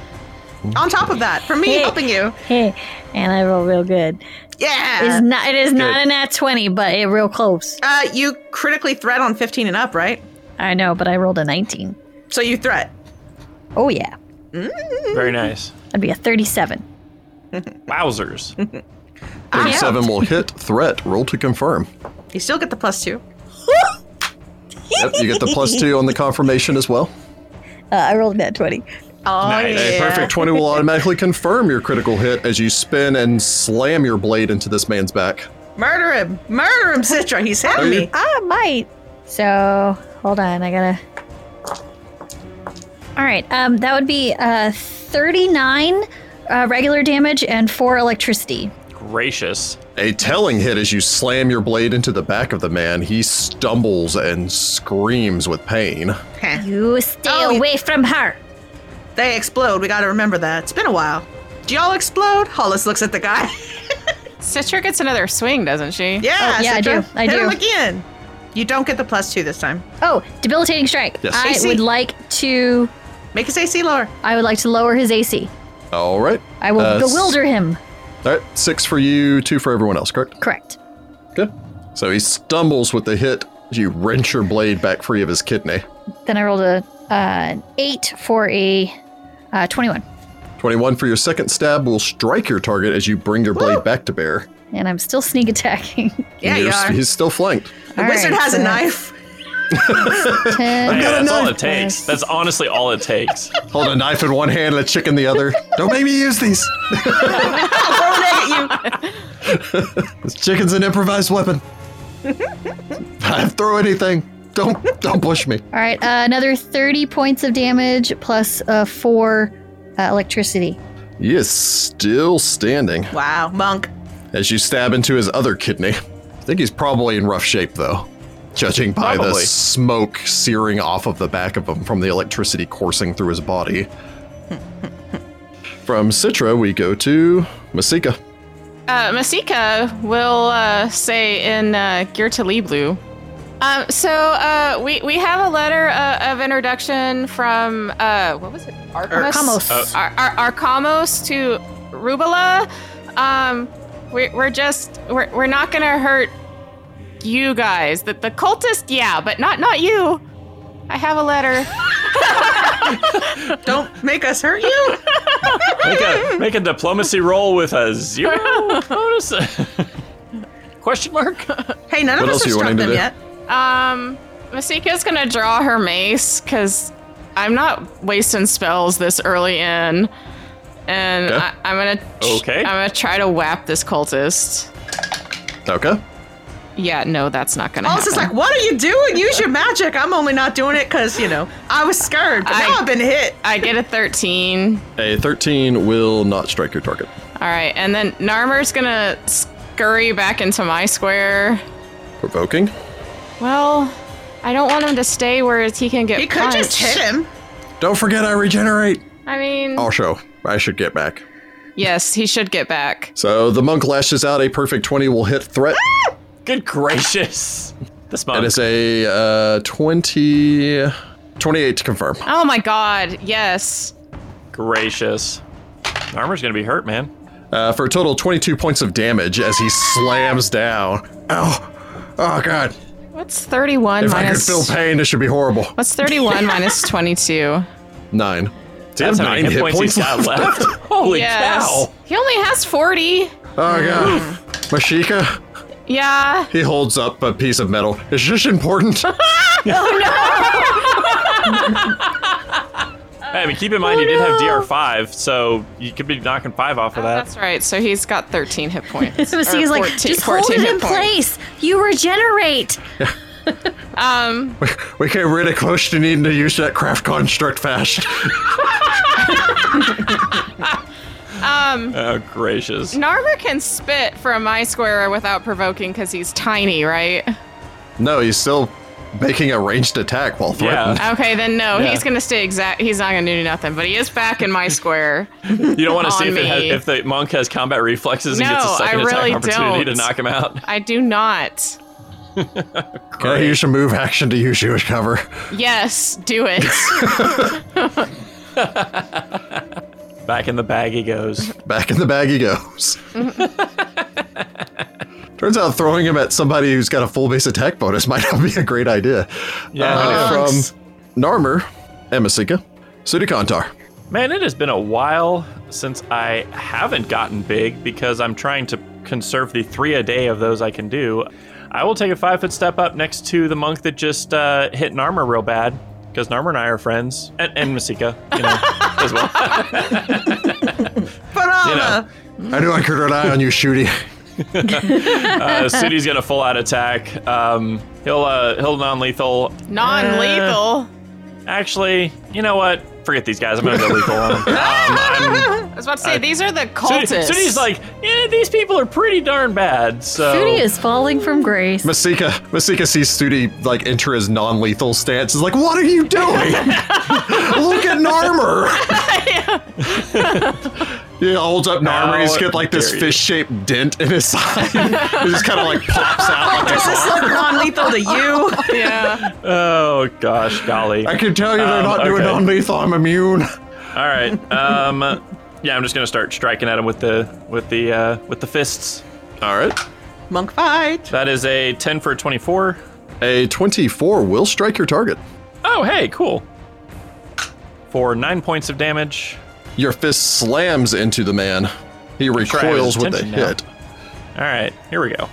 E: on top of that for me
C: Hey.
E: helping you.
C: Hey, and I roll real good.
E: Yeah.
C: It's not. It is not an at twenty, but it real close.
E: Uh, you critically threat on 15 and up, right?
C: I know, but I rolled a nineteen.
E: So you threat.
C: Oh yeah,
B: Very nice.
C: that'd be a thirty-seven.
B: Wowzers.
A: Thirty-seven will hit. Threat. Roll to confirm.
E: You still get the plus two.
A: Yep, you get the plus two on the confirmation as well.
C: Uh, I rolled a nat twenty.
E: Oh,
B: Nice.
E: yeah.
B: Hey,
A: A perfect 20 will automatically confirm your critical hit as you spin and slam your blade into this man's back.
E: Murder him. Murder him, Citra. He's hitting
A: you-
E: me.
C: I might. So hold on, I gotta. All right, um, that would be uh, thirty-nine uh, regular damage and four electricity.
B: Gracious.
A: A telling hit as you slam your blade into the back of the man. He stumbles and screams with pain.
E: Heh.
C: You stay
E: Oh, you-
C: away from her.
E: They explode. We got to remember that. It's been a while. Do y'all explode? Hollis looks at the guy.
D: Citra gets another swing, doesn't she?
E: yeah,
C: Oh, yeah, I
E: Citra.
C: do. I
E: Hit
C: do.
E: him again. You don't get the plus two this time.
C: Oh, debilitating strike.
A: Yes.
C: I
E: AC.
C: would like to.
E: Make his AC lower.
C: I would like to lower his AC.
A: All right.
C: I will
A: Uh, s-
C: bewilder him.
A: All right, six for you, two for everyone else, correct?
C: Correct.
A: Okay. So he stumbles with the hit. You wrench your blade back free of his kidney.
C: Then I rolled a uh, eight for a uh, twenty-one,
A: 21 for your second stab will strike your target as you bring your blade back to bear.
C: and I'm still sneak attacking.
E: Yeah,
A: You're
E: you
A: s-
E: are.
A: He's still flanked.
E: The
C: All
E: wizard
C: right,
E: has
C: so
E: a
C: that's-
E: knife.
C: Ten.
B: Hey,
A: got a
B: that's all
A: knife.
B: it takes. That's honestly all it takes.
A: Hold a knife in one hand and a chick in the other. Don't make me use these. This chicken's an improvised weapon. I throw anything. Don't don't push me.
C: All right, uh, another 30 points of damage plus uh, four uh, electricity.
A: He is still standing
E: Wow, monk.
A: as you stab into his other kidney. I think he's probably in rough shape though, judging by the
B: Probably.
A: smoke searing off of the back of him from the electricity coursing through his body. from Citra, we go to Masika.
D: Uh, Masika will uh, say in uh, Gear to Lee Blue. Um, so uh, we we have a letter uh, of introduction from uh, what was it? Arcamos.
C: Arcamos.
B: Oh.
D: Ar- Ar- Arcamos to Rubala. Um, we're we're just we're we're not gonna hurt you guys. The the cultist, yeah, but not not you. I have a letter.
E: Don't make us hurt you.
B: Make a make a diplomacy roll with a zero bonus. Question mark?
E: Hey, none
A: What
E: of
A: else
E: us
A: you
E: have
A: wanting
E: struck
A: to
E: them
A: do?
E: yet.
D: Um, Masika's gonna draw her mace because I'm not wasting spells this early in, and
A: Okay.
D: I, I'm gonna
B: Okay.
D: I'm gonna try to whap this cultist.
A: Okay.
D: Yeah, no, that's not gonna.
E: Alice is like,
D: happen.
E: what are you doing? Use your magic. I'm only not doing it because, you know, I was scared, but now
D: I-
E: I've been hit.
D: I get a 13.
A: A 13 will not strike your target.
D: All right, and then Narmer's gonna scurry back into my square.
A: Provoking.
D: Well, I don't want him to stay where he can get
E: You could just
D: punched.
E: hit him.
A: Don't forget I regenerate.
D: I mean,
A: Also, I should get back.
D: yes, he should get back.
A: So the monk lashes out. A perfect 20 will hit threat.
B: Good gracious. This
A: It
B: monk.
A: is a uh, 20, 28 to confirm.
D: Oh my God, yes.
B: gracious. Armor's gonna be hurt, man.
A: Uh, for a total of 22 points of damage as he slams down. Ow. Oh, God.
D: What's 31
A: If I could
D: minus?
A: feel pain, this should be horrible.
D: What's 31 minus 22?
A: Nine. Damn,
B: That's how many hit points, he's got left. Holy cow.
D: He only has 40.
A: Oh, God. Mashika,
D: Yeah.
A: he holds up a piece of metal. Is this important?
B: I mean, keep in mind, you did
D: Oh,
B: have DR5, so you could be knocking five off of that.
D: That's right. So he's got 13 hit points.
C: So he's
D: Or
C: like,
D: 14
C: just hold
D: 14
C: it
D: hit
C: in
D: points.
C: place. You regenerate.
D: Um,
A: we, we came really close to needing to use that craft construct fast.
B: Oh, gracious.
D: Narmer can spit from my square without provoking because he's tiny, right?
A: no, he's still making a ranged attack while threatened.
B: Yeah.
D: Okay, then no.
B: Yeah.
D: He's going to stay exact. He's not going to do nothing, but he is back in my square.
B: You don't want to see if,
D: On
B: it has,
D: me.
B: if the monk has combat reflexes and
D: No,
B: gets a second
D: I really
B: attack opportunity to
D: don't.
B: knock him out.
D: I do not.
A: Can I use a move action to use you as cover?
D: Yes, do it.
B: Back in the bag he goes.
A: Back in the bag he goes. Turns out throwing him at somebody who's got a full base attack bonus might not be a great idea. Uh,
B: Yeah.
A: from Narmer, Emasika, Sudikantar.
B: Man, it has been a while since I haven't gotten big because I'm trying to conserve the three a day of those I can do. I will take a five foot step up next to the monk that just uh, hit Narmer real bad because Narmer and I are friends, and, and Masika, you know, as well.
E: But uh,
B: You know.
A: I knew I could rely on you, Shooty.
B: Uh, Sudi's gonna full out attack. Um, he'll uh, he'll non lethal.
D: non lethal.
B: Actually, you know what? Forget these guys. I'm gonna go lethal on them. Um, I'm,
D: I was about to say, these are the
B: Sudi-
D: cultists.
B: Sudi's like, yeah, these people are pretty darn bad. So
C: Foodie is falling from grace.
A: Masika, Masika sees Sudi like enter his non-lethal stance. Is like, what are you doing? Look at Narmer. He holds up Narmer. He's
B: How
A: got like this
B: dare you.
A: fish-shaped dent in his side. it just kind of like pops out. Like
E: does
A: a
E: this look non-lethal to you?
D: yeah.
B: Oh gosh, golly!
A: I can tell you they're
B: Um,
A: not doing
B: okay.
A: non-lethal. I'm immune.
B: All right. Um, yeah, I'm just gonna start striking at him with the with the uh, with the fists.
A: All right.
E: Monk fight.
B: That is a ten for a twenty-four.
A: A 24 will strike your target.
B: Oh, hey, cool. For nine points of damage.
A: Your fist slams into the man. He
B: trying to
A: recoils
B: have
A: with
B: his
A: the
B: attention now.
A: hit.
B: All right, here we go.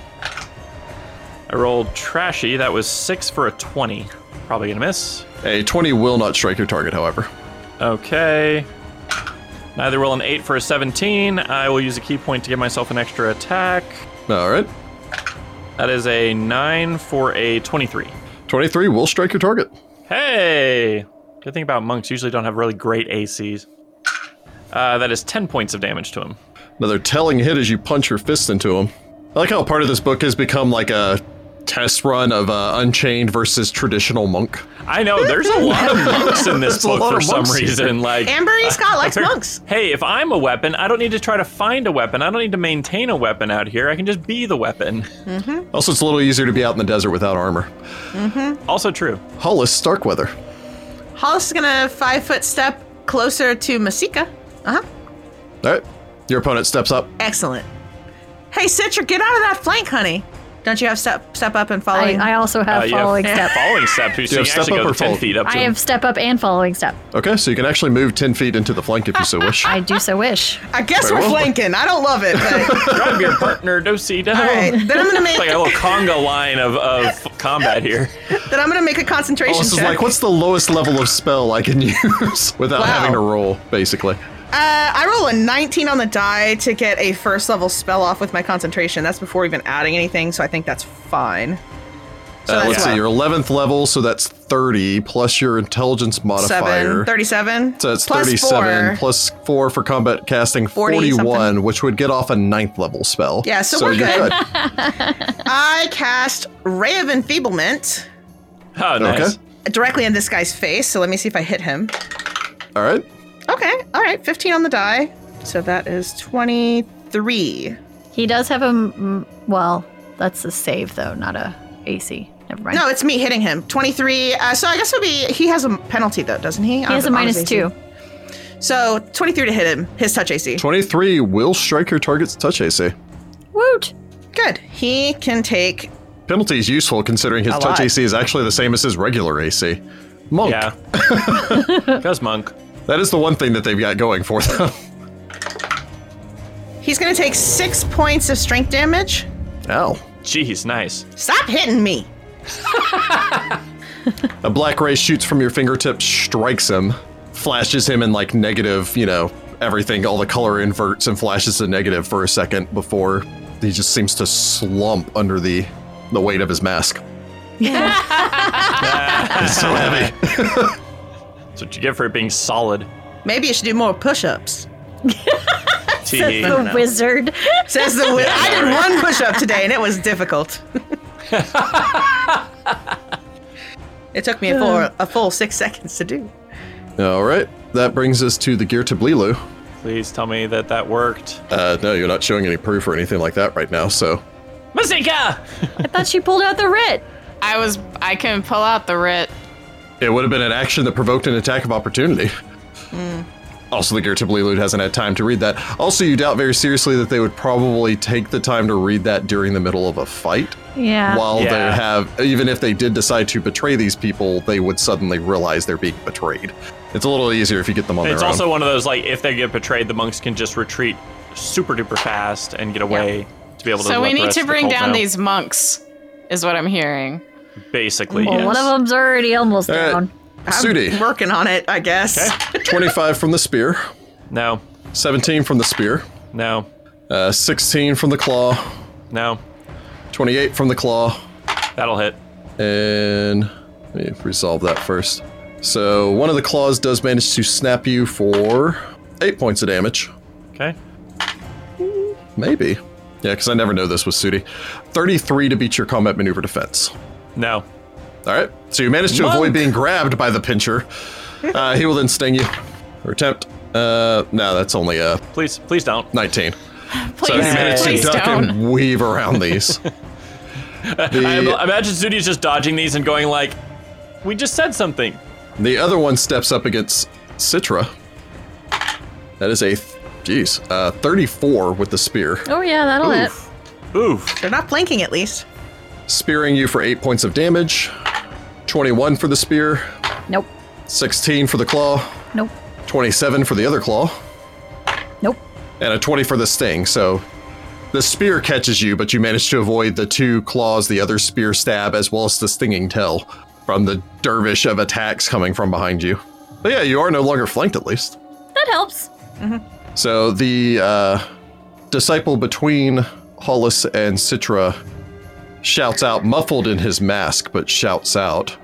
B: I rolled trashy. That was six for a twenty. Probably gonna miss.
A: A 20 will not strike your target, however.
B: Okay. Neither will an 8 for a 17. I will use a key point to give myself an extra attack.
A: All right.
B: That is a 9 for a 23.
A: 23 will strike your target.
B: Hey! Good thing about monks, usually don't have really great ACs. Uh, that is 10 points of damage to him.
A: Another telling hit as you punch your fist into him. I like how part of this book has become like a test run of uh, Unchained versus traditional monk.
B: I know, there's a lot of monks in this
A: There's a
B: book
A: lot
B: for
A: of
B: some
A: monks here.
B: reason. Like,
E: Ambery E. Scott likes monks.
B: hey, if I'm a weapon, I don't need to try to find a weapon. I don't need to maintain a weapon out here. I can just be the weapon.
A: Also, it's a little easier to be out in the desert without armor.
B: Also true.
A: Hollis Starkweather.
E: Hollis is gonna five foot step closer to Masika. Uh huh.
A: All right. Your opponent steps up.
E: Excellent. Hey, Citra, get out of that flank, honey. Don't you have step step up and following?
C: I, I also have
B: Uh, you have
C: following step.
B: Following step. So you
A: have
B: can
A: step
B: actually
A: up
B: go
A: or
B: 10
A: follow?
B: feet up to
C: I
B: him.
C: have step up and following step.
A: Okay, so you can actually move 10 feet into the flank if you so wish.
C: I do so wish.
E: I guess
A: Very
E: we're
A: well.
E: flanking. I don't love it, but
B: Grab your partner, do see do.
E: all right. Then I'm gonna
B: It's
E: make
B: like a little conga line of, of combat here.
E: then I'm gonna make a concentration
A: Hollis is
E: check.
A: like, what's the lowest level of spell I can use without
E: Wow.
A: having to roll, basically?
E: Uh, I roll a 19 on the die to get a first level spell off with my concentration. That's before even adding anything, so I think that's fine. So
A: Uh,
E: that's
A: let's
E: what?
A: see, your 11th level, so that's 30, plus your intelligence modifier.
E: 7, 37.
A: So that's
E: Plus
A: 37,
E: four.
A: plus 4 for combat casting,
E: 40 something.
A: 41, which would get off a ninth level spell.
E: Yeah, so we're
A: you're
E: good. I cast Ray of Enfeeblement
B: Oh, nice.
A: Okay.
E: directly in this guy's face, so let me see if I hit him.
A: All right.
E: Okay, all right, 15 on the die. So that is 23.
C: He does have a. m- Well, that's a save, though, not a AC. Never mind.
E: No, it's me hitting him. 23. Uh, so I guess it'll be. He has a penalty, though, doesn't he?
C: he has a minus two.
E: So 23 to hit him, his touch AC.
A: 23 will strike your target's touch AC.
C: Woot!
E: Good. He can take.
A: Penalty is useful considering his
E: A
A: touch
E: lot.
A: AC is actually the same as his regular AC. Monk.
B: Yeah. Goes monk.
A: That is the one thing that they've got going for them.
E: He's going to take six points of strength damage.
A: Ow.
B: Jeez, nice.
E: Stop hitting me.
A: A black ray shoots from your fingertips, strikes him, flashes him in like negative, you know, everything, all the color inverts and flashes to negative for a second before he just seems to slump under the the weight of his mask. it's so heavy.
B: That's what you get for it being solid.
E: Maybe you should do more push ups.
B: Tee.
C: The wizard.
E: Says the wi- I did one push up today and it was difficult. it took me a full, a full six seconds to do.
A: All right. That brings us to the gear to Blilu.
B: Please tell me that that worked.
A: Uh, no, you're not showing any proof or anything like that right now, so
B: Masika!
C: I thought she pulled out the writ.
D: I was. I can pull out the writ.
A: It would have been an action that provoked an attack of opportunity.
C: Hmm.
A: Also, the Gear Ghirtibli Loot hasn't had time to read that. Also, you doubt very seriously that they would probably take the time to read that during the middle of a fight.
C: Yeah.
A: While
B: Yeah.
A: they have, even if they did decide to betray these people, they would suddenly realize they're being betrayed. It's a little easier if you get them on
B: It's
A: their
B: also
A: own.
B: one of those, like, if they get betrayed, the monks can just retreat super duper fast and get away to be able to
D: So
B: let
D: we
B: the
D: need
B: rest
D: to
B: of the
D: bring
B: cult
D: down
B: know.
D: these monks, is what I'm hearing.
B: Basically,
C: Well,
B: yes.
C: one of them's already almost
A: All right.
C: down.
E: I'm
A: Sudi,
E: working on it, I guess.
B: Okay.
A: 25 from the spear,
B: No,
A: 17 from the spear,
B: no,
A: uh, 16 from the claw,
B: no.
A: 28 from the claw,
B: That'll hit.
A: And let me resolve that first. So one of the claws does manage to snap you for eight points of damage.
B: Okay.
A: Maybe. Yeah, because I never know this with Sudi. 33 to beat your combat maneuver defense.
B: No.
A: All right. So you manage to avoid being grabbed by the pincher. Uh, he will then sting you or attempt. Uh, no, that's only a
B: Please, please don't.
A: 19.
D: Please,
A: so you manage to
D: please
A: duck
D: don't.
A: and weave around these.
B: I
A: The-
B: im- imagine Zudi's just dodging these and going like, "We just said something."
A: The other one steps up against Citra. That is a, th- geez, uh, 34 with the spear,
C: Oh yeah, that'll hit.
A: Oof.
B: Oof.
E: They're not flanking, at least.
A: spearing you for 8 points of damage, 21 for the spear,
C: Nope.
A: 16 for the claw,
C: Nope.
A: 27 for the other claw,
C: Nope.
A: and a 20 for the sting. So the spear catches you, but you manage to avoid the two claws, the other spear stab, as well as the stinging tail. from the dervish of attacks coming from behind you. But yeah, you are no longer flanked at least.
C: That helps.
A: So the uh, disciple between Hollis and Citra shouts out, muffled in his mask, but shouts out,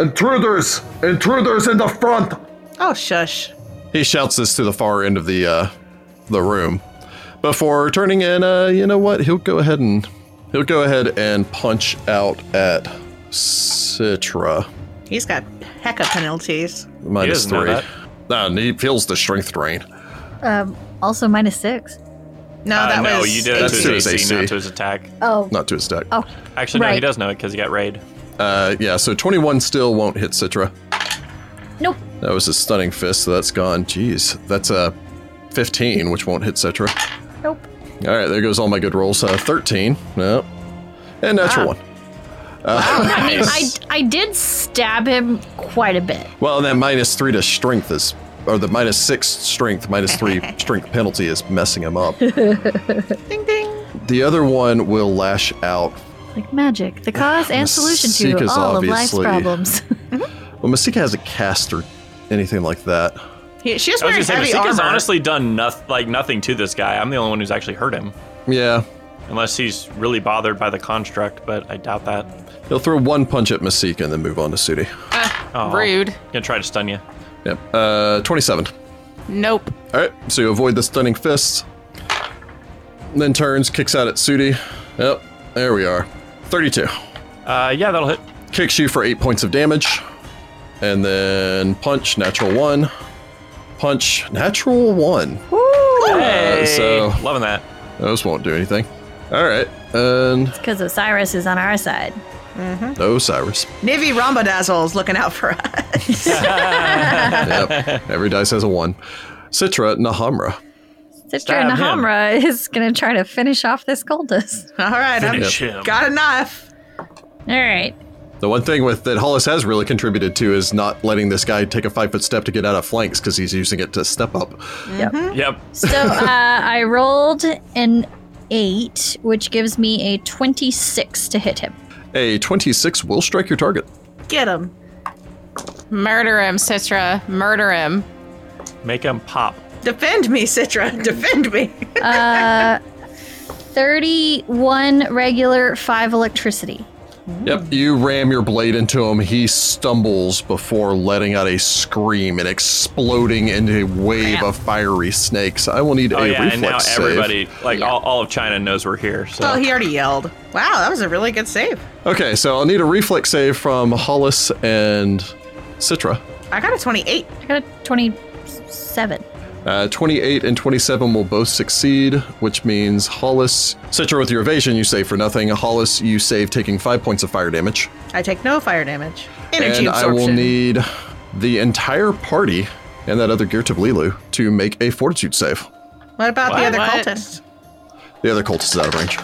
A: Intruders! Intruders in the front!
E: Oh, shush.
A: He shouts this to the far end of the uh, the room before turning in. Uh, you know what? He'll go ahead and he'll go ahead and punch out at Citra
E: He's got heck of penalties.
A: minus
B: doesn't know
A: three.
B: that.
A: Nah, and he feels the strength drain.
C: Um, also minus six.
E: No,
B: Uh,
E: Oh, that
B: no,
E: was
B: you did it to
A: That's
B: his
A: to his
B: AC,
A: AC.
B: not to his attack.
C: Oh.
A: Not to his deck.
C: Oh.
B: Actually, no, he
C: Right.
B: does know it because he got raid.
A: Uh, yeah, so 21 still won't hit Citra.
C: Nope.
A: That was a stunning fist, so that's gone. Jeez, that's a 15, which won't hit Citra.
C: Nope.
A: All right, there goes all my good rolls. Uh, 13. Nope. And natural
E: Wow.
A: one.
C: I mean, I, I did stab him quite a bit.
A: Well, that minus three to strength is, or the minus six strength, minus three strength penalty is messing him up.
E: ding ding.
A: the other one will lash out.
C: Like magic, the cause and solution
A: Seek
C: to
A: is
C: all of life's
A: obviously-
C: problems.
A: Well, Masika hasn't cast or anything like that.
E: He, she was
B: I was
E: wearing
B: gonna say,
E: heavy
B: Masika's
E: armor.
B: honestly done noth- like nothing to this guy. I'm the only one who's actually hurt him,
A: Yeah,
B: unless he's really bothered by the construct. But I doubt that.
A: he'll throw one punch at Masika and then move on to Sudi.
B: Oh,
D: Rude.
B: Gonna try to stun you.
A: Yep. Uh, 27.
D: Nope.
A: All right, so you avoid the stunning fist. Then turns, kicks out at Sudi. Yep, there we are. 32.
B: Uh, yeah, that'll hit.
A: Kicks you for eight points of damage. And then punch, natural one. Punch, natural one.
B: Hey,
A: Uh, so-
B: loving that.
A: Those won't do anything. All right, and
C: Because Osiris is on our side.
A: Osiris.
E: Nivy Rambadazzle is looking out for us.
A: Yep, every dice has a one. Citra, Nahamra.
C: Citra
B: Stab him.
C: Nahamra is going to try to finish off this cultist.
E: All right,
B: Finish
E: I've
B: him.
E: got enough.
C: All right.
A: The one thing with that Hollis has really contributed to is not letting this guy take a five foot step to get out of flanks because he's using it to step up.
C: Yep.
B: Yep.
C: So uh, I rolled an eight, which gives me a 26 to hit him.
A: A 26 will strike your target.
E: Get him.
D: Murder him, Citra. Murder him.
B: Make him pop.
E: Defend me, Citra. Defend me.
C: 31 regular, 5 electricity.
A: Yep, you ram your blade into him. He stumbles before letting out a scream and exploding into a wave of fiery snakes. I will need
B: Oh
A: a
B: yeah,
A: reflex
B: and now
A: save.
B: everybody, like all, all of China, knows we're here. So
E: Oh, he already yelled. Wow, that was a really good save.
A: Okay, so I'll need a reflex save from Hollis and Citra.
E: I got a 28.
C: I got a 27.
A: Uh, 28 and 27 will both succeed, which means Hollis, Citra with your evasion, you save for nothing. Hollis, you save taking five points of fire damage.
E: I take no fire damage. Energy
A: and
E: absorption.
A: I will need the entire party and that other gear to Blilu to make a fortitude save.
E: what about
B: What?
E: the other
D: What?
E: cultist?
A: The other cultist is out of range.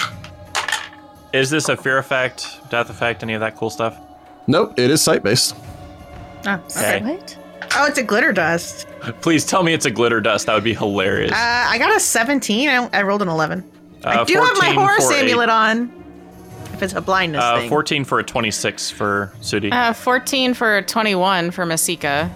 B: is this a fear effect, death effect, any of that cool stuff?
A: Nope, it is sight based.
E: Oh,
B: Okay.
C: What?
E: oh, it's a glitter dust.
B: Please tell me it's a glitter dust. That would be hilarious.
E: Uh, I got a 17. I, I rolled an 11. I
B: Uh,
E: do have
B: 14
E: my horse
B: for a-
E: amulet on. If it's a blindness
B: Uh,
E: thing.
B: 14 for a 26 for Sudi.
D: Uh, 14 for 21 for Masika.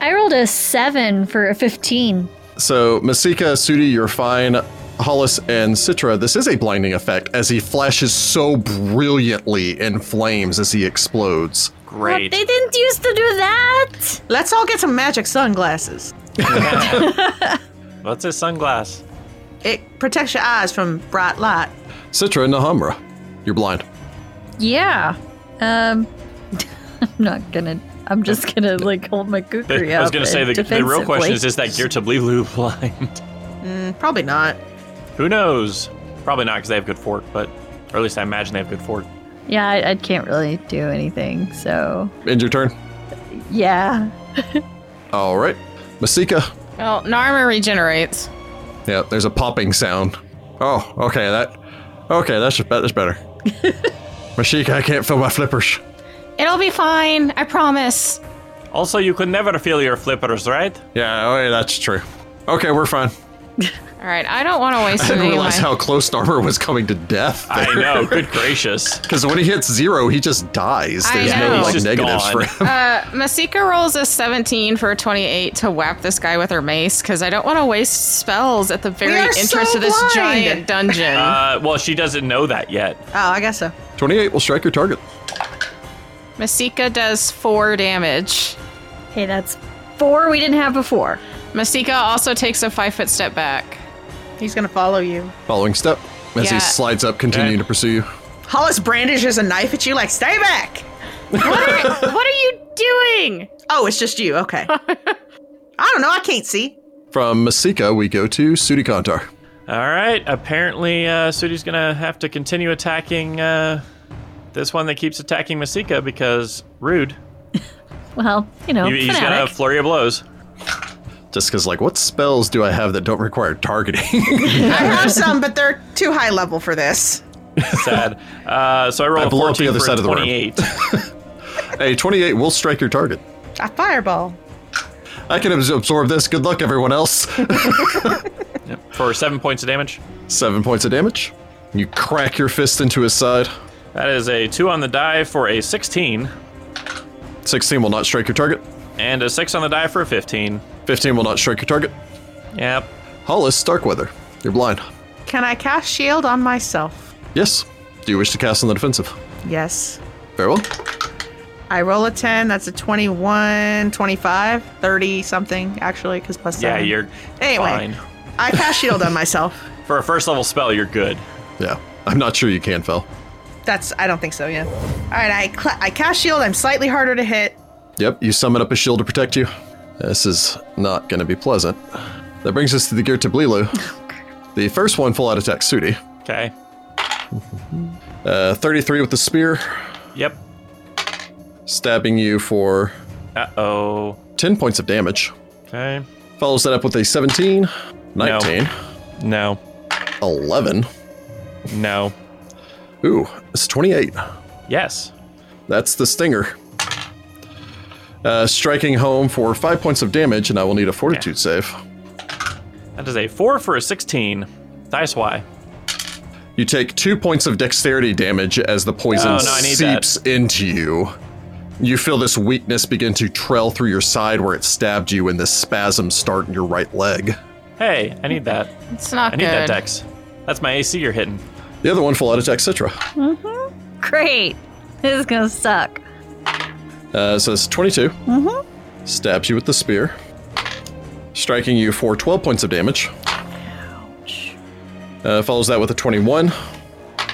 C: I rolled a 7 for a 15.
A: So, Masika, Sudi, you're fine. Hollis and Citra, this is a blinding effect as he flashes so brilliantly in flames as he explodes.
B: Great.
C: They didn't used to do that.
E: Let's all get some magic sunglasses.
B: What's his sunglass?
E: It protects your eyes from bright light.
A: Citra, Nahamra, you're blind.
C: Yeah. Um, I'm not gonna. I'm just gonna like hold my
B: The-
C: kukri
B: I
C: up.
B: was going to say
C: and
B: the, the real question
C: defensively.
B: is: Is that gear to blue blind?
E: Probably not.
B: Who knows? Probably not because they have good fort, but or at least I imagine they have good fort.
C: Yeah, I, I can't really do anything. So
A: End your turn.
C: yeah.
A: All right. Masika,
D: Well, Narma regenerates.
A: Yeah, there's a popping sound. Oh, okay, that okay, that's that's better. Mashika, I can't feel my flippers.
D: It'll be fine. I promise.
B: Also, you could never feel your flippers, right?
A: Yeah, oh, yeah, that's true. Okay, we're fine.
D: All right, I don't want to waste
A: I
D: any
A: didn't
D: of my-
A: realize how close Narmer was coming to death.
B: I know. Good gracious.
A: Because when he hits zero, he just dies.
D: I
A: There's
D: know.
A: no
D: He's
A: like
B: just
A: negatives
B: gone.
A: for him.
D: Uh, Masika rolls a 17 for a 28 to whap this guy with her mace because I don't want to waste spells at the very
E: We are
D: entrance
E: so
D: of this
E: blind.
D: giant dungeon.
B: Uh, well, she doesn't know that yet.
E: Oh, I guess so.
A: 28 will strike your target.
D: Masika does four damage.
C: Okay, that's four we didn't have before.
D: Masika also takes a five foot step back.
E: He's gonna follow you.
A: Following step. As
D: Yeah.
A: he slides up, continuing
B: Okay.
A: to pursue you.
E: Hollis brandishes a knife at you, like, stay back!
D: What are, what are you doing?
E: Oh, it's just you. Okay. I don't know. I can't see.
A: From Masika, we go to Sudikantar.
B: All right. Apparently, uh, Sudi's gonna have to continue attacking uh, this one that keeps attacking Masika because rude.
C: Well, you know,
B: He- he's gonna have
C: Oh, fanatic.
B: flurry of blows.
A: Just because, like, what spells do I have that don't require targeting?
E: I have some, but they're too high level for this.
B: Sad. Uh, so I roll
A: I
B: a
A: blew up the
B: 14
A: other
B: for a
A: side of the room.
B: 28.
A: a 28 will strike your target.
E: A fireball.
A: I can abs- absorb this. Good luck, everyone else.
B: Yep, for seven points of damage.
A: Seven points of damage. You crack your fist into his side.
B: That is a two on the die for a 16,
A: 16 will not strike your target.
B: and a six on the die for a 15.
A: 15 will not strike your target.
B: Yep.
A: Hollis Starkweather, you're blind.
E: Can I cast shield on myself?
A: Yes. Do you wish to cast on the defensive?
E: Yes.
A: Very well.
E: I roll a 10. That's a 21, 25, 30 something, actually, because plus
B: Yeah,
E: seven.
B: you're
E: Anyway.
B: fine.
E: I cast shield on myself.
B: For a first level spell, you're good.
A: Yeah. I'm not sure you can, Fel.
E: That's, I don't think so, yeah. All right, I, cla I cast shield. I'm slightly harder to hit.
A: Yep, you summon up a shield to protect you. This is not going to be pleasant. That brings us to the gear Tablilu. the first one full out attack, Sudi.
B: Okay.
A: Uh, 33 with the spear,
B: Yep.
A: stabbing you for
B: Uh oh.
A: 10 points of damage.
B: Okay.
A: Follows that up with a 17, 19,
B: No.
A: 11.
B: No.
A: Ooh, it's 28.
B: Yes.
A: That's the stinger. Uh, striking home for five points of damage, and I will need a fortitude save.
B: That is a four for a 16. Dice Y.
A: You take two points of dexterity damage as the poison
B: Oh, no, I need that.
A: seeps into you. You feel this weakness begin to trail through your side where it stabbed you, and this spasm start in your right leg.
B: Hey, I need that.
D: It's not
B: I need that
D: good.
B: dex. That's my AC you're hitting.
A: The other one full out attack Citra.
C: Great. This is gonna suck.
A: Uh, so it's 22. Mm-hmm. Stabs you with the spear, striking you for 12 points of damage. Uh, follows that with a 21,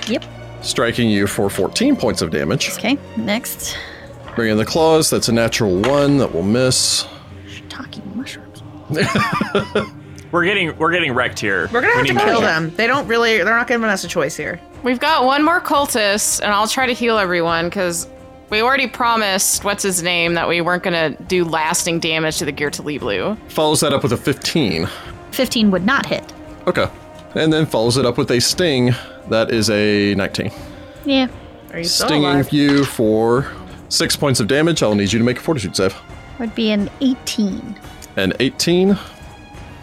C: Yep.
A: striking you for 14 points of damage.
C: Okay, next.
A: Bring in the claws. That's a natural one that will miss.
C: Shiitake mushrooms.
B: We're getting we're getting wrecked here.
E: We're going
B: We
E: to have
B: need
E: to kill
B: magic.
E: them. They don't really, they're not giving us a choice here.
D: We've got one more cultist, and I'll try to heal everyone because we already promised what's his name that we weren't gonna do lasting damage to the gear to Blue.
A: Follows that up with a 15.
C: Fifteen would not hit.
A: Okay. And then follows it up with a sting. That is a 19.
C: Yeah.
E: Are you still
A: Stinging
E: alive?
A: you for six points of damage. I'll need you to make a fortitude save.
C: Would be an eighteen.
A: And 18.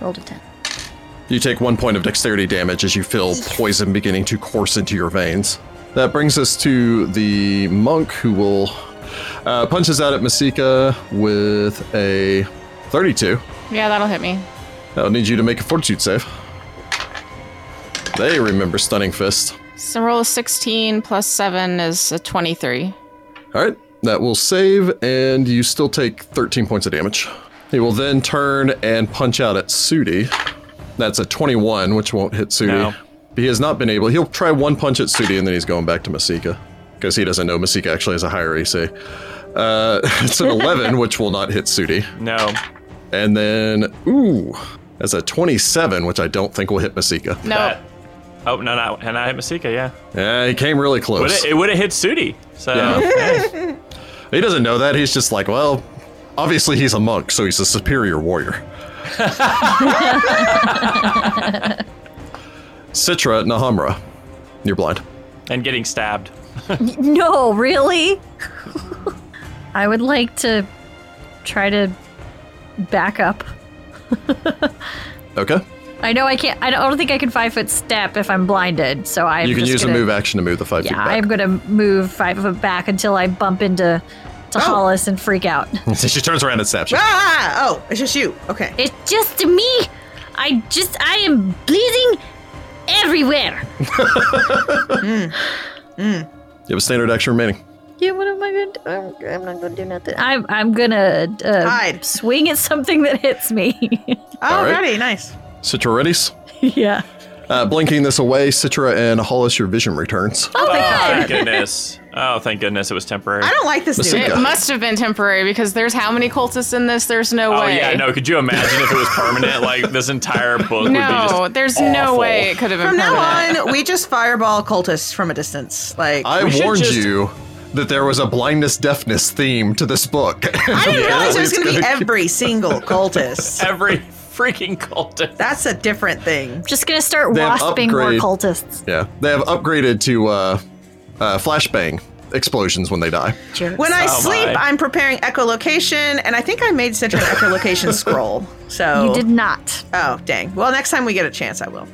C: Rolled a ten.
A: You take one point of dexterity damage as you feel poison beginning to course into your veins. That brings us to the monk who will uh, punches out at Masika with a 32.
D: Yeah, that'll hit me.
A: I'll need you to make a fortitude save. They remember Stunning Fist.
D: So roll a 16 plus 7 is a 23.
A: All right, that will save, and you still take 13 points of damage. He will then turn and punch out at Sudi. That's a 21, which won't hit Sudi.
B: No.
A: He has not been able. He'll try one punch at Sudi, and then he's going back to Masika because he doesn't know Masika actually has a higher AC. Uh, it's an 11, which will not hit Sudi.
B: No.
A: And then, ooh, that's a 27, which I don't think will hit Masika.
D: No.
B: That- Oh no no! And I hit Masika. Yeah.
A: Yeah, he came really
B: Would
A: close.
B: it, it would have hit Sudi. So
A: Yeah.
B: yeah.
A: He doesn't know that. He's just like, well, obviously he's a monk, so he's a superior warrior. Citra Nahamra, you're blind.
B: and getting stabbed.
C: No, really? I would like to try to back up.
A: Okay.
C: I know I can't. I don't I don't think I can five foot step if I'm blinded. So I'm.
A: you can
C: just
A: use
C: gonna,
A: a move action to move the five
C: Yeah,
A: feet back.
C: I'm gonna move five foot back until I bump into to Hollis and freak out.
A: so she turns around and snaps you.
E: Ah! Oh, it's just you. Okay.
C: It's just me. I just I am bleeding everywhere.
A: You have a standard action remaining.
C: Yeah, what am I gonna do? I'm, I'm not gonna do nothing. I'm I'm gonna uh,
E: Hide.
C: swing at something that hits me.
E: Alrighty,
A: right.
E: nice.
A: Citra readies.
C: yeah.
A: Uh, blinking this away, Citra and Hollis, your vision returns.
C: Oh my
B: thank
C: god.
B: goodness. Oh, thank goodness it was temporary.
E: I don't like this
A: Let's
E: dude.
A: see.
D: It
A: God.
D: must have been temporary because there's how many cultists in this? There's no
B: Oh
D: way.
B: yeah, no. Could you imagine if it was permanent? Like this entire book would be
D: No,
B: just
D: there's
B: awful.
D: no way it could have been
E: From
D: permanent.
E: now on, we just fireball cultists from a distance. Like
A: I
B: We should
A: warned
B: just-
A: you that there was a blindness deafness theme to this book.
E: I didn't
B: Yeah,
E: realize it
A: it's
E: was going to be
A: gonna-
E: every single cultist.
B: every freaking cultist.
E: That's a different thing.
C: Just gonna start
A: They have
C: wasping more
A: upgrade.
C: cultists.
A: yeah, they have upgraded to uh, uh, flashbang explosions when they die.
C: Jerks.
E: When I
B: Oh,
E: sleep,
B: my.
E: I'm preparing echolocation, and I think I made such an echolocation scroll. So
C: you did not.
E: Oh dang! Well, next time we get a chance, I will.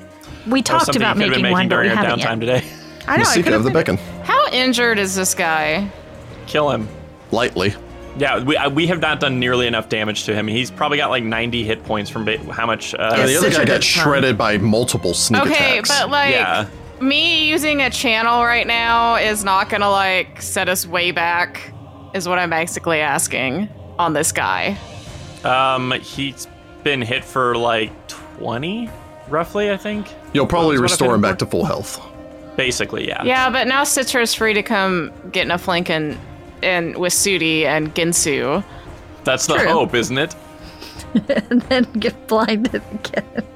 B: That
C: We
B: was
C: talked
B: something
C: about
B: you could have been
C: making,
B: making
C: one, but we
B: during our
C: haven't
B: downtime
C: yet.
B: today.
E: I know. I
A: Masika
E: could've
A: of the
E: been-
A: Beacon.
D: How injured is this guy?
B: Kill him.
A: Lightly.
B: Yeah, we, I, we have not done nearly enough damage to him. He's probably got like 90 hit points from ba- how much. Uh,
A: Yeah, the
E: Yes.
A: other
E: Citra
A: guy got
E: did fine.
A: shredded by multiple sneak
D: Okay,
A: attacks.
D: but like
B: Yeah.
D: me using a channel right now is not gonna like set us way back, is what I'm basically asking on this guy.
B: Um, he's been hit for like 20, roughly, I think.
A: You'll probably
B: That's what I've
A: restore
B: hit
A: him
B: for.
A: back to full health.
B: Basically, yeah.
D: Yeah, but now Citra's free to come get in a flank and and with Sudi and Ginsu.
B: That's the
C: True.
B: hope, isn't it?
C: and then get blinded again.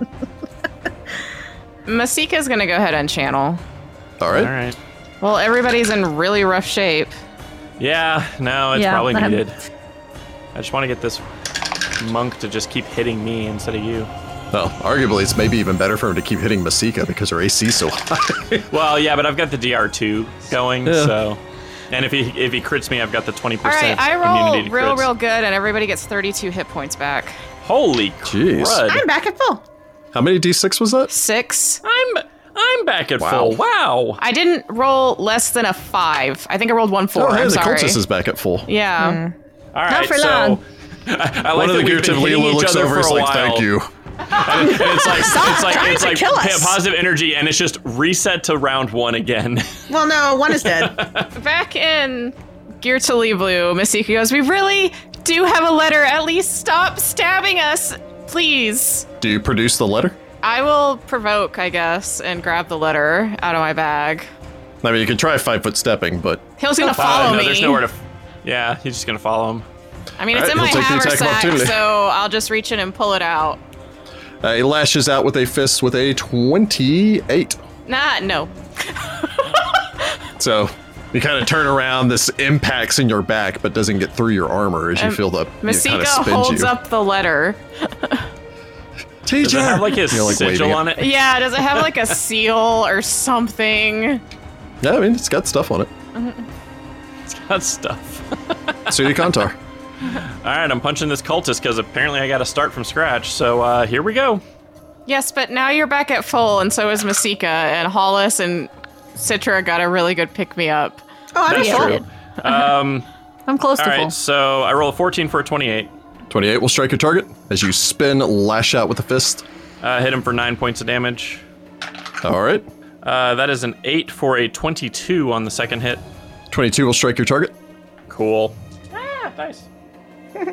D: Masika's gonna go ahead and channel.
A: All right.
B: right.
D: Well, everybody's in really rough shape.
B: Yeah, no, it's
C: Yeah,
B: probably
C: um,
B: needed. I just want to get this monk to just keep hitting me instead of you.
A: Well, arguably, it's maybe even better for him to keep hitting Masika because her AC is so high.
B: Well, yeah, but I've got the DR2 going,
A: Yeah.
B: so. And if he if he crits me, I've got the 20%
D: All right, I
B: immunity to
D: roll real,
B: crits.
D: real good, and everybody gets 32 hit points back.
B: Holy
A: Jeez.
B: crud.
E: I'm back at full.
A: How many d6 was that?
D: Six.
B: I'm I'm back at full. Wow.
D: I didn't roll less than a five. I think I rolled one four.
A: oh, hey,
D: I'm
A: the
D: sorry.
A: cultist is back at full.
D: yeah.
B: All right.
C: for
B: so
C: long.
B: I, I
A: One
B: like
A: of the
B: that we've
A: gear
B: been hitting
A: Lilo
B: each
A: looks
B: other
A: over
B: for
A: is
B: a
A: like,
B: while.
A: thank you.
B: And it's like it's like
E: trying
B: it's
E: to
B: like
E: kill
B: p-
E: us.
B: positive energy, and it's just reset to round one again.
E: Well, no, one is dead.
D: Back in Gear to Lee Blue, Masika goes, We really do have a letter. At least stop stabbing us, please.
A: Do you produce the letter?
D: I will provoke, I guess, and grab the letter out of my bag.
A: I mean, you could try five foot stepping, but
D: Hill's gonna
B: Uh,
D: follow
B: no,
D: me.
B: there's nowhere to. F- yeah, he's just gonna follow him.
D: I mean, it's
A: Alright,
D: in my
A: he'll take the attack of
D: haversack,
A: opportunity.
D: so I'll just reach in and pull it out.
A: uh, he lashes out with a fist with a 28.
D: Nah, no.
A: So you kind of turn around, this impacts in your back, but doesn't get through your armor as you
B: Um,
A: feel the you
D: Masika
A: kind of spins
D: holds
A: you.
D: up the letter.
A: TJ!
B: Does it have like his
A: You're, like,
B: sigil
A: waving
B: on it?
D: Yeah, does it have like a seal or something?
A: Yeah, I mean, it's got stuff on it.
B: It's got stuff.
A: Sudi Kantar.
B: All right, I'm punching this cultist because apparently I got to start from scratch. So uh, here we go.
D: Yes, but now you're back at full, and so is Masika, and Hollis and Citra got a really good pick me up.
E: Oh, I'm
B: That's
E: at full.
B: true. Um,
C: I'm close
B: all
C: to full.
B: right, so I roll a 14 for a 28.
A: 28 will strike your target as you spin, lash out with a fist.
B: Uh, hit him for nine points of damage.
A: All right.
B: Uh, that is an 8 for a 22 on the second hit.
A: 22 will strike your target.
B: Cool. Ah, nice.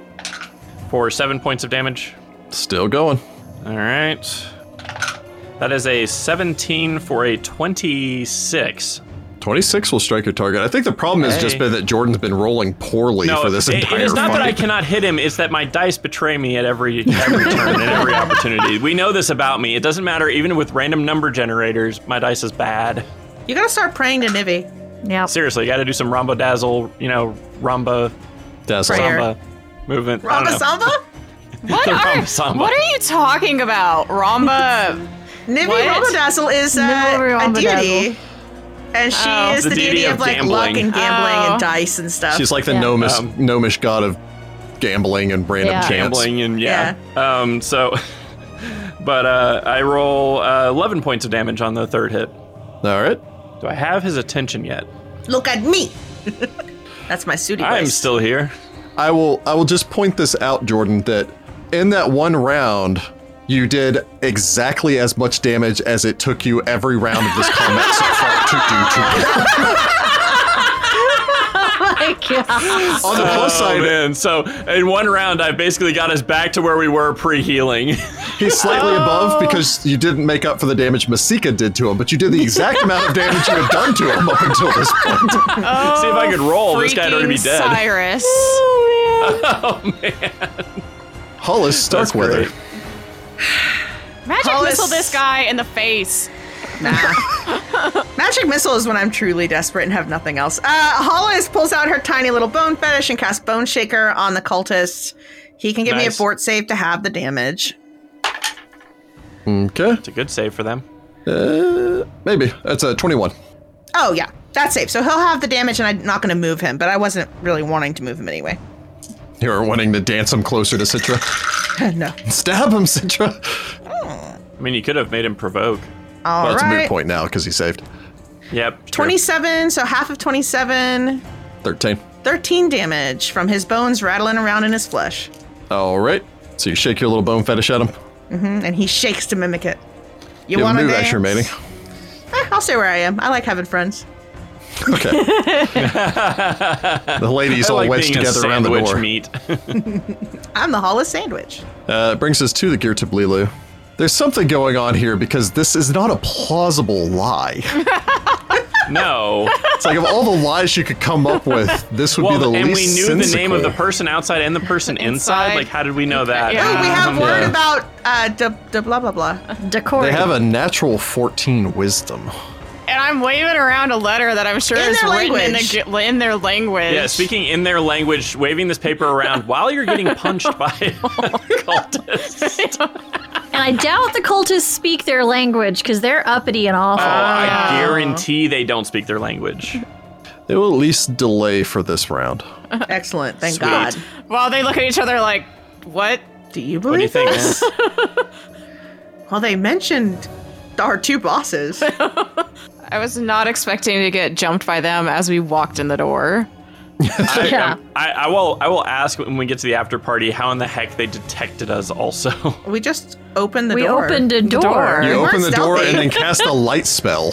B: for 7 points of damage.
A: Still going.
B: All right. That is a 17 for a 26.
A: 26 will strike your target. I think the problem has just
B: Hey.
A: been that Jordan's been rolling poorly for this
B: it-
A: entire
B: it is not
A: fight.
B: that I cannot hit him. It's that my dice betray me at every every turn and every opportunity. We know this about me. It doesn't matter. Even with random number generators, my dice is bad.
E: You gotta start praying to Nivi.
C: Yeah.
B: Seriously, got to do some Rombo Dazzle, you know, Romba,
A: Dazzle.
E: Prayer.
B: Samba movement. I don't
E: Ramba
B: know.
E: Samba?
D: What
B: The
D: are
B: Ramba Samba.
D: what are you talking about, Ramba?
E: Nivi
D: What?
E: Robodazzle is uh,
C: Nivi
E: a deity.
C: Rambodazzle.
E: And she
D: Oh.
E: is the, deity, of, like luck
B: gambling.
E: and gambling
D: Oh.
E: and dice and stuff.
A: She's like the
C: Yeah.
A: gnomish,
B: Um,
A: gnomish god of gambling and random
C: Yeah.
A: chance.
B: gambling and yeah. Um, so But uh, I roll uh, 11 points of damage on the third hit.
A: All right.
B: Do I have his attention yet?
E: Look at me. That's my suiting.
B: I'm
E: voice.
B: still here.
A: I will I will just point this out, Jordan, that in that one round, you did exactly as much damage as it took you every round of this combat so far to do to you.
C: my God.
A: On the plus
B: Oh,
A: side,
B: man. So in one round, I basically got us back to where we were pre-healing.
A: he's slightly
B: Oh.
A: above because you didn't make up for the damage Masika did to him, but you did the exact amount of damage you have done to him up until this point.
B: See if I could roll. Oh, This guy'd already be
D: Freaking
B: dead.
D: Cyrus.
A: Hollis
B: That's
A: Starkweather.
B: great.
D: Magic
E: Hollis-
D: missile this guy in the face.
E: Nah. Magic missile is when I'm truly desperate and have nothing else. Uh, Hollis pulls out her tiny little bone fetish and casts Bone Shaker on the cultist. He can give me a
B: Nice.
E: fort save to have the damage.
A: Okay.
B: It's a good save for them.
A: Uh, maybe. That's a 21.
E: Oh yeah, that's safe. So he'll have the damage, and I'm not going to move him. But I wasn't really wanting to move him anyway.
A: You're wanting to dance him closer to Citra.
E: no.
A: Stab him, Citra.
B: I mean, you could have made him provoke.
E: All
A: well, it's a moot
E: right.
A: point now because he saved.
B: Yep. true.
E: 27, so half of 27,
A: 13.
E: 13 damage from his bones rattling around in his flesh.
A: All right. So you shake your little bone fetish at him.
E: Mm, And he shakes to mimic it.
A: You
E: You
A: have
E: want
A: a
E: to
A: move action remaining.
E: I'll stay where I am. I like having friends.
A: Okay. the ladies
B: I
A: all
B: like
A: wedged
B: being a
A: together around the
B: sandwich
A: door.
B: meat.
E: I'm the Hollis sandwich.
A: Uh, it brings us to the gear to Blilu. There's something going on here because this is not a plausible lie.
B: no.
A: It's like of all the lies you could come up with, this would
B: well,
A: be the
B: and we
A: least
B: knew the name of the
A: sensical.
B: person outside and the person inside.
D: Inside.
B: Like, how did we know that?
D: Yeah.
E: Wait, Oh, we have
B: Um,
E: word
A: yeah.
E: about uh, the the blah blah blah.
C: Decor.
A: They have a natural 14 wisdom.
D: And I'm waving around a letter that I'm sure
E: In
D: is
E: their
D: written
E: language.
D: In, the, in their language.
B: Yeah, speaking in their language, waving this paper around while you're getting punched by a cultist.
C: and I doubt the cultists speak their language because they're uppity and awful.
B: Oh, I guarantee they don't speak their language.
A: They will at least delay for this round.
E: Excellent. Thank
B: Sweet.
E: God.
D: While they look at each other like, what?
E: Do you
B: What do you
E: believe
B: think?
E: this?
B: man?
E: Well, they mentioned our two bosses.
D: I was not expecting to get jumped by them as we walked in the door.
B: I,
C: Yeah.
B: um, I, I will. I will ask when we get to the after party how in the heck they detected us. Also,
E: we just opened the
C: we
E: door.
C: opened a door.
D: door.
A: You
E: weren't
A: open the door
E: stealthy.
A: and then cast a light spell.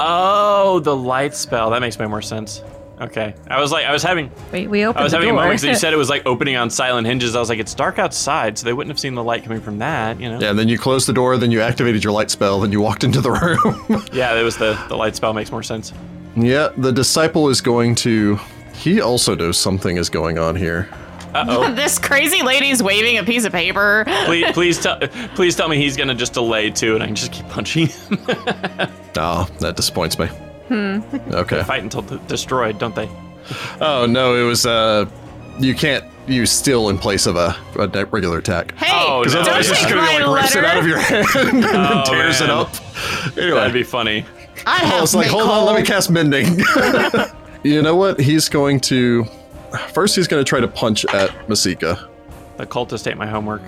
B: oh, the light spell. That makes way more sense. Okay, I was like, I was having,
C: We, we opened
B: I was
C: the
B: having a
C: door.
B: moment because you said it was like opening on silent hinges. I was like, it's dark outside, so they wouldn't have seen the light coming from that. You know?
A: Yeah, and then you closed the door, then you activated your light spell, then you walked into the room.
B: Yeah, it was the the light spell makes more sense.
A: yeah, the disciple is going to. He also knows something is going on here.
B: Uh oh.
D: This crazy lady's waving a piece of paper.
B: please, please tell, please tell me he's gonna just delay too, and I can just keep punching him.
A: Ah, that disappoints me. Okay.
B: Fight until d- destroyed, don't they?
A: Oh no, it was uh, you can't use steel in place of a, a de- regular attack.
D: Hey,
B: Oh, no.
D: don't
B: Otherwise it's
D: take
B: gonna
D: my
A: like rips it out of
D: letter.
A: your hand and then tears it
B: Oh, man.
A: up. Anyway,
B: That'd be funny.
E: I
A: I
E: have
A: was Oh, like, hold on, let me cast mending. you know what? He's going to first. He's going to try to punch at Masika.
B: The cultist ate my homework.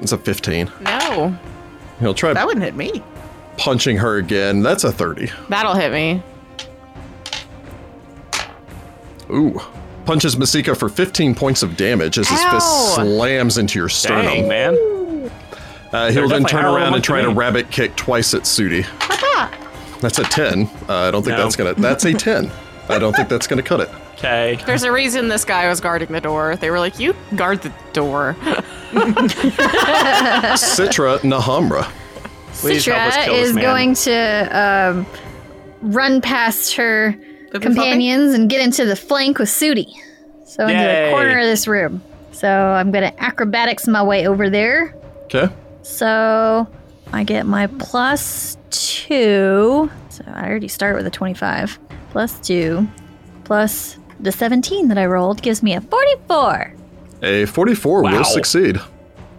A: It's a 15.
D: No,
A: He'll try
E: That wouldn't hit me.
A: punching her again. That's a 30.
D: that'll hit me.
A: Ooh. Punches Masika for 15 points of damage as his fist
D: Ow.
A: slams into your
B: Dang,
A: sternum.
B: man.
A: Uh, he'll then
B: definitely
A: turn
B: higher
A: around
B: level
A: and try to
B: than me.
A: rabbit kick twice at Sudi. That's a 10. Uh, I don't think
B: No.
A: that's going to. That's a 10. I don't think that's going to cut it.
B: Okay.
D: There's a reason this guy was guarding the door. They were like, "You guard the door."
A: Citra Nahamra.
B: Please help us
C: Citra
B: kill this
C: is
B: man.
C: going to um, run past her
E: Poopy
C: companions and get into the flank with Sudi. So into the
B: Yay.
C: corner of this room. So I'm going to acrobatics my way over there.
A: Okay.
C: So I get my plus two. So I already start with a 25. Plus two. Plus the 17 that I rolled gives me a 44.
A: A 44
B: Wow.
A: will succeed.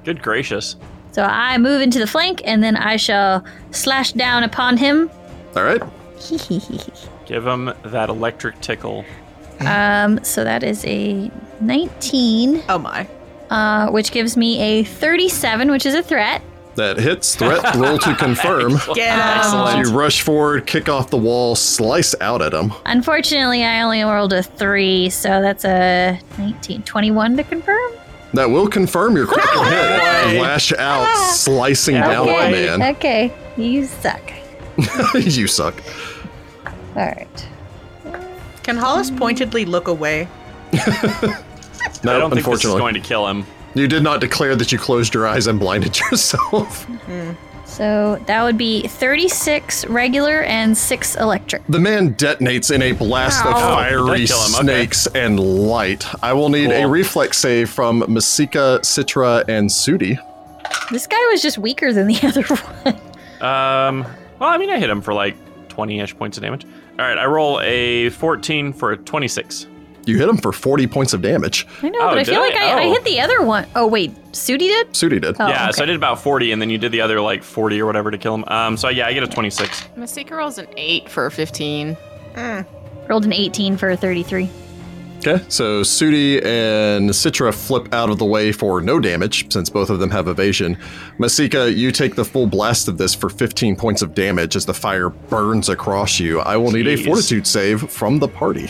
B: Good gracious.
C: So I move into the flank and then I shall slash down upon him.
A: All right.
B: Give him that electric tickle.
C: um, so that is a 19,
E: Oh my.
C: uh, which gives me a 37, which is a threat.
A: That hits. Threat roll to confirm.
E: Get
B: Ah.
E: um,
A: So
E: out.
A: you rush forward, kick off the wall, slice out at him.
C: Unfortunately, I only rolled a three, so that's a 19, 21 to confirm.
A: That will confirm your critical hit.
B: way.
A: Lash out, slicing
B: Yeah,
A: down on
B: boy.
A: the man.
C: okay, you suck.
A: you suck.
C: All right.
E: Can Hollis pointedly look away?
A: No,
B: I don't think this is
A: unfortunately.
B: going to kill him.
A: You did not declare that you closed your eyes and blinded yourself.
C: So that would be 36 regular and 6 electric.
A: the man detonates in a blast of
B: Ow. Oh,
A: fiery
B: did that kill him? Okay.
A: snakes and light. I will need a
B: Cool.
A: reflex save from Masika, Citra, and Sudi.
C: This guy was just weaker than the other one.
B: Um, well, I mean, I hit him for like 20 ish points of damage. All right, I roll a 14 for a 26.
A: You hit him for 40 points of damage.
C: I know,
B: Oh,
C: but I
B: did
C: feel
B: I?
C: like I, I
B: Oh.
C: hit the other one. Oh, wait. Sudi did?
A: Sudi did.
C: Oh,
B: yeah,
C: okay.
B: so I did about 40, and then you did the other like 40 or whatever to kill him. Um, so yeah, I get a 26.
D: Masika rolls an eight for a fifteen.
C: Rolled an 18 for a 33.
A: Okay, so Sudi and Citra flip out of the way for no damage, since both of them have evasion. Masika, you take the full blast of this for 15 points of damage as the fire burns across you. I will need a
B: Jeez.
A: fortitude save from the party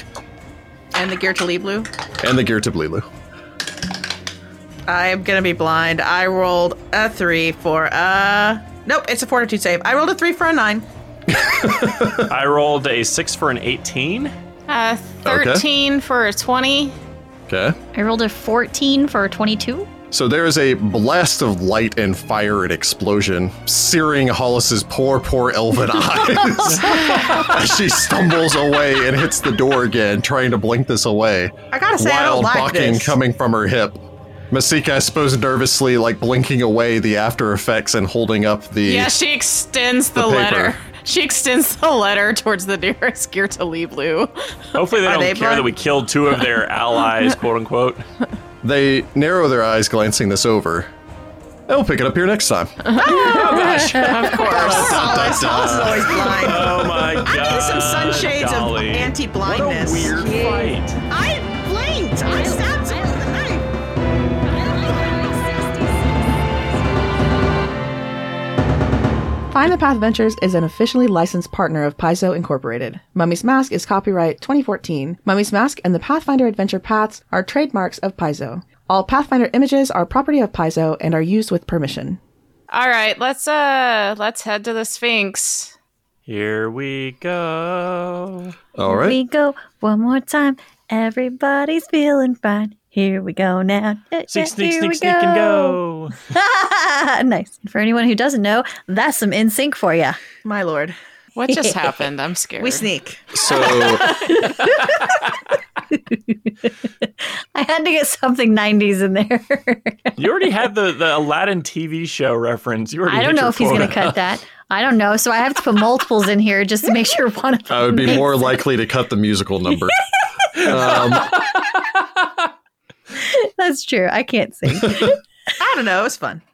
E: And the gear to Lee Blue?
A: and the gear to Blilu.
E: I'm gonna be blind. I rolled a three for a nope. It's a fortitude save. I rolled a three for a nine.
B: I rolled a 6 for an 18.
D: Uh, thirteen for a twenty.
A: Okay.
C: I rolled a 14 for a 22.
A: So there is a blast of light and fire and explosion, searing Hollis's poor, poor elven eyes as she stumbles away and hits the door again, trying to blink this away.
E: I gotta say, I
A: wild
E: don't like
A: bucking
E: this.
A: coming from her hip. Masika, I suppose, nervously like blinking away the after effects and holding up the.
D: Yeah, she extends the,
A: The paper.
D: letter. She extends the letter towards the nearest gear to Lee Blue.
B: Hopefully, they
E: Are
B: don't
E: they
B: care
E: blind?
B: that we killed two of their allies, quote unquote.
A: They narrow their eyes, glancing this over. I'll pick it up here next time.
D: Oh, Of course.
E: Hollis, Hollis is always blind.
B: Oh my god.
E: I need some sunshades of
B: Dolly. What a
E: anti-blindness.
B: weird fight.
E: I blinked. I stabbed him with a knife.
F: Find the Path Ventures is an officially licensed partner of Paizo Incorporated. Mummy's Mask is copyright 2014. Mummy's Mask and the Pathfinder Adventure Paths are trademarks of Paizo. All Pathfinder images are property of Paizo and are used with permission.
D: All right, let's uh, let's head to the Sphinx.
B: Here we go.
A: All
C: We
A: right.
C: go one more time. Everybody's feeling fine. Here we go now. Yeah, yeah,
B: Sneak, sneak,
C: here
B: sneak,
C: we
B: sneak, and go.
C: Ah, nice. For anyone who doesn't know, that's some in sync for you.
E: My lord,
D: What just happened? I'm scared.
E: we sneak.
A: So
C: I had to get something 90s in there.
B: You already had the, the Aladdin TV show reference. You already
C: I don't
B: hit
C: know
B: your
C: if he's going to
B: quota.
C: cut that. I don't know. So I have to put multiples in here just to make sure one of them.
A: I would be
C: makes
A: more likely to cut the musical number. um,
C: That's true. I can't sing.
E: I don't know. It was fun.